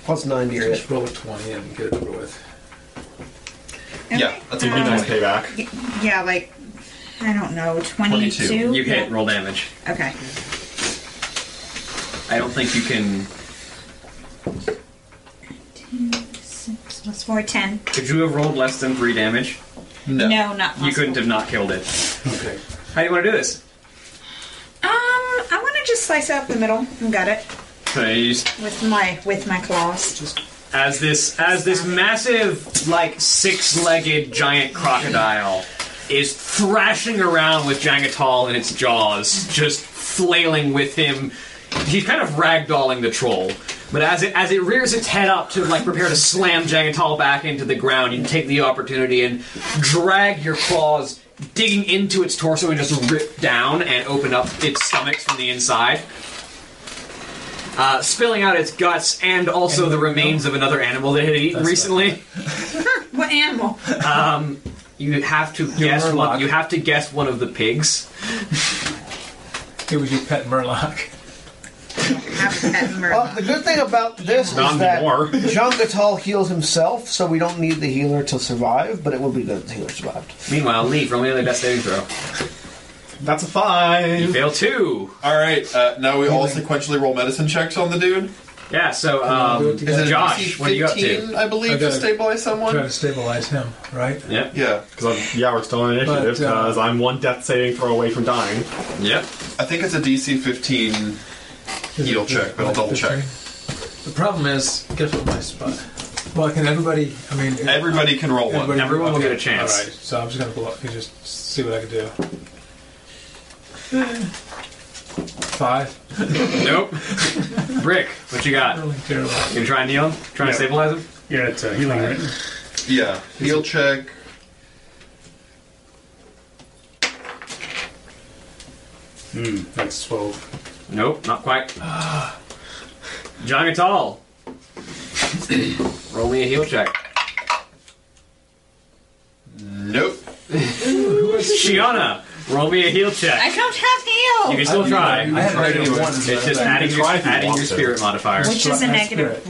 Plus nine to your hit.
Just roll a 20 and get it over with.
Yeah, that's a
It'd be nice payback.
Um, Yeah, like I don't know, twenty-two.
22.
You hit. Roll damage.
Okay.
I don't think you can.
Six plus four, ten.
Could you have rolled less than three damage?
No, no not possible.
You couldn't have not killed it.
Okay.
How do you want to do this?
Um, I want to just slice it up the middle and gut it
So you just
with my with my claws.
as this as this massive like six-legged giant crocodile is thrashing around with Jangatal in its jaws, just flailing with him. He's kind of ragdolling the troll. But as it as it rears its head up to like prepare to slam Jangatal back into the ground, you take the opportunity and drag your claws digging into its torso and just rip down and open up its stomachs from the inside uh, spilling out its guts and also the remains of another animal that it had eaten recently.
What animal?
You have to guess
Murloc.
one. You have to guess one of the pigs.
It was your pet Murloc.
Have a pet murder.
Well, the good thing about this is
Not
that
anymore.
Jean Gatal heals himself, so we don't need the healer to survive, but it would be good if the healer survived.
Meanwhile, leave. Roll me another death saving throw.
That's a five.
You fail two.
All right. Uh, now we all sequentially roll medicine checks on the dude.
Yeah. So, um,
Is it a
Josh, what are you up
DC-15,
to?
I believe
I
to
gotta-
stabilize
Try
someone.
to stabilize him, right?
Yep.
Yeah.
Because I'm yeah, we're still in initiative
But, uh,
because I'm one death saving throw away from dying.
Yep.
I think it's a DC 15 heal check, but I'll double check.
The problem is, guess what my spot? Well, can everybody? I mean,
Everybody can roll one.
everybody-
Everyone will
okay,
get a chance.
All right, so I'm just gonna blow up and just see what I can do. <sighs> Five.
<laughs>
Nope. Brick, what you got?
Really terrible.
You gonna try and kneel him? Trying
Yeah.
to stabilize him?
Yeah, it's a healing, right?
Yeah. Heal check.
Mm, that's 12.
Nope, not
<sighs>
quite. John
<coughs>
Gatal. Roll me a heel check.
Nope.
Shiona, roll me a heel
I
check.
don't have
You
heal,
can still try.
I have
tried
negative
anyway.
one.
It's just adding your,
try if you
adding
want
your
to.
spirit modifier.
which is a
Nice
negative
spirit.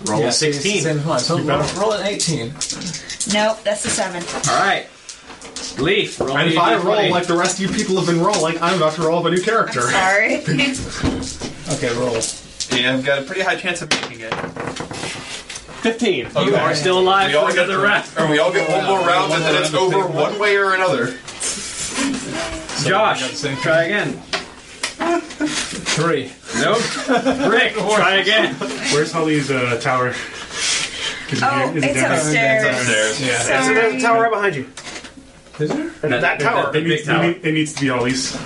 one.
Roll
Yeah, see, it's the
16.
Same one. So roll,
better.
roll an 18.
Nope, that's a seven.
All right. Leaf, roll
And
me
if
a
I
D20.
roll like the rest of you people have been rolling, I'm about to roll up a new character.
Sorry.
Okay, roll.
Yeah, I've got a pretty high chance of making it.
15. You are still alive
We
for
all get
another round.
Or we all get one more round, and then it's over
One more round.
one way or another.
I got the
Josh,
same
try again.
Three.
Nope. Rick, try again.
Where's Holly's uh, tower? <laughs> Is it
Oh,
down- is it
it's
down?
upstairs.
Upstairs.
Yeah.
Sorry.
So there's a tower right behind you.
Is there?
That, tower.
It
Big, big
needs, it
tower.
need- it needs to be Holly's.
Uh,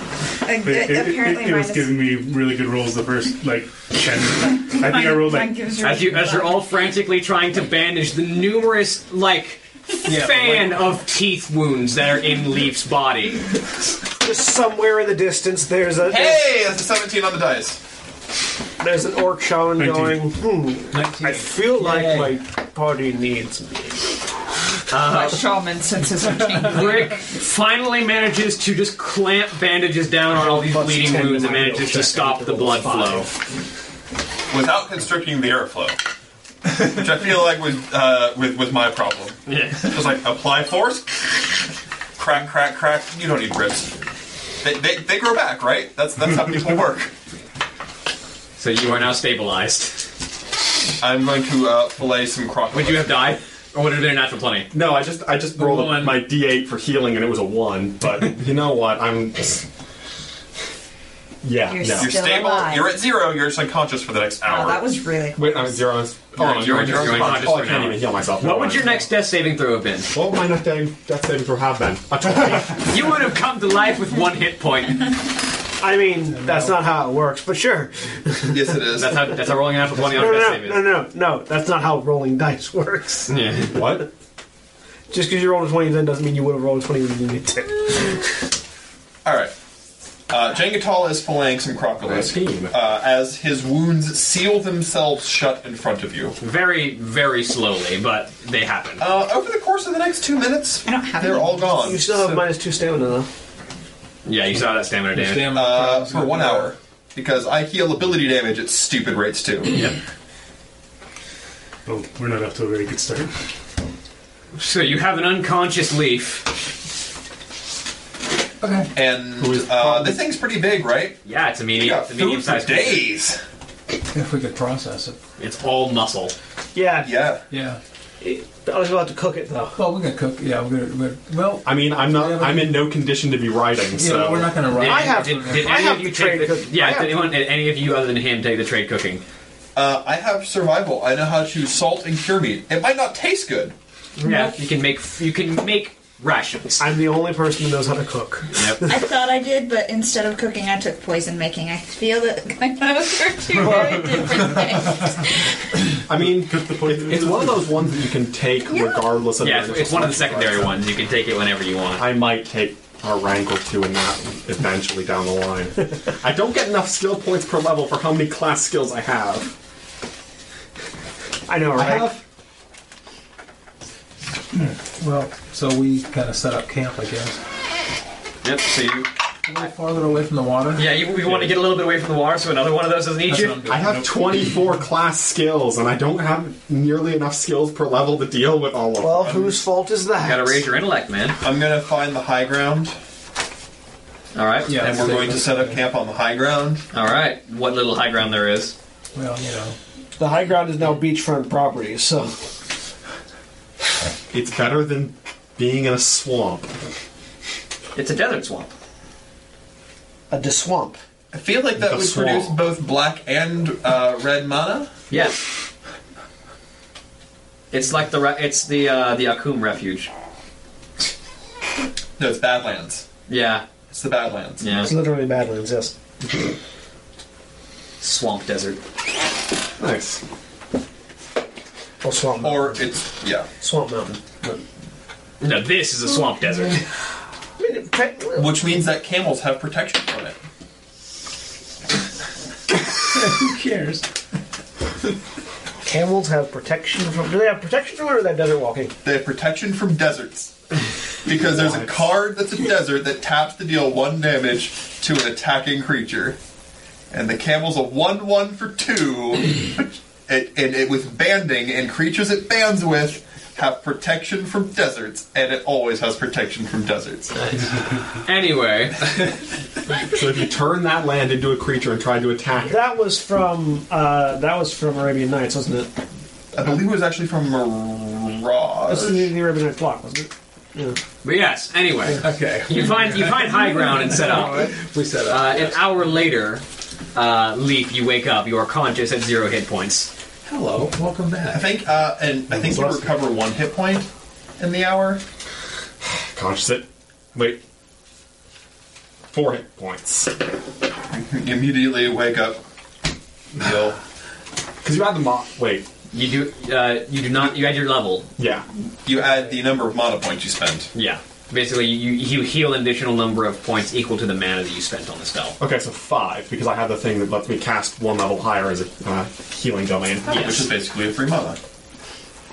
It, it- it-
Apparently
it
mine
was
is-
giving me really good rolls the first like ten. I think I rolled
mine
like
gives her
As you as you're all frantically trying to bandage the numerous like fan of teeth wounds that are in Leaf's body.
Just somewhere in the distance, there's a
Hey, that's a 17 on the dice.
there's, there's an orc shaman
Nineteen.
going. Hmm. I feel like
Yay.
my party needs me.
my shaman senses are tingling.
Rick finally manages to just clamp bandages down on all these
Plus
bleeding
10 to
wounds and
my
manages
will
to
check.
stop the blood flow.
Without constricting the airflow. Which I feel like was, uh, was, was my problem.
Yeah.
Just like apply force, crack, crack, crack. You don't need ribs. They, they, they grow back, right? That's that's how people work.
So you are now stabilized.
I'm going to uh, fillet some crocodile.
Would you have died? Or would it have been a natural plenty?
No, I just I just rolled
One.
my D8 for healing and it was a one.
<laughs>
But you know what? I'm. Yeah.
You're
no.
You're
Still
stable.
alive.
You're at zero. You're just unconscious for the next hour.
Oh, that was really.
Wait, I'm zero. on- Oh, I'm
you're-
zero
you're
on-
unconscious
Oh, I
for
can't
now.
even heal myself.
What
Never
would
mind.
your next death saving throw have been?
What would my next death, death saving throw have been? A 20.
You would have come to life with one hit point.
I mean, that's not how it works, but sure.
yes, it is.
That's how, that's how rolling a natural 20 on
No,
a death
no,
save
no, no,
is.
no, no. That's not how rolling dice <laughs> works.
Yeah.
what?
Just because you rolled a 20 then doesn't mean you would have rolled a 20 when you needed to.
All right. Uh, Jengatal is filleting some crocodiles
Team.
uh, as his wounds seal themselves shut in front of you.
Very, very slowly, but they happen.
Uh, over the course of the next two minutes,
I don't have
they're
any.
all gone.
You still have minus two stamina, though.
Yeah, you saw that stamina damage.
Damn,
uh,
problem's
for
gonna
one
be-
hour because I heal ability damage at stupid rates too.
Yep.
oh, we're not off to a very good start.
So you have an unconscious leaf.
Okay.
And uh, this thing's pretty big, right?
Yeah, it's a
You
medium,
got
it's a
food
medium
for
sized creature.
days.
If we could process it.
It's all muscle.
Yeah.
Yeah.
Yeah.
I was about to cook it, though.
Well, we're gonna cook. Yeah, we're gonna. We're, well,
I mean, I'm not. I'm in no condition to be writing.
yeah,
So
we're not gonna run.
I have-
Did, did
I
any
have
of you
the
take
trade
the,
cook- I
Yeah,
have- Mm-hmm.
did anyone, did any of you other than him take the trade cooking?
Uh, I have survival. I know how to salt and cure meat. It might not taste good.
Yeah, you can make you can make rations.
I'm the only person who knows how to cook.
Yep.
I thought I did, but instead of cooking, I took poison making. I feel that <laughs> my those are two very different things.
I
<laughs>
mean, it- it's one of those ones that you can take regardless of.
Yeah,
your
it's,
initial
it's one of the
selection
secondary
price.
ones. You can take it whenever you want.
I might take a rank or two in that eventually down the line. <laughs> I don't get enough skill points per level for how many class skills I have.
I know, right?
Well, so we kind of set up camp, I guess.
Yep. So you.
A little farther away from the water.
Yeah, you, we want to get a little bit away from the water, so another one of those doesn't eat
That's
you.
what I'm doing.
I have 24 class skills, and I don't have nearly enough skills per level to deal with all of
Well,
them.
whose fault is that?
Uh, Gotta raise your intellect, man.
I'm gonna find the high ground.
All right.
Yeah, and we're going to set up camp on the high ground.
All right. What little high ground there is.
Well, you know.
The high ground is now beachfront property, so
It's better than being in a swamp.
It's a desert swamp.
a de swamp.
I feel like that
The
would
swamp.
produce both black and uh, red mana.
Yes. It's like the re- it's the uh, the Akum refuge.
No, it's Badlands.
Yeah.
It's the Badlands.
Yeah.
It's literally Badlands, yes.
Swamp desert.
Nice.
Or swamp mountain.
Or it's yeah.
swamp mountain.
No, this is a swamp desert.
Which means that camels have protection from it.
Who cares?
Camels have protection from. Do they have protection from it or that desert walking?
They have protection from deserts. Because there's a card that's a desert that taps to deal one damage to an attacking creature. And the camel's a 1 1 for 2. it, and it, with banding, and creatures it bands with have protection from deserts. And it always has protection from deserts.
Anyway, <laughs>
So if you turn that land into a creature and try to attack it,
That was from. Uh, that was from Arabian Nights, wasn't it?
I believe it was actually from
That's the,
Mirage.
the Arabian Nights block, wasn't it?
but yes. Anyway,
okay,
you find you find high ground and set up.
we set up.
Uh, an hour later, uh, Leaf, you wake up. You are conscious at zero hit points.
Hello, welcome
I
back.
think, uh, and I think you recover one hit point in the hour.
Conscious it. Wait. Four hit points.
You immediately wake up. Heal.
Because you had the mo- Wait.
You do uh, you do not you add your level.
Yeah.
You add the number of mana points you spend.
Yeah. Basically, you, you heal an additional number of points equal to the mana that you spent on the spell.
Okay, so five, because I have the thing that lets me cast one level higher as a uh, healing domain.
Which is basically a free mana.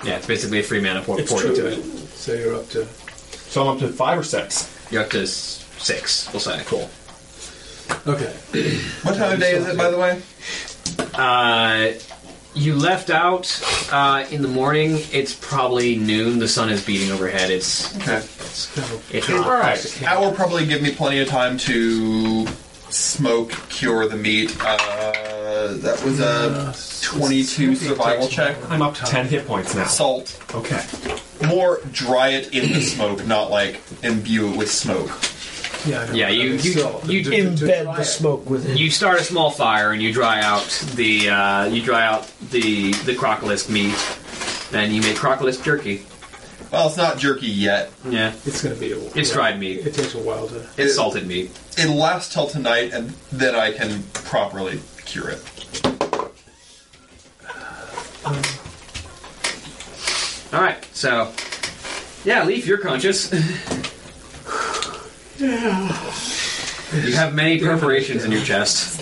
Yeah, it's basically a free mana port.
It's
port.
true. So you're up to.
So I'm up to five or six.
You're up to s- six. We'll say. Cool.
Okay.
What time of day is it, by the way?
Uh, you left out uh, in the morning. It's probably noon. The sun is beating overhead. It's
Okay.
it's
All
not.
right.
That will probably give me plenty of time to smoke, cure the meat. Uh, that was a 22 survival check.
I'm up to ten hit points now.
Salt.
Okay.
More dry it in the smoke, not like imbue it with smoke.
Yeah. I know.
Yeah, you- you-
So,
you
to- to- to
Embed
try
the
it.
smoke with it.
You start a small fire and you dry out the uh, you dry out the the crocolisk meat. Then you make crocolisk jerky.
Well, it's not jerky yet.
Yeah,
It's gonna be. A,
it's dried meat.
It takes a
<laughs>
while to.
It's salted meat.
It'll last till tonight, and then I can properly cure it.
All right. So, yeah, Leaf, you're conscious. <laughs> You have many perforations in your chest.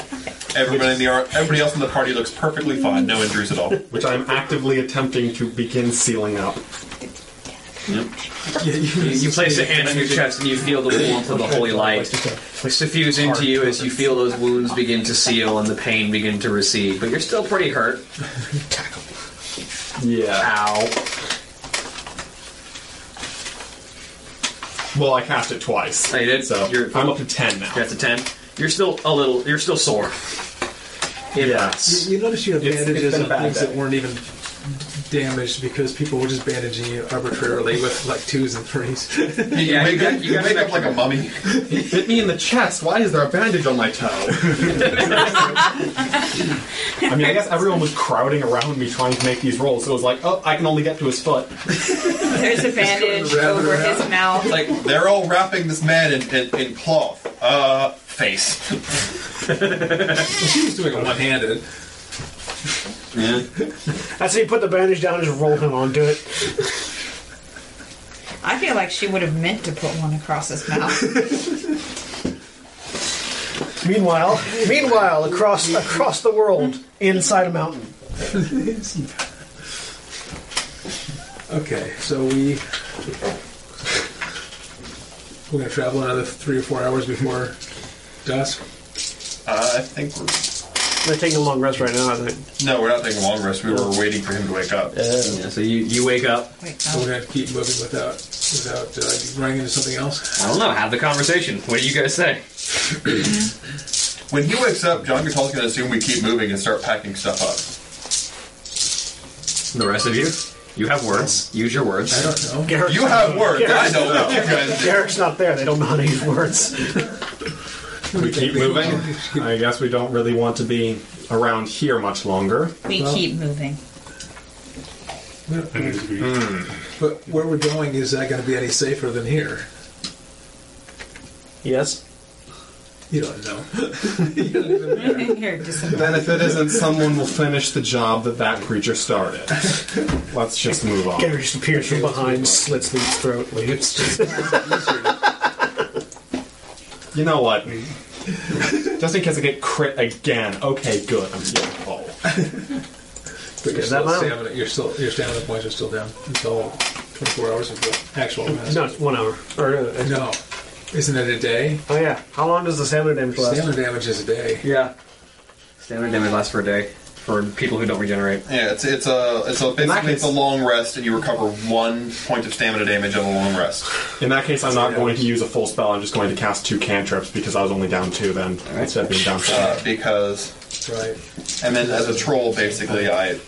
Everybody in the ar- everybody else in the party looks perfectly fine, no injuries
<laughs>
at all.
Which I'm actively attempting to begin sealing up.
You, you place a hand on your chest and you feel the warmth of the holy light suffuse into you as you feel those wounds begin to seal and the pain begin to recede. But you're still pretty hurt.
Yeah.
Ow.
Well, I cast it twice.
Oh, you did?
So
You're-
I'm up to ten now.
That's a ten. You're still a little. You're still sore. It
Yeah.
hurts.
You notice you have
It's- it's
bandages
been a
on
bad
things
day.
that weren't even damaged because people were just bandaging you arbitrarily with like twos and threes.
You
Yeah, you
wake
got-
up,
you got
you wake up
spectrum.
like a mummy.
Hit me in the chest. Why is there a bandage on <laughs> my toe? I mean, I guess everyone was crowding around me trying to make these rolls, so it was like, oh, I can only get to his foot.
There's a bandage over his mouth.
Like they're all wrapping this man in, in, in cloth. Uh, face.
He's doing it one-handed.
That's how you put the bandage down and just roll him onto it.
I feel like she would have meant to put one across his mouth.
Meanwhile, meanwhile, across across the world, inside a mountain.
Okay, so we we're gonna travel another three or four hours before dusk.
Uh, I think we're
They're taking a long rest right now, I think.
No, we're not taking a long rest. We were waiting for him to wake up.
Yeah, so you, you wake up.
So we're gonna have to keep moving without without uh, running into something else. <laughs>
I don't know. Have the conversation. What do you guys say?
When he wakes up, John Gatol's gonna assume we keep moving and start packing stuff up.
The rest of you, you have words. Use your words.
I don't know.
Garrick's
You
not-
Oh,
have words. I
Garrick's,
know what you guys do.
Garrick's not there. They don't know how to use words.
We keep moving. I guess we don't really want to be around here much longer.
We keep moving.
We don't-
And it'd be-
But where we're going is not gonna be any safer than here.
Yes.
You don't know.
Here, just some-
Then if it isn't, someone will finish the job that that creature started. <laughs> Let's just move on.
Garrick just appears from behind, slits Lee's throat, leaves.
<laughs>
You know what? Just in case I get crit again. Okay, good. I'm here. Oh.
But you're
Is that
still
loud?
stamina. You're still your stamina points are still down until 24 hours of the actual rest.
No, it's one hour. Or, uh,
No. Isn't it a day?
oh yeah. How long does the stamina damage last?
Stamina damage is a day.
Yeah. Standard damage lasts for a day for people who don't regenerate.
Yeah, it's it's a it's a basically it's a
case-
long rest, and you recover one point of stamina damage on a long rest.
In that case, I'm not going to use a full spell. I'm just going to cast two cantrips because I was only down two then instead of being down seven.
Uh, because
Right.
and then as a troll, basically I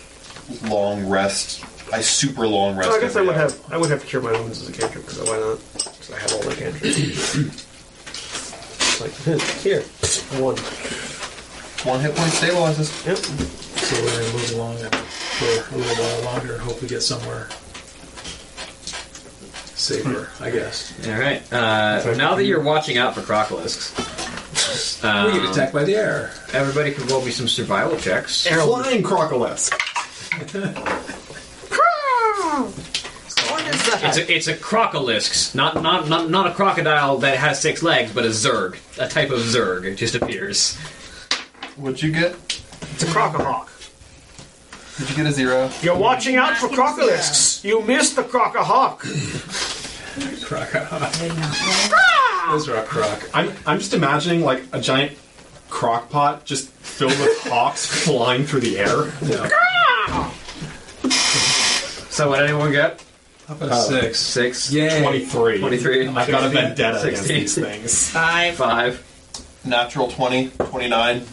long rest. I super long rest.
I guess I
every
would
hour.
have I would have to cure my wounds as a cantrip, because why not? Because I have all my cantrips. like <laughs> here, one.
one hit point stabilizes.
Yep.
So we're gonna move along and for a little while longer. Hope we get somewhere safer. I guess.
All right. Uh, now that you're watching out for crocolisks,
<laughs> we get attacked by the air.
everybody can roll me some survival checks.
Flying crocolisk.
It's a, it's a crocolisk, not not not not a crocodile that has six legs, but a zerg, a type of zerg. It just appears.
What'd you get?
It's a crocahawk.
Did you get a zero?
You're watching out for crocolisks. You missed the crocahawk.
Croc.
They're not
Those are a croc.
I'm, I'm just imagining like a giant crock pot just filled <laughs> with hawks flying through the air.
So what anyone get?
How about a six?
Six.
Yay.
23.
23.
I've got a vendetta
Sixteen.
against these things.
Five.
Five.
Natural 20, 29.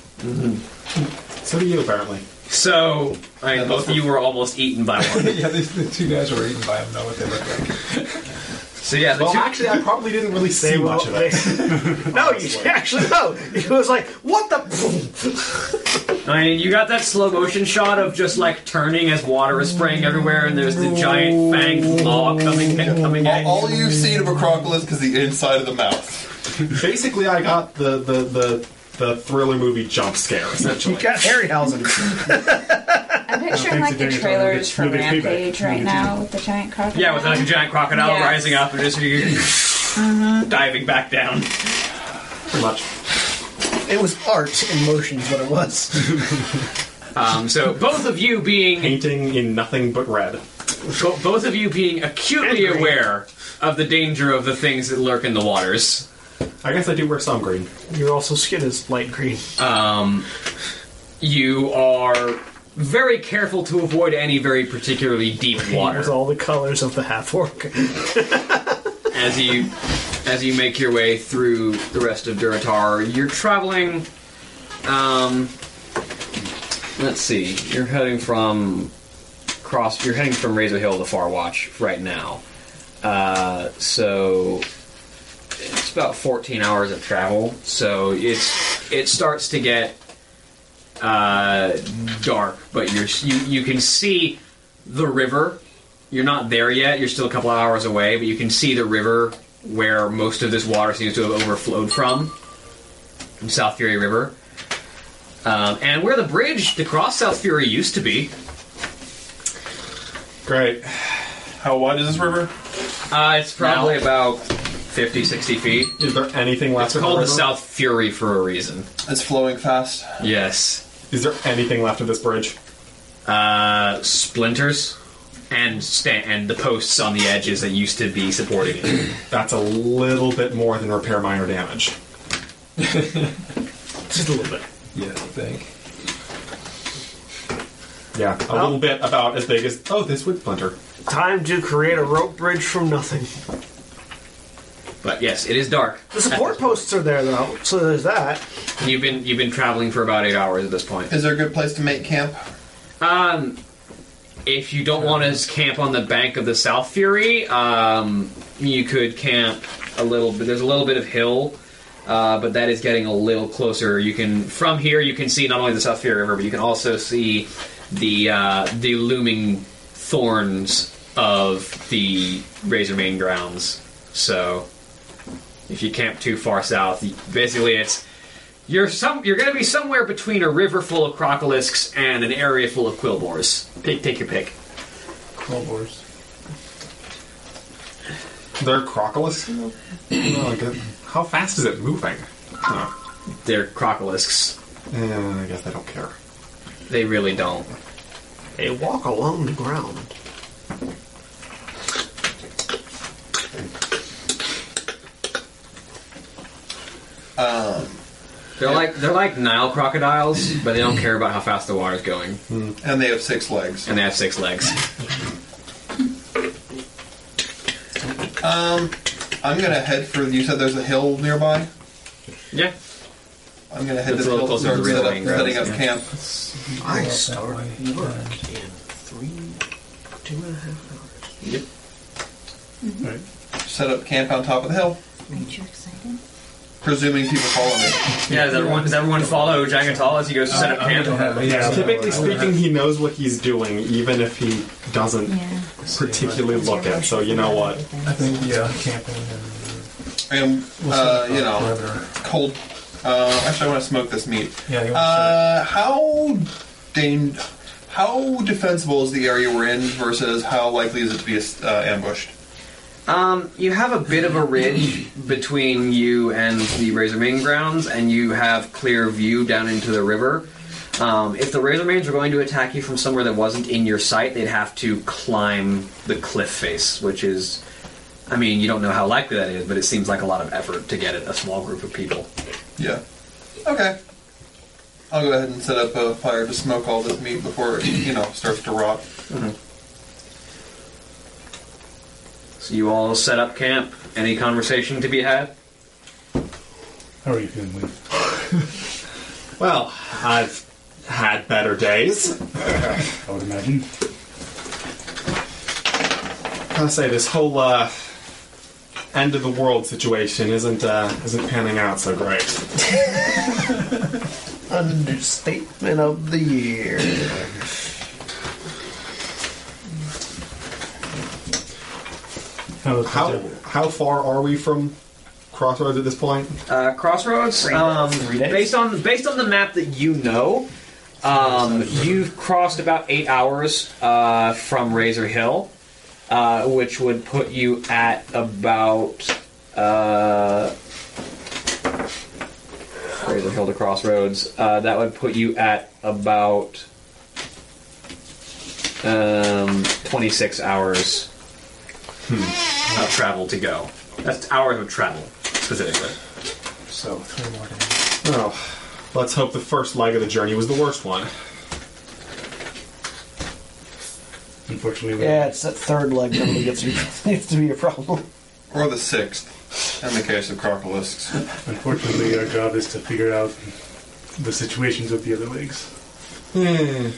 So do you, apparently.
So I mean, both of you were almost eaten
<laughs>
by one.
Yeah, these, the two guys were eaten by them. Know what they look like.
So yeah, the
Well,
two,
actually, I probably didn't really see
will-
much of it. <laughs>
no, you actually no. It was like what the.
I mean, you got that slow motion shot of just like turning as water is spraying everywhere, and there's the giant fanged claw coming coming at you.
All you've seen of a crocodile is the inside of the mouth.
Basically, I got the, the, the, the thriller movie jump scare, essentially.
Got Harryhausen.
I'm picturing
thanks
like
for
the
doing it.
trailers
We'll
for
get- we'll get
Rampage
feedback.
right
We'll get
now with the giant crocodile.
Yeah, with like a giant crocodile
Yes.
rising up and just diving back down.
Pretty much.
It was art in motion is what it was.
Um, so both of you being
Painting in nothing but red.
bo- both of you being acutely aware of the danger of the things that lurk in the waters.
I guess I do wear some green.
Your also skin is light green.
You are very careful to avoid any very particularly deep water
With all the colors of the half orc.
as you as you make your way through the rest of Duratar. You're traveling. Um, let's see. You're heading from cross. You're heading from Razor Hill to Far Watch right now. Uh, so it's about 14 hours of travel. So it's it starts to get uh, dark, but you're you you can see the river. You're not there yet. You're still a couple of hours away, but you can see the river where most of this water seems to have overflowed from, from South Fury River, um, and where the bridge to cross South Fury used to be.
Great.
How wide is this river?
Uh, it's probably about 50, 60 feet.
Is there anything left
It's
of
called the
this river?
South Fury for a reason.
It's flowing fast.
Yes.
Is there anything left of this bridge?
uh, splinters and sta and the posts on the edges that used to be supporting it.
That's a little bit more than repair minor damage.
Just a little bit.
Yeah, I think.
Yeah, a little bit about as big as oh, this wood splinter.
Time to create a rope bridge from nothing.
But yes, it is dark.
The support posts are there though, so there's that.
You've been you've been traveling for about eight hours at this point.
Is there a good place to make camp?
Um, if you don't want to camp on the bank of the South Fury, um, you could camp a little bit. There's a little bit of hill, uh, but that is getting a little closer. You can from here you can see not only the South Fury River, but you can also see the uh, the looming thorns of the Razormane grounds. So if you camp too far south, you- basically it's you're some you're going to be somewhere between a river full of crocolisks and an area full of quillbores. Pick, take your pick.
Quillbores.
They're crocolis. Oh, good. How fast is it moving? Oh,
They're crocolisks.
eh, I guess I don't care.
They really don't.
They walk along the ground.
Um,
They're like they're like Nile crocodiles, but they don't care about how fast the water's going.
and they have six legs.
And they have six legs.
Um, I'm gonna head for. You said there's a hill nearby.
Yeah.
I'm gonna head
It's
to
a little
the hill.
closer to the
Start set up,
Ring Road,
setting up
yeah.
camp.
I start work in three, two and a half hours. Mm-hmm.
Yep.
Set up camp on top of the hill,
Aren't you excited?
presuming people follow me.
Yeah, does everyone does everyone follow Jangatal as he goes to set up camp?
Yeah.
Typically speaking, he knows what he's doing, even if he doesn't
Yeah.
particularly look at. So you know what?
I think, yeah, camping and
Um,
And uh, you know,
whatever.
cold. Uh, actually, I want to smoke this meat.
Yeah, you want
Uh, how dan- how defensible is the area we're in versus how likely is it to be uh, ambushed?
Um, you have a bit of a ridge between you and the Razormane grounds, and you have clear view down into the river. Um, if the Razormanes were going to attack you from somewhere that wasn't in your sight, they'd have to climb the cliff face, which is, I mean, you don't know how likely that is, but it seems like a lot of effort to get at a small group of people.
Yeah. Okay. I'll go ahead and set up a fire to smoke all this meat before it, you know, starts to rot.
So you all set up camp. Any conversation to be had?
How are you feeling, Lee?
Well, I've had better days.
I would imagine.
I'll say this whole uh, end of the world situation isn't uh, isn't panning out so great.
Understatement of the year.
How,
How how far are we from Crossroads at this point?
Uh, crossroads. Um, based on based on the map that you know, um, you've crossed about eight hours uh, from Razor Hill, uh, which would put you at about uh, Razor Hill to Crossroads. Uh, that would put you at about um, twenty six hours of travel to go. That's hours of travel specifically.
So three more days. Oh, let's hope the first leg of the journey was the worst one.
Unfortunately, we
Yeah, it's that third leg that really
<laughs>
gets, you, gets to be a problem.
Or the sixth, in the case of crocolists.
Unfortunately, our job is to figure out the situations with the other legs.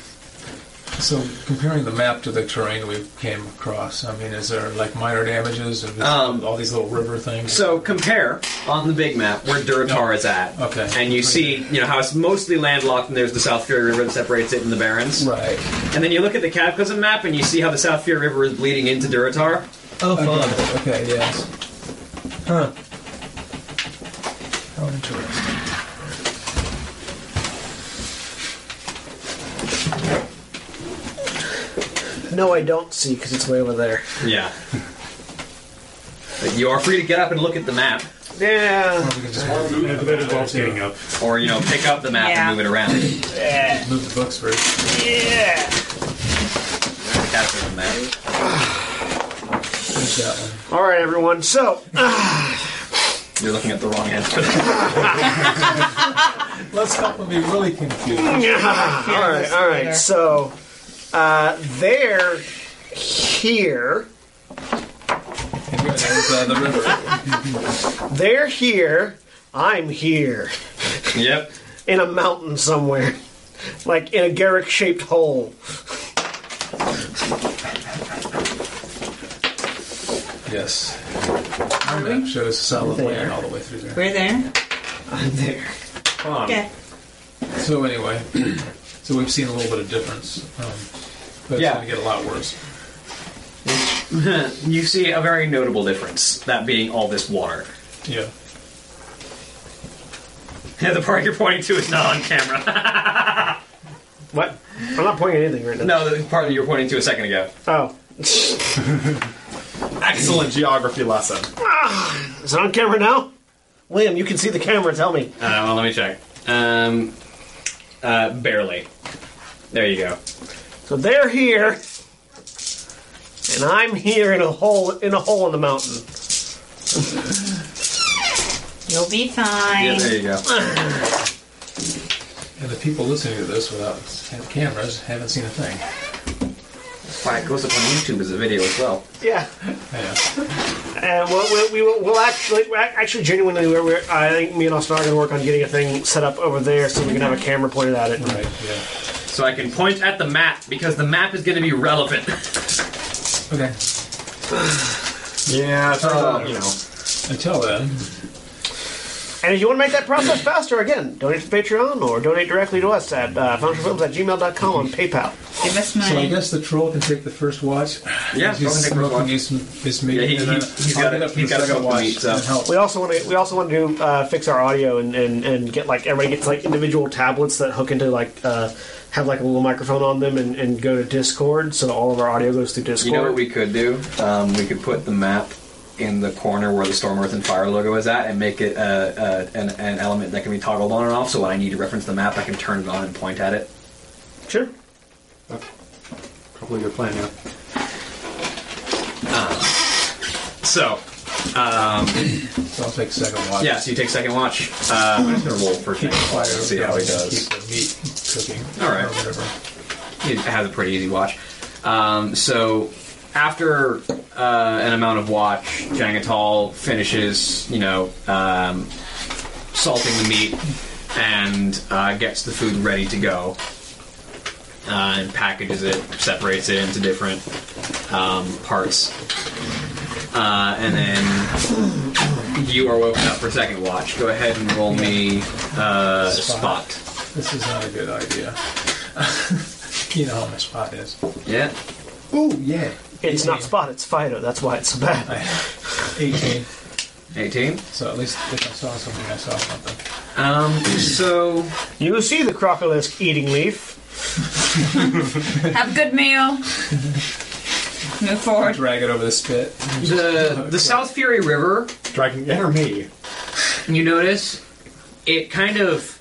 So comparing the map to the terrain we came across, I mean, is there like minor damages or
Um,
all these little river things?
So compare on the big map where Duratar is at.
Okay.
And you see, you know, how it's mostly landlocked and there's the South Fury River that separates it and the Barrens.
right.
And then you look at the Cataclysm map and you see how the South Fury River is bleeding into Duratar.
Oh, fun. Okay, yes. Huh. How interesting.
No, I don't see because it's way over there.
<laughs>
Yeah. But you are free to get up and look at the map.
Yeah.
We can just move,
Yeah, that involves getting up.
Or, you know, pick up the map
Yeah.
and move it around. The
move the books first.
Cataclysm map.
Finish that one.
All right, everyone. So
You're looking at the wrong <laughs> end.
Let's help them be really confused.
all right, all right. So
Uh, they're here.
uh,
<laughs> they're here. I'm here.
Yep.
In a mountain somewhere. Like in a Garrick shaped hole.
Yes. Our map shows a solid
There.
land all the way through there.
We're there.
I'm there.
Okay.
So anyway, <clears throat> so we've seen a little bit of difference, um, but
Yeah.
it's going to get a lot worse.
you see a very notable difference, that being all this water.
Yeah.
Yeah, the part you're pointing to is not on camera. <laughs>
what? I'm not pointing at anything right now.
no, the part that you were pointing to a second ago.
Oh.
Excellent geography lesson.
Is it on camera now? William, you can see the camera. Tell me.
Uh, well, let me check. Um, uh, barely. There you go.
So they're here, and I'm here in a hole in a hole in the mountain.
You'll be fine.
And the people listening to this without have cameras haven't seen a thing.
Why it goes up on YouTube as a video as well.
Yeah.
Yeah.
And we'll, we'll, we will, we'll actually, we're ac- actually genuinely, we're, we're, I think me and Austin are going to work on getting a thing set up over there so we can have a camera pointed at it.
Right. Yeah.
So I can point at the map because the map is going to be <laughs> relevant.
Okay.
Yeah, it's
Uh,
you know.
Until then,
And if you want to make that process faster, again, donate to Patreon or donate directly to us at uh, financialfilms at gmail.com on PayPal.
Give us
so I
money.
guess the troll can take the first watch.
Yeah, troll can
he's
take first
smoking
watch.
his, his meat.
Yeah, he-
and then
he- he's
I'll
gotta-
get up for
he's
the
gotta
second
go up
watch
to meat, so.
and help.
We also want to we also want to do, uh, fix our audio and, and, and get like everybody gets like individual tablets that hook into like uh, have like a little microphone on them and, and go to Discord so all of our audio goes through Discord.
You know what we could do? Um, we could put the map in the corner where the Storm Earth and Fire logo is at, and make it uh, uh, an, an element that can be toggled on and off. So when I need to reference the map, I can turn it on and point at it.
sure.
Probably a good plan, yeah.
So um,
So I'll take second watch.
yeah, so you take second watch. Uh, I'm just gonna roll for second watch and see how he does.
Keep the meat cooking.
All right.
Or whatever.
He has a pretty easy watch. Um, so after uh, an amount of watch, Jangatal finishes, you know, um, salting the meat and uh, gets the food ready to go. Uh, and packages it, separates it into different um, parts. Uh, and then you are woken up for second watch. Go ahead and roll me uh,
Spot.
spot.
This is not a good idea. <laughs> you know how my spot is.
Yeah.
Oh yeah.
It's not Spot, it's Fido. That's why it's so bad.
Eighteen.
18.
So at least if I saw something, I saw something.
Um, so
You see the crocolisk eating leaf.
Have a good
<laughs>
meal. Move forward.
Drag it over the spit.
the the South Fury River,
Dragon, enter me.
you notice, it kind of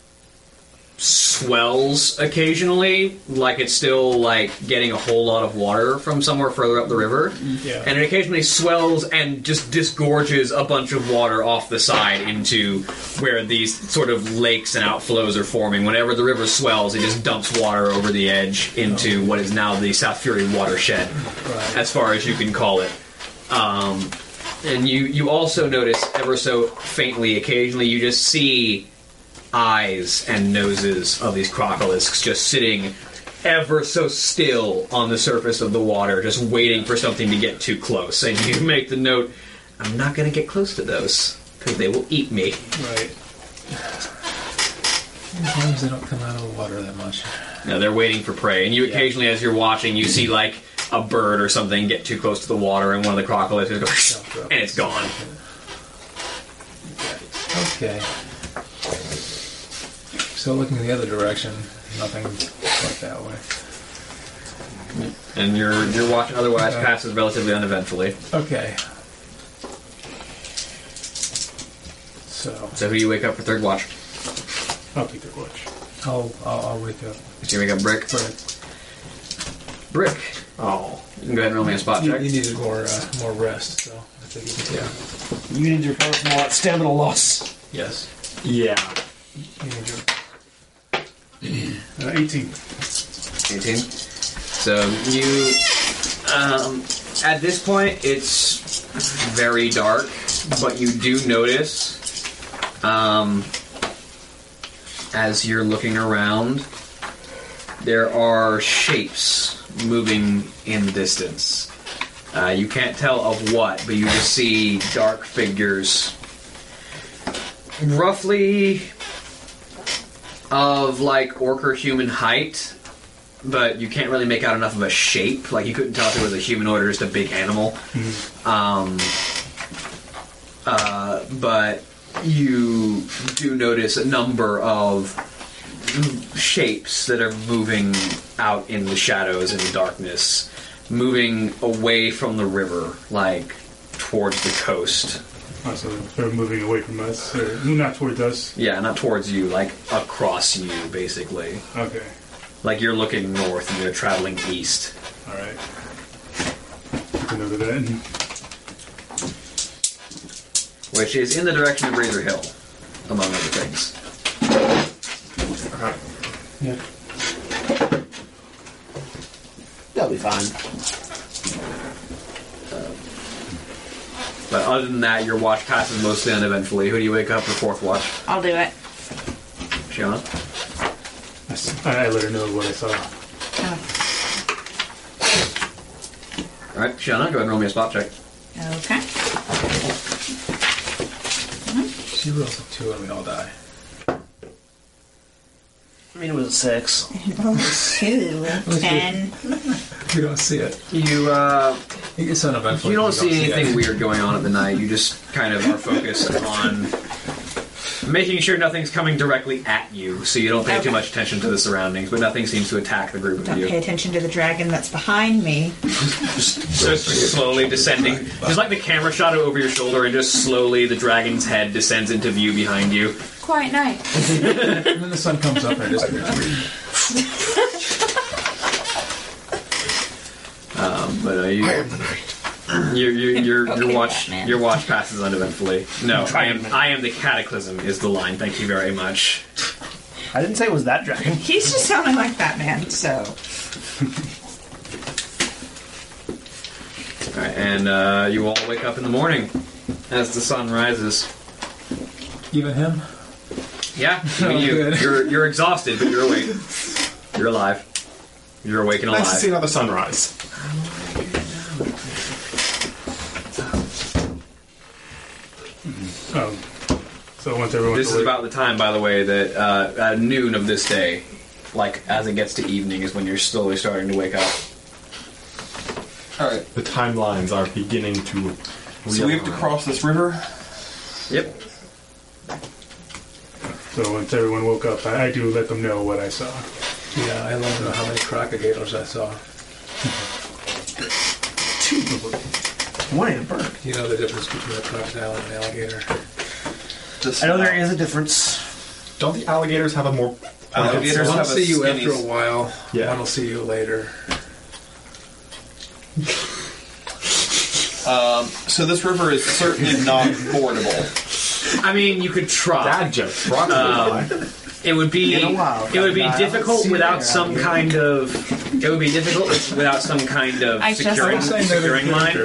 swells occasionally, like it's still like getting a whole lot of water from somewhere further up the river.
Yeah.
And it occasionally swells and just disgorges a bunch of water off the side into where these sort of lakes and outflows are forming. Whenever the river swells, it just dumps water over the edge into what is now the South Fury watershed, as far as you can call it. Um, and you you also notice ever so faintly, occasionally, you just see eyes and noses of these crocolisks just sitting ever so still on the surface of the water, just waiting for something to get too close. And you <laughs> make the note, I'm not going to get close to those because they will eat me.
Right. As long as they don't come out of the water that much.
No, they're waiting for prey. And you occasionally, as you're watching, you see like a bird or something get too close to the water, and one of the crocolisks goes, <laughs> and it's gone.
Okay. So looking the other direction, nothing like that way.
And your your watch otherwise
Okay.
passes relatively uneventfully.
Okay. So
So who you wake up for third watch?
I'll take the watch.
I'll I'll, I'll wake up.
So you wake up Brick.
But
Brick. Oh. You can go ahead and roll me a spot
you,
check.
you needed more uh, more rest, so I think yeah.
You need to recover from all that stamina loss.
Yes.
Yeah.
<clears throat>
You need your
Uh, 18.
18. So you, um, at this point, it's very dark, but you do notice, um, as you're looking around, there are shapes moving in the distance. Uh, you can't tell of what, but you just see dark figures, roughly of like orc or human height, but you can't really make out enough of a shape. Like you couldn't tell if it was a humanoid or just a big animal. Um, uh, but you do notice a number of shapes that are moving out in the shadows in the darkness, moving away from the river, like towards the coast.
Oh, so they're moving away from us. Or, not towards us.
Yeah, not towards you, like across you, basically.
Okay.
Like you're looking north and they're traveling east.
All right. Take note of that.
Which is in the direction of Razor Hill, among other things.
Yeah.
That'll be fine.
But other than that, your watch passes mostly uneventfully. Who do you wake up for fourth watch?
I'll do it.
Sean?
I s- I, I let her know what I saw.
Oh.
Alright, Shauna, go ahead and roll me a spot check.
Okay.
She rolls a two and we all die.
I mean, it was a six.
Two. Ten.
We don't see it.
You, uh.
It's uneventful.
You don't
We
see
it.
anything weird going on at the night. You just kind of are <laughs> focused on making sure nothing's coming directly at you, so you don't pay too much attention to the surroundings, but nothing seems to attack the group of
Don't pay
you.
attention to the dragon that's behind me.
So it's just slowly descending. Just like the camera shot over your shoulder, and just slowly the dragon's head descends into view behind you.
Quiet night.
and then the sun comes up and it just
Um, but uh, you, I am the night. Your your your, your watch
Batman.
your watch passes uneventfully. No, I am I am the cataclysm is the line. Thank you very much.
I didn't say it was that dragon.
He's just sounding like Batman, so.
All right, and uh, you all wake up in the morning as the sun rises.
Even him?
Yeah, I mean, you, you're you're exhausted, but you're awake. You're alive. You're awake and alive.
Nice to see another sunrise.
Um, so once everyone's
This is
awake-
about the time, by the way, that uh, at noon of this day, like as it gets to evening, is when you're slowly starting to wake up.
All right.
The timelines are beginning to.
So we have to cross this river.
Yep.
So once everyone woke up, I, I do let them know what I saw.
Yeah, I don't know how many crocodiles I saw.
One and a bird.
You know the difference between a crocodile and an alligator.
This
I know there is a difference.
Don't the alligators have a more?
Alligators
One will
have a
see you
skinny-
after a while.
Yeah.
One will see you later.
So this river is certainly not fordable.
I mean, you could try.
Dad jokes.
Um,
Crocodile.
It would be
In a while,
it would be
Crocodile.
difficult
See you
without
later,
some
alligator.
kind of it would be difficult without some kind of
I just
securing,
laughed.
securing line.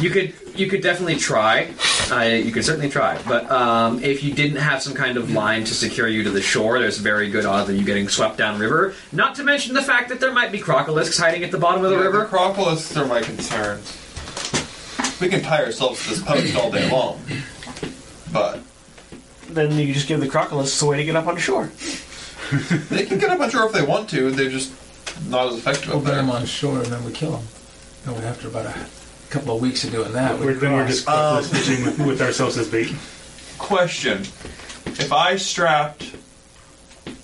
You could you could definitely try. Uh, you could certainly try. But um, if you didn't have some kind of line to secure you to the shore, there's very good odds of you getting swept downriver. Not to mention the fact that there might be crocolisks hiding at the bottom of the
The
river.
Acropolis are my concern. We can tie ourselves to this post all day long, but
Then you just give the crocolists a way to get up on shore.
they can get up on shore if they want to. They're just not as effective
We'll
up
bring
there.
him on shore and then we kill him. And Oh, we- after about a couple of weeks of doing that, we
We're, then we're just
Um,
cross fishing with, with ourselves as bait.
Question: If I strapped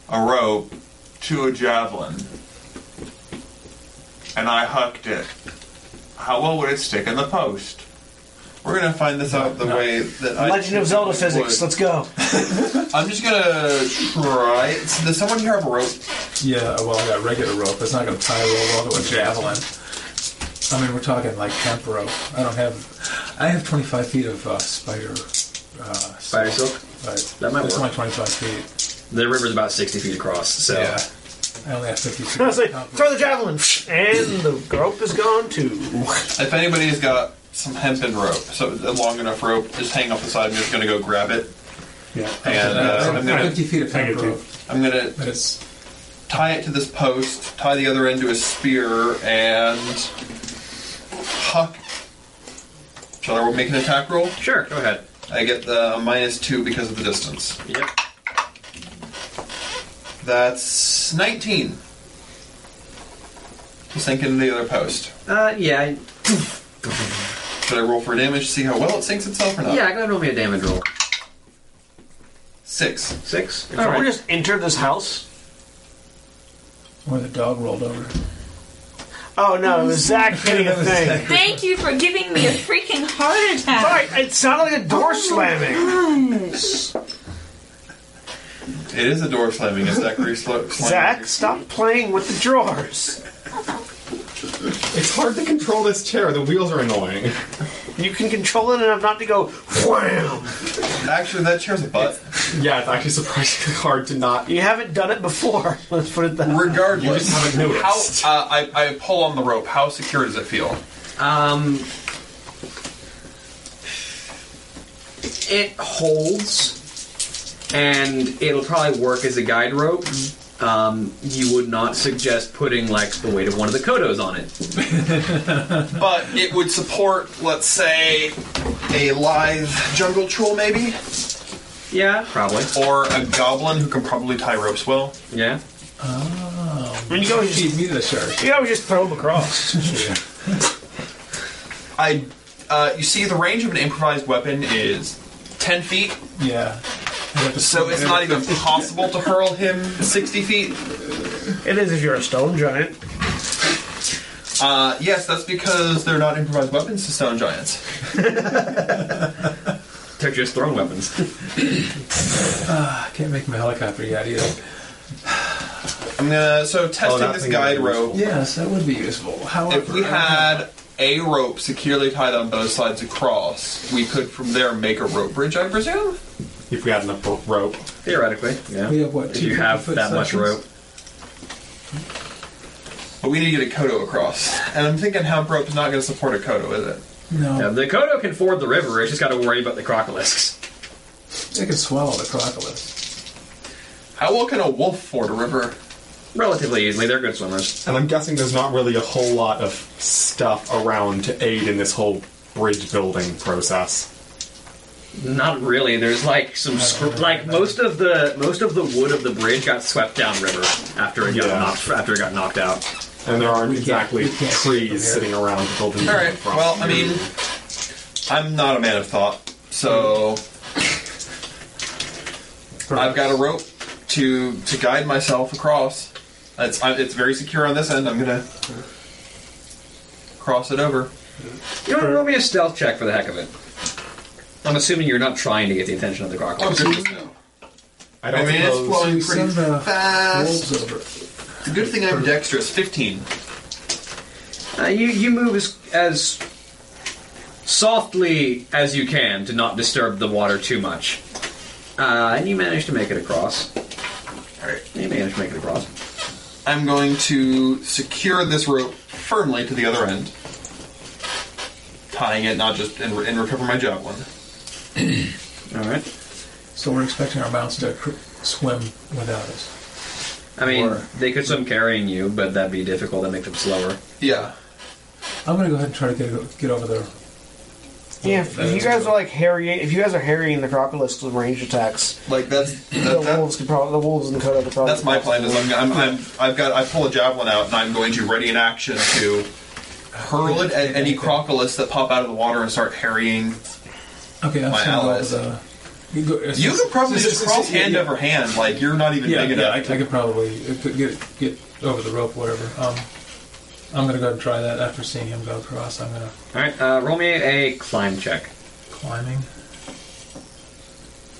a rope to a javelin and I hucked it, how well would it stick in the post? We're gonna find this out the way that I.
Legend of Zelda
typically
physics.
would.
Let's go.
<laughs> I'm just gonna try. So does someone here have a rope?
yeah, well, I got regular rope. It's not going to tie roll all to a javelin. I mean, we're talking like hemp rope. I don't have. I have 25 feet of uh, spider. Uh,
Spider silk.
Right.
That might
That's
work.
only 25 feet.
The river's about sixty feet across, so
Yeah.
I only have
<laughs>
50.
I was like, throw the javelin, and the rope is gone too.
If anybody's got some hempen rope, so a long enough rope, just hang off the side. I'm just gonna go grab it.
Yeah.
<laughs> And uh, I'm gonna
50 feet of hemp rope.
I'm gonna
But it's
tie it to this post, tie the other end to a spear, and huck. Shall I make an attack roll?
Sure, go ahead.
I get the minus two because of the distance.
Yep.
That's 19. Sink into the other post.
Uh, yeah. I-
Should I roll for damage to see how well it sinks itself or not?
Yeah, go ahead and roll me a damage roll.
Six.
Six?
All right, we just entered this house.
where the dog rolled over.
Oh no, it was <laughs> Zach hitting a thing.
Thank you for giving me a freaking heart attack.
Sorry, it sounded like a door slamming.
It is a door slamming. Is that grease sl-
Zach, stop playing with the drawers.
It's hard to control this chair. The wheels are annoying.
You can control it enough not to go wham.
Actually, that chair's a butt.
Yeah, it's actually surprisingly hard to not.
You haven't done it before. <laughs> Let's put it that way.
Regardless,
You just haven't noticed.
How, uh, I, I pull on the rope. How secure does it feel?
Um, it holds, and it'll probably work as a guide rope. Um, you would not suggest putting like the weight of one of the kodos on it.
But it would support, let's say, a live jungle troll, maybe,
Yeah, probably.
or a goblin who can probably tie ropes well.
Yeah.
When you go, you
Feed me the shark.
you always just throw them
<laughs>
across.
I, uh, you see, the range of an improvised weapon is ten feet,
Yeah.
so it's not even possible to hurl him sixty feet.
It is if you're a stone giant.
Uh, yes, that's because they're not improvised weapons to stone giants.
They're just thrown weapons. <laughs>
I can't make my helicopter yet either.
I'm gonna so testing
that
this
thing
guide
is-
rope.
Yes, that would be useful. However,
If we had a rope securely tied on both sides across, we could from there make a rope bridge, I presume.
If we had enough ro- rope.
Theoretically, yeah.
We have what?
If
two
you have
50-foot
that much
sections?
rope.
But we need to get a kodo across, and I'm thinking hemp rope is not going to support a kodo, is it?
No,
Yeah, the kodo can ford the river. It's just got to worry about the crocolisks.
they could swallow the crocodile.
How well can a wolf ford a river?
Relatively easily, they're good swimmers.
And I'm guessing there's not really a whole lot of stuff around to aid in this whole bridge building process.
Not really. There's like some scr- like most of the most of the wood of the bridge got swept down river after it got
Yeah.
knocked after it got knocked out.
And there aren't exactly
can't see from
trees
here.
sitting around to build a
All right.
from.
Well, I mean, I'm not a man of thought, so I've got a rope to to guide myself across. It's I, it's very secure on this end. I'm gonna cross it over.
You want to roll me a stealth check for the heck of it? I'm assuming you're not trying to get the attention of the
Oh,
crocodiles.
goodness, no.
I
I
don't
mean, it's
suppose-
flowing
Send
pretty
the
fast.
wolves over.
It's a good thing I'm dexterous. 15.
Uh, you you move as as softly as you can to not disturb the water too much, uh, and you manage to make it across.
All right.
You manage to make it across.
I'm going to secure this rope firmly to the other end, tying it not just and, and recover my javelin.
All right.
So we're expecting our mounts to cr- swim without us.
I mean,
Or-
they could swim carrying you, but that'd be difficult. That'd make them slower.
Yeah.
I'm gonna go ahead and try to get get over there.
Yeah, if you guys are like harrying, if you guys are harrying the crocodiles with range attacks,
Like that's
the
that, that,
wolves could probably the wolves and the coda could probably.
that's my plan. Is I'm, I'm, I'm I've got I pull a javelin out and I'm going to ready in action to hurl it at any crocodilus that pop out of the water and start harrying.
Okay, I'm
My
just gonna go over
allies.
the. You, go,
You could probably just cross hand over hand, like you're not even
Yeah,
big
yeah, I, I
enough.
could probably I could get get over the rope, whatever. Um, I'm gonna go ahead and try that after seeing him go across. I'm gonna
All right, uh, roll me a climb check
climbing.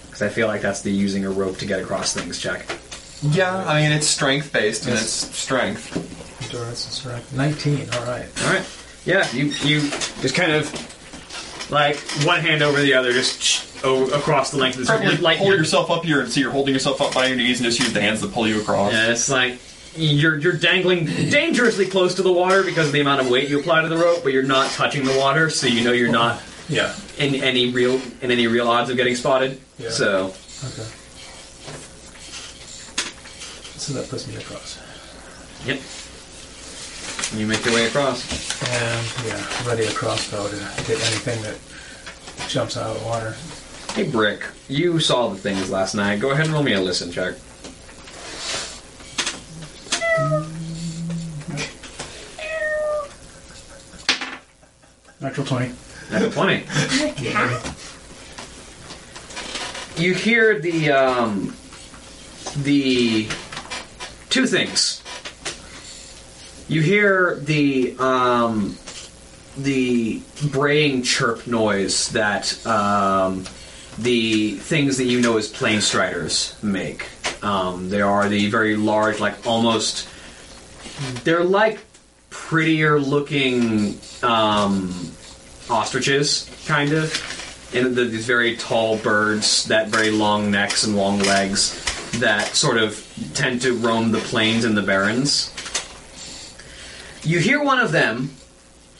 because I feel like that's the using a rope to get across things check.
yeah, I mean it's strength based and
Yes.
it's strength.
Endurance and strength. 19. All right.
All right, yeah, you you just kind of like one hand over the other, just sh- over, across the length of the
Probably
circle. Like
pull
you're-
yourself up here and see you're holding yourself up by your knees and just use the hands to pull you
<laughs>
across.
Yeah, it's like you're you're dangling dangerously close to the water because of the amount of weight you apply to the rope, but you're not touching the water, so you know you're not
Yeah.
in any real in any real odds of getting spotted.
Yeah.
So
Okay. So that puts me across.
yep, you make your way across.
And yeah, ready a crossbow to hit anything that jumps out of the water.
Hey Brick, you saw the things last night. Go ahead and roll me a listen check.
Natural 20.
That's funny. you hear the um, the two things. You hear the um, the braying chirp noise that um, the things that you know as plane striders make. Um, they are the very large, like almost they're like prettier looking um, ostriches, kind of, and the, these very tall birds that very long necks and long legs that sort of tend to roam the plains and the barrens. You hear one of them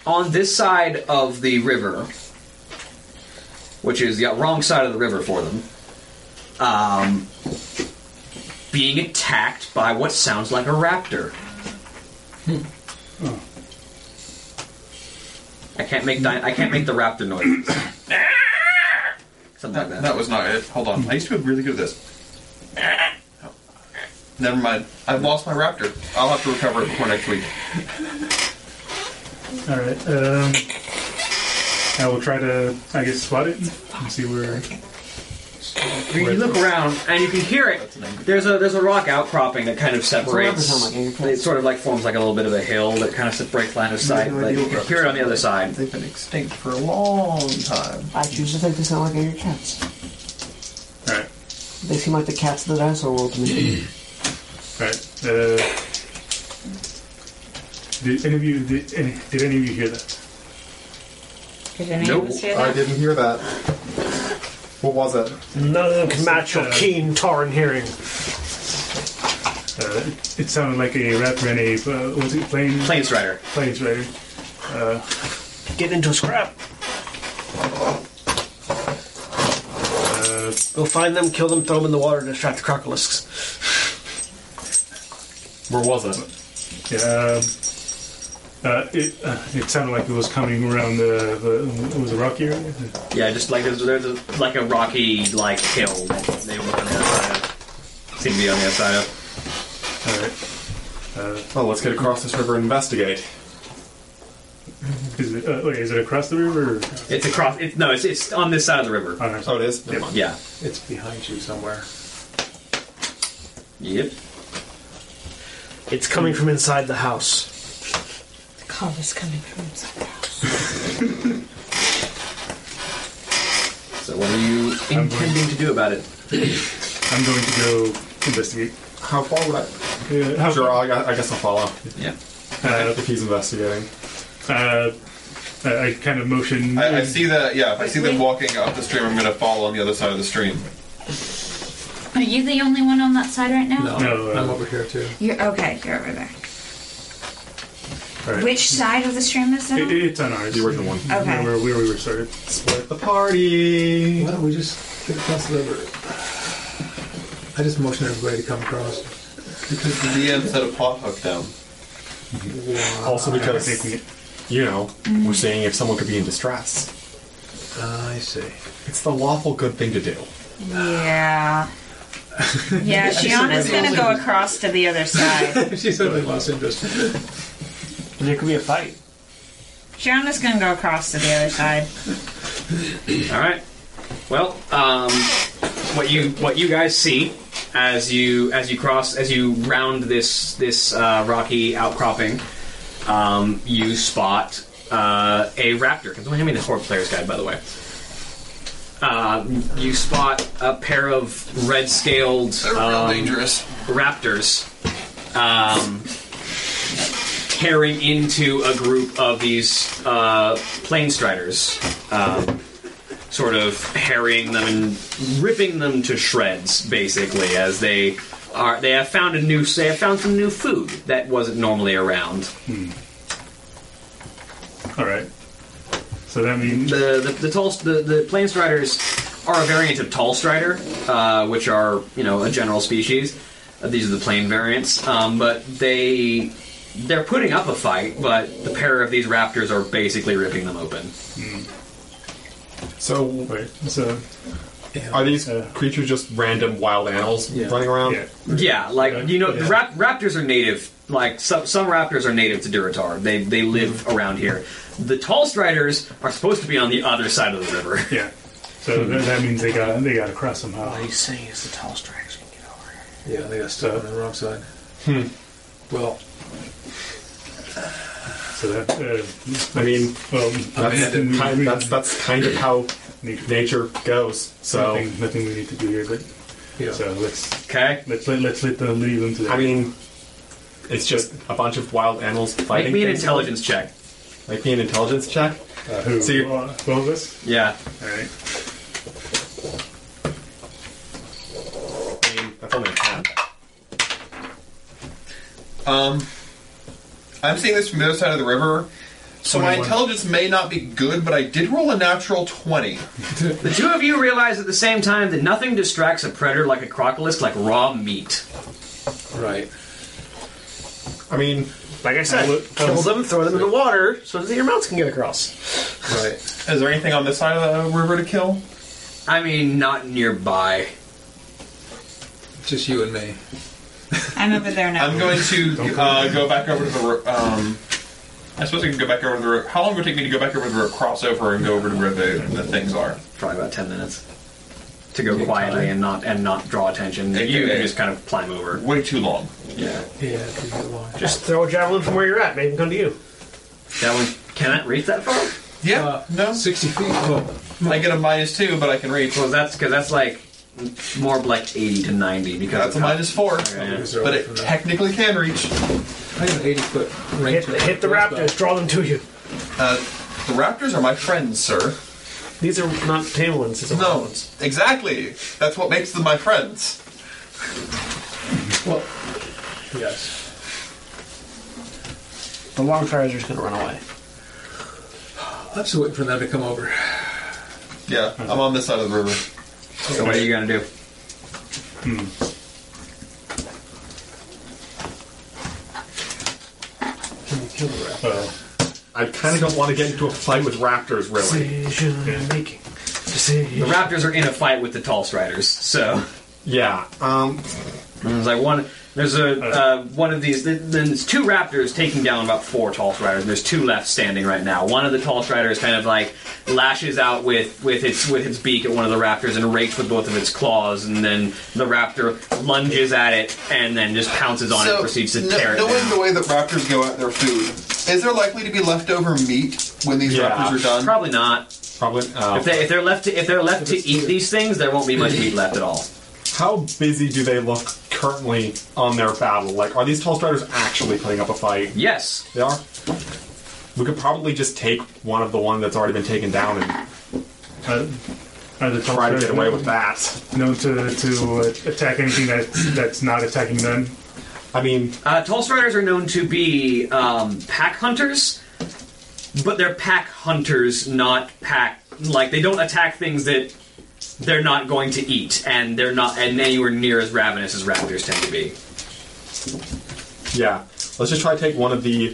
on this side of the river, which is the wrong side of the river for them, um, being attacked by what sounds like a raptor. I can't make di- I can't make the raptor noise. Something like that.
That was not it. Hold on. I used to be really good at this. Never mind. I've lost my raptor. I'll have to recover it before next week.
All right. Um, I will try to, I guess, spot it and see where.
You look around and you can hear it. There's a there's a rock outcropping that kind of separates. It sort of like forms like a little bit of a hill that kind of separates line of sight. But you can hear it on the other side.
They've been extinct for a long
Oh,
time.
I choose to think they sound like angry cats.
All right.
They seem like the cats of the dinosaur world to me.
Alright. Uh, did any of you did any, did any of you hear that?
Did any of us hear
I
that?
didn't hear that. What was it?
None of them can match your keen Tauren hearing.
Uh, it sounded like a raptor and a uh, was it plane
Plains rider.
planes rider. Uh,
Get into a scrap.
uh,
Go find them, kill them, throw them in the water, and distract the crocolisks.
Where was it?
yeah. Uh, it uh, it sounded like it was coming around the, the it was a rocky area.
Yeah, just like there's, there's a, like a rocky like hill that they were on the other side of. Seem to be on the other side of.
All right. Uh,
Well, Oh, let's get across this river and investigate.
is it uh, wait, is it across the river? Or?
It's across. It's no. It's it's on this side of the river.
all right.
Oh, it is? Never mind.
Yeah.
It's behind you somewhere.
Yep.
It's coming from inside the house.
The call is coming from inside.
So what are you
I'm going-
intending to do about it?
I'm going to go investigate.
How far would I?
Uh, how-
Sure, I, I guess I'll follow
Yeah.
uh,
if he's investigating.
uh, I I kind of motion.
I,
Mm-hmm.
I see that. Yeah, if I see them walking up the stream, I'm going to follow on the other side of the stream.
Are you the only one on that side right now?
No,
No,
I'm
uh,
over here too.
You're okay. You're over there.
All right.
Which side of the stream is
It,
that?
it- it's on ours.
The original one.
Okay.
Where, where we were started.
Split the party!
Why don't we just get across the river? I just motion everybody to come across.
Because the DM set a plot hook down.
Also because,
Taking it.
you know, we're seeing if someone could be in distress.
I see.
It's the lawful good thing to do.
Yeah.
<laughs>
Yeah,
Shiana's gonna go across to the other side.
She suddenly lost interest.
There could be a fight.
Shiana's gonna go across to the other side.
All right. Well, um, what you what you guys see as you as you cross as you round this this uh, rocky outcropping, um, you spot uh, a raptor. Can someone hand me the horror player's guide, by the way? Uh, you spot a pair of red scaled
They're real
Um,
dangerous.
raptors um, tearing into a group of these uh, plane striders, um, sort of harrying them and ripping them to shreds, basically, as they are they have found a new they have found some new food that wasn't normally around.
All right. So that means
the the the, tall, the, the plain striders are a variant of tall strider, uh, which are you know a general species. Uh, these are the plain variants, um, but they they're putting up a fight. But the pair of these raptors are basically ripping them open.
So,
so
are these creatures just random wild animals running around?
Yeah, like you know, rap- raptors are native. Like some some raptors are native to Durotar. They they live around here. The tall striders are supposed to be on the other side of the river.
Yeah. So
Hmm.
that, that means they got they got to cross somehow. All
he's saying is the tall strikers can get over here. Yeah, they got stuck on the wrong side.
Hmm.
Well,
So that uh,
I mean,
well,
that's,
nothing we-
kind, that's, that's kind of how nature goes. So,
nothing, nothing we need to do here. But so let's
<laughs> okay.
Let's let, let's let them leave them to that.
I mean, it's just a bunch of wild animals
Make
fighting.
me an
things.
intelligence check.
Make me an intelligence check.
Uh, who?
So you-
Uh, both of us.
Yeah.
All right.
I mean, that's only a ten.
Um, I'm seeing this from the other side of the river. So my
21.
intelligence may not be good, but I did roll a natural 20.
The two of you realize at the same time that nothing distracts a predator like a crocolis like raw meat.
Right.
I mean,
like I said, kill them, throw them in the water, so that your mounts can get across.
Right. Is there anything on this side of the river to kill?
I mean, not nearby.
Just you and me.
I'm over there now.
I'm going to uh, go back over to the. ro- Um, I suppose I can go back over to the. ro- How long would it take me to go back over to the ro- crossover and go over to where the, the things are?
Probably about ten minutes. To go quietly and not and not draw attention.
Okay.
You can just kind of climb over.
Way too long.
Yeah.
Yeah, just throw a javelin from where you're at. Maybe come to you.
That one cannot reach that far.
Yeah. no.
60 Uh, feet.
I get a minus two, but I can reach.
Well, that's because that's like more of like eighty to ninety because
That's a
of how-
minus four,
Yeah.
but it technically can reach.
I have an 80 foot range.
Hit, hit the raptors, draw them to you.
Uh, the raptors are my friends, sir.
These are not tame ones. It's a
No, exactly. That's what makes them my friends.
Well, yes.
The long fires are just gonna run away.
I'm just waiting for them to come over.
Yeah, I'm on this side of the river.
So what are you gonna do?
Can you kill the raptor?
Well,
I kind of don't want to get into a fight with raptors, really.
Decision making.
The
Decision.
raptors are in a fight with the tall striders, so.
Yeah. Um.
And There's like one. There's a uh, one of these. th- Then there's two raptors taking down about four tall striders. There's two left standing right now. One of the tall striders kind of like lashes out with with its with its beak at one of the raptors and rakes with both of its claws. And then the raptor lunges at it and then just pounces on it and proceeds to
kn-
tear it
knowing
down.
the way that raptors go at their food, is there likely to be leftover meat when these
Yeah.
raptors are done?
Probably not.
Probably. Uh,
If, they, if they're left to, if they're left to eat these things, there won't be much meat left at all.
how busy do they look currently on their battle? Like, are these tall striders actually putting up a fight?
Yes.
They are. We could probably just take one of the one that's already been taken down and
uh, are the tall
try to
striders
get away
known-
with that.
Known to to uh, attack anything that's that's not attacking them.
I mean,
Uh, tall striders are known to be um, pack hunters, but they're pack hunters, not pack. Like they don't attack things that they're not going to eat, and they're not and anywhere near as ravenous as raptors tend to be.
yeah. Let's just try to take one of the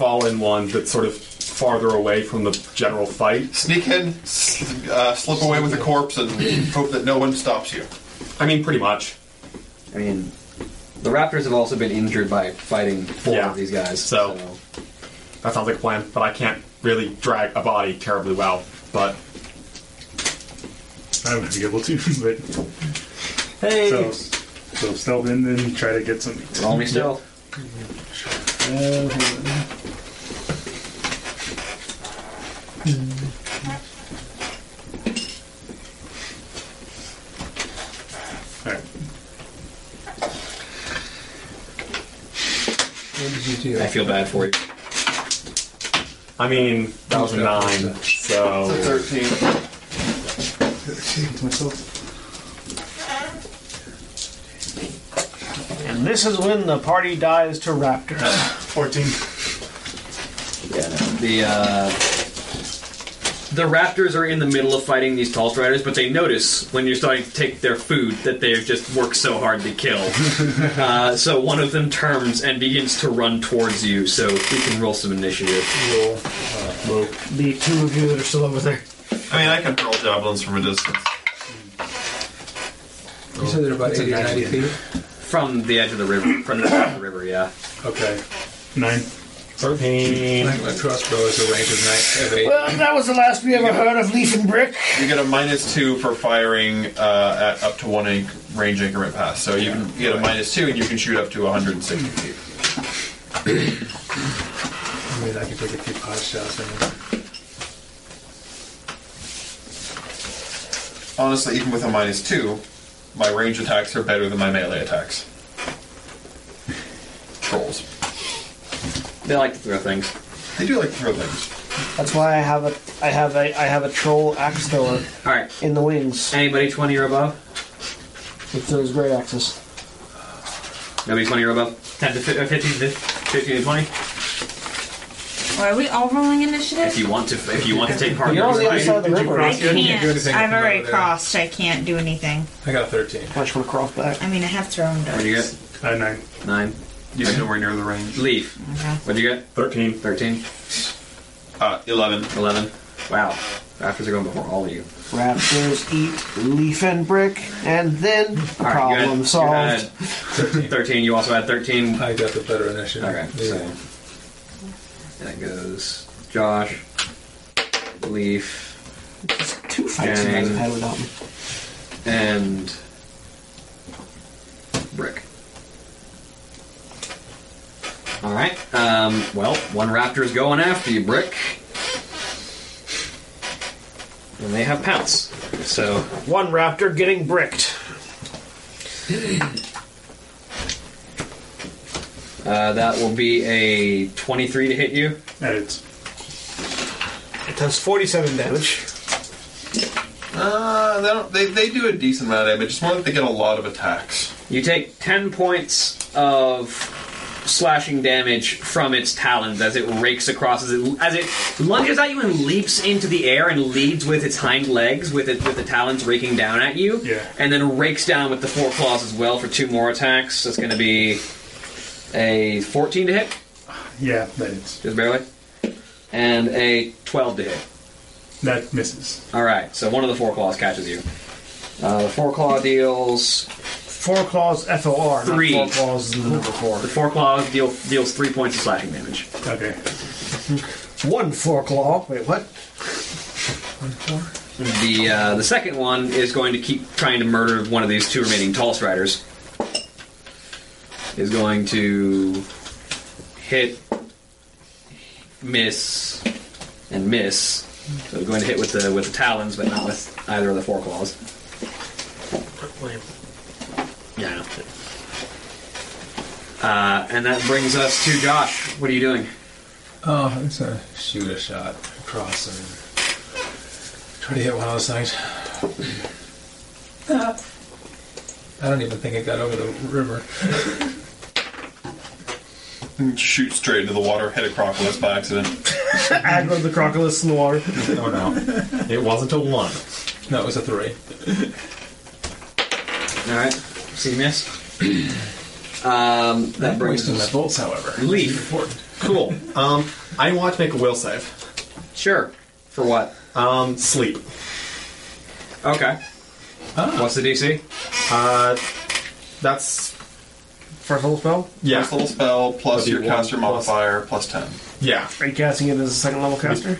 fallen ones that's sort of farther away from the general fight.
Sneak in, sl- uh, slip away with the corpse, and hope that no one stops you.
I mean, pretty much.
I mean, the raptors have also been injured by fighting four
Yeah.
of these guys.
So- That sounds like a plan, but I can't really drag a body terribly well. But
I would be able to, <laughs> but
Hey,
so so stealth in and try to get some meat.
roll me still.
All right.
What did you do?
I feel bad for you.
I mean, that was a nine, so
Thirteen.
Shit, myself.
And this is when the party dies to raptors. 14.
Yeah, the uh, the raptors are in the middle of fighting these tall striders, but they notice when you're starting to take their food that they've just worked so hard to kill. uh, so one of them turns and begins to run towards you. So we can roll some initiative. Roll.
The two of you that are still over there.
I mean, I can hurl javelins from a distance.
You said they're about 80 or 90 feet?
From the edge of the river. From the edge of the river, yeah.
Okay.
Nine.
Thirteen. I think my crossbow is a range of nine of eight.
Well, Uh, that was the last we ever heard of Leaf and Brick.
You get a minus two for firing uh, at up to one inc- range increment pass. So you, can, you get a minus two, and you can shoot up to 160 feet.
I mean, I can take a few pot shots. I mean,
Honestly, even with a minus two, my range attacks are better than my melee attacks. Trolls.
They like to throw things.
They do like to throw things.
That's why I have a I have a I have a troll axe thrower.
All right.
In the wings.
Anybody twenty or above?
It throws great axes.
Nobody twenty or above. Ten to fi- uh, fifteen to fifteen to twenty.
Are we all rolling initiative?
If you want to, if you want to take part.
You're on the other side of the
Did you
river.
cross
I
yet?
can't. I've already
over there.
crossed. I can't do anything.
I got a 13.
I just want to cross back.
I mean, I have thrown
What do
darts.
you get?
Uh, nine.
Nine.
You have nowhere near the range.
Leaf. What'd you get?
Thirteen.
Thirteen.
Uh, 11.
11. Wow. Raptors are going before all of you.
Raptors eat leaf and brick, and then
All right, you had-
problem
you
solved.
had 13. You also had 13.
I got the better initiative.
Okay, so. That goes Josh, Leaf,
Two fights you guys have had without me.
and Brick. All right. Um, well, one raptor's going after you, Brick. And they have pounce. So
One raptor getting bricked.
uh, that will be a 23 to hit you.
That is.
It does 47 damage.
Uh, they, don't, they, they do a decent amount of damage. It's more that they get a lot of attacks.
You take 10 points of slashing damage from its talons as it rakes across, as it, as it lunges at you and leaps into the air and leads with its hind legs, with, it, with the talons raking down at you.
Yeah.
And then rakes down with the four claws as well for two more attacks. That's going to be a 14 to hit,
Yeah, that is.
just barely, and a 12 to hit.
That misses.
All right, so one of the four claws catches you. Uh, the four claw deals
Four claws F O R. not
Three.
Four claws is the number four.
The four claws deal, deals three points of slashing damage.
Okay.
One four claw. Wait, what?
The uh, the second one is going to keep trying to murder one of these two remaining tall striders. Is going to hit, miss, and miss. So it's going to hit with the with the talons, but not with either of the four claws. Yeah. I know. Uh, and that brings us to Josh. What are you doing?
Oh, it's a shoot a shot across and try to hit one of those things. I don't even think it got over the river.
Shoot straight into the water, hit a crocodile by accident.
Aggro the crocodilus in the water.
Oh no. It wasn't a one.
No, it was a three.
All right. See, miss. <clears throat> um, that
That
brings
wasted my
us.
bolts, however.
Leaf.
Important.
Cool.
Um, I want to make a will save.
Sure. For what?
Um, sleep.
Okay. What's the DC?
Uh, that's
First level spell.
yeah,
First level spell plus
That'd
your
be one
caster
plus-
modifier plus 10.
yeah,
Are you casting it as a second level caster?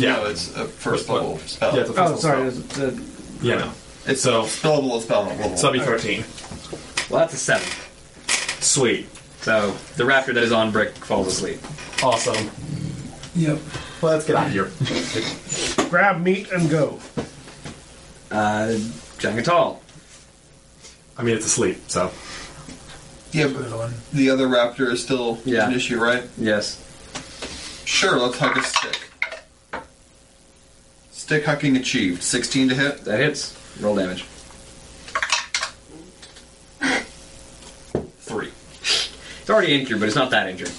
Yeah.
No, it's a first level spell.
yeah. The first
Oh,
level
sorry.
Spell.
it's- uh,
Yeah, no.
It's
So-
a spellable spell. not level.
So that'd be thirteen.
Well, that's a seven.
Sweet.
So the raptor that is on brick falls asleep.
Awesome.
Yep.
Well, let's get out of here.
grab meat and go.
Uh, Jangatal.
I mean, it's asleep, so
yeah, but the other raptor is still
Yeah.
an issue, right?
Yes.
Sure, let's hug a stick. Stick hucking achieved. 16 to hit.
That hits. Roll damage. It's already injured, but it's not that injured.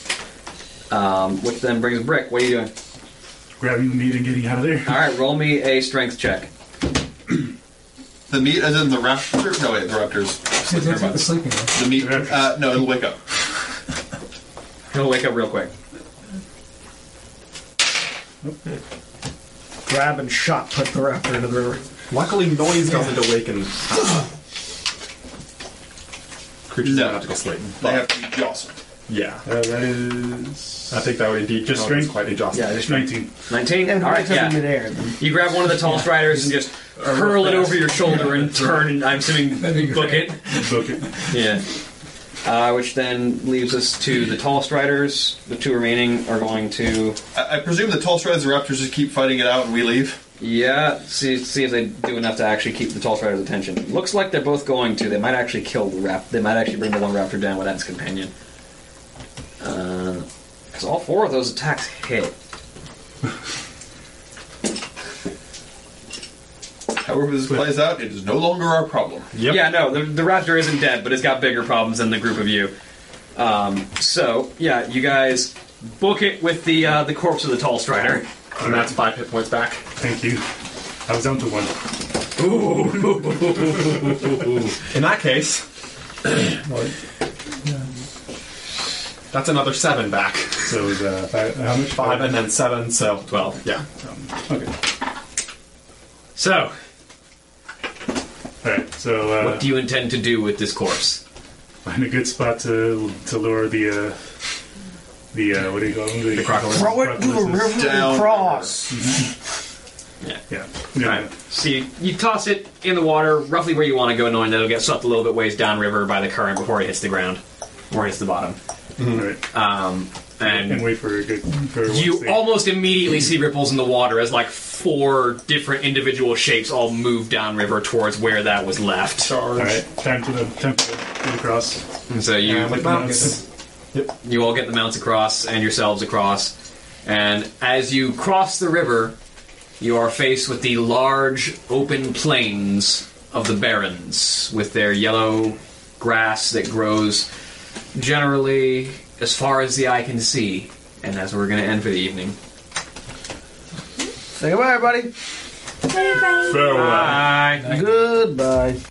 Um, which then brings Brick. What are you doing?
Grabbing the meat and getting out of there.
All right, roll me a strength check.
The meat, as in the raptor. No, wait, the raptor's sleeping. never mind. The meat. Uh, no, it'll wake up.
He'll wake up real quick.
Grab and shot put the raptor into the river.
Luckily, noise doesn't awaken. uh, Creatures
No.
don't have to go sleep.
They have to be jostled.
Yeah.
Uh, that is.
I think that would indeed
Just
count
strength?
as quite a jostle.
Yeah, just 19.
19? All right, yeah. You grab one of the tallest riders and just hurl it over your shoulder <laughs> and turn, and I'm assuming book it.
Book it.
Yeah. Uh, which then leaves us to the tallest riders. The two remaining are going to.
I, I presume the tall strides the raptors just keep fighting it out and we leave.
Yeah, see, see if they do enough to actually keep the tallest rider's attention. Looks like they're both going to. They might actually kill the raptor. They might actually bring the one raptor down without its companion. Because all four of those attacks hit.
However, this plays out, it is no longer our problem.
Yeah, no, the, the raptor isn't dead, but it's got bigger problems than the group of you. Um, so, yeah, you guys book it with the uh, the corpse of the tall strider.
And that's five hit points back.
Thank you. I was down to one.
In
<clears throat>
that case, that's another seven back.
So it was uh, five, how much?
Five and then seven, so twelve. Yeah.
Okay.
So,
All right. So uh,
what do you intend to do with this corpse?
find a good spot to to lure the uh, the uh, what do you call them? The,
crocolis.
Throw it to the river
Down.
and cross.
Yeah. yeah.
Alright, so you, you toss it in the water, roughly where you want to go, knowing that it'll get sucked a little bit ways downriver by the current before it hits the ground, or hits the bottom.
All right.
Um, and
and wait for a good. For once
you
they-
almost immediately see ripples in the water as like four different individual shapes all move downriver towards where that was left.
All right. Time to the time to get across.
And so you
Like mounts.
you all get the mounts across and yourselves across, and as you cross the river, you are faced with the large open plains of the barrens with their yellow grass that grows generally as far as the eye can see. And that's where we're going to end for the evening.
Say goodbye, everybody.
Farewell.
Bye.
Goodbye.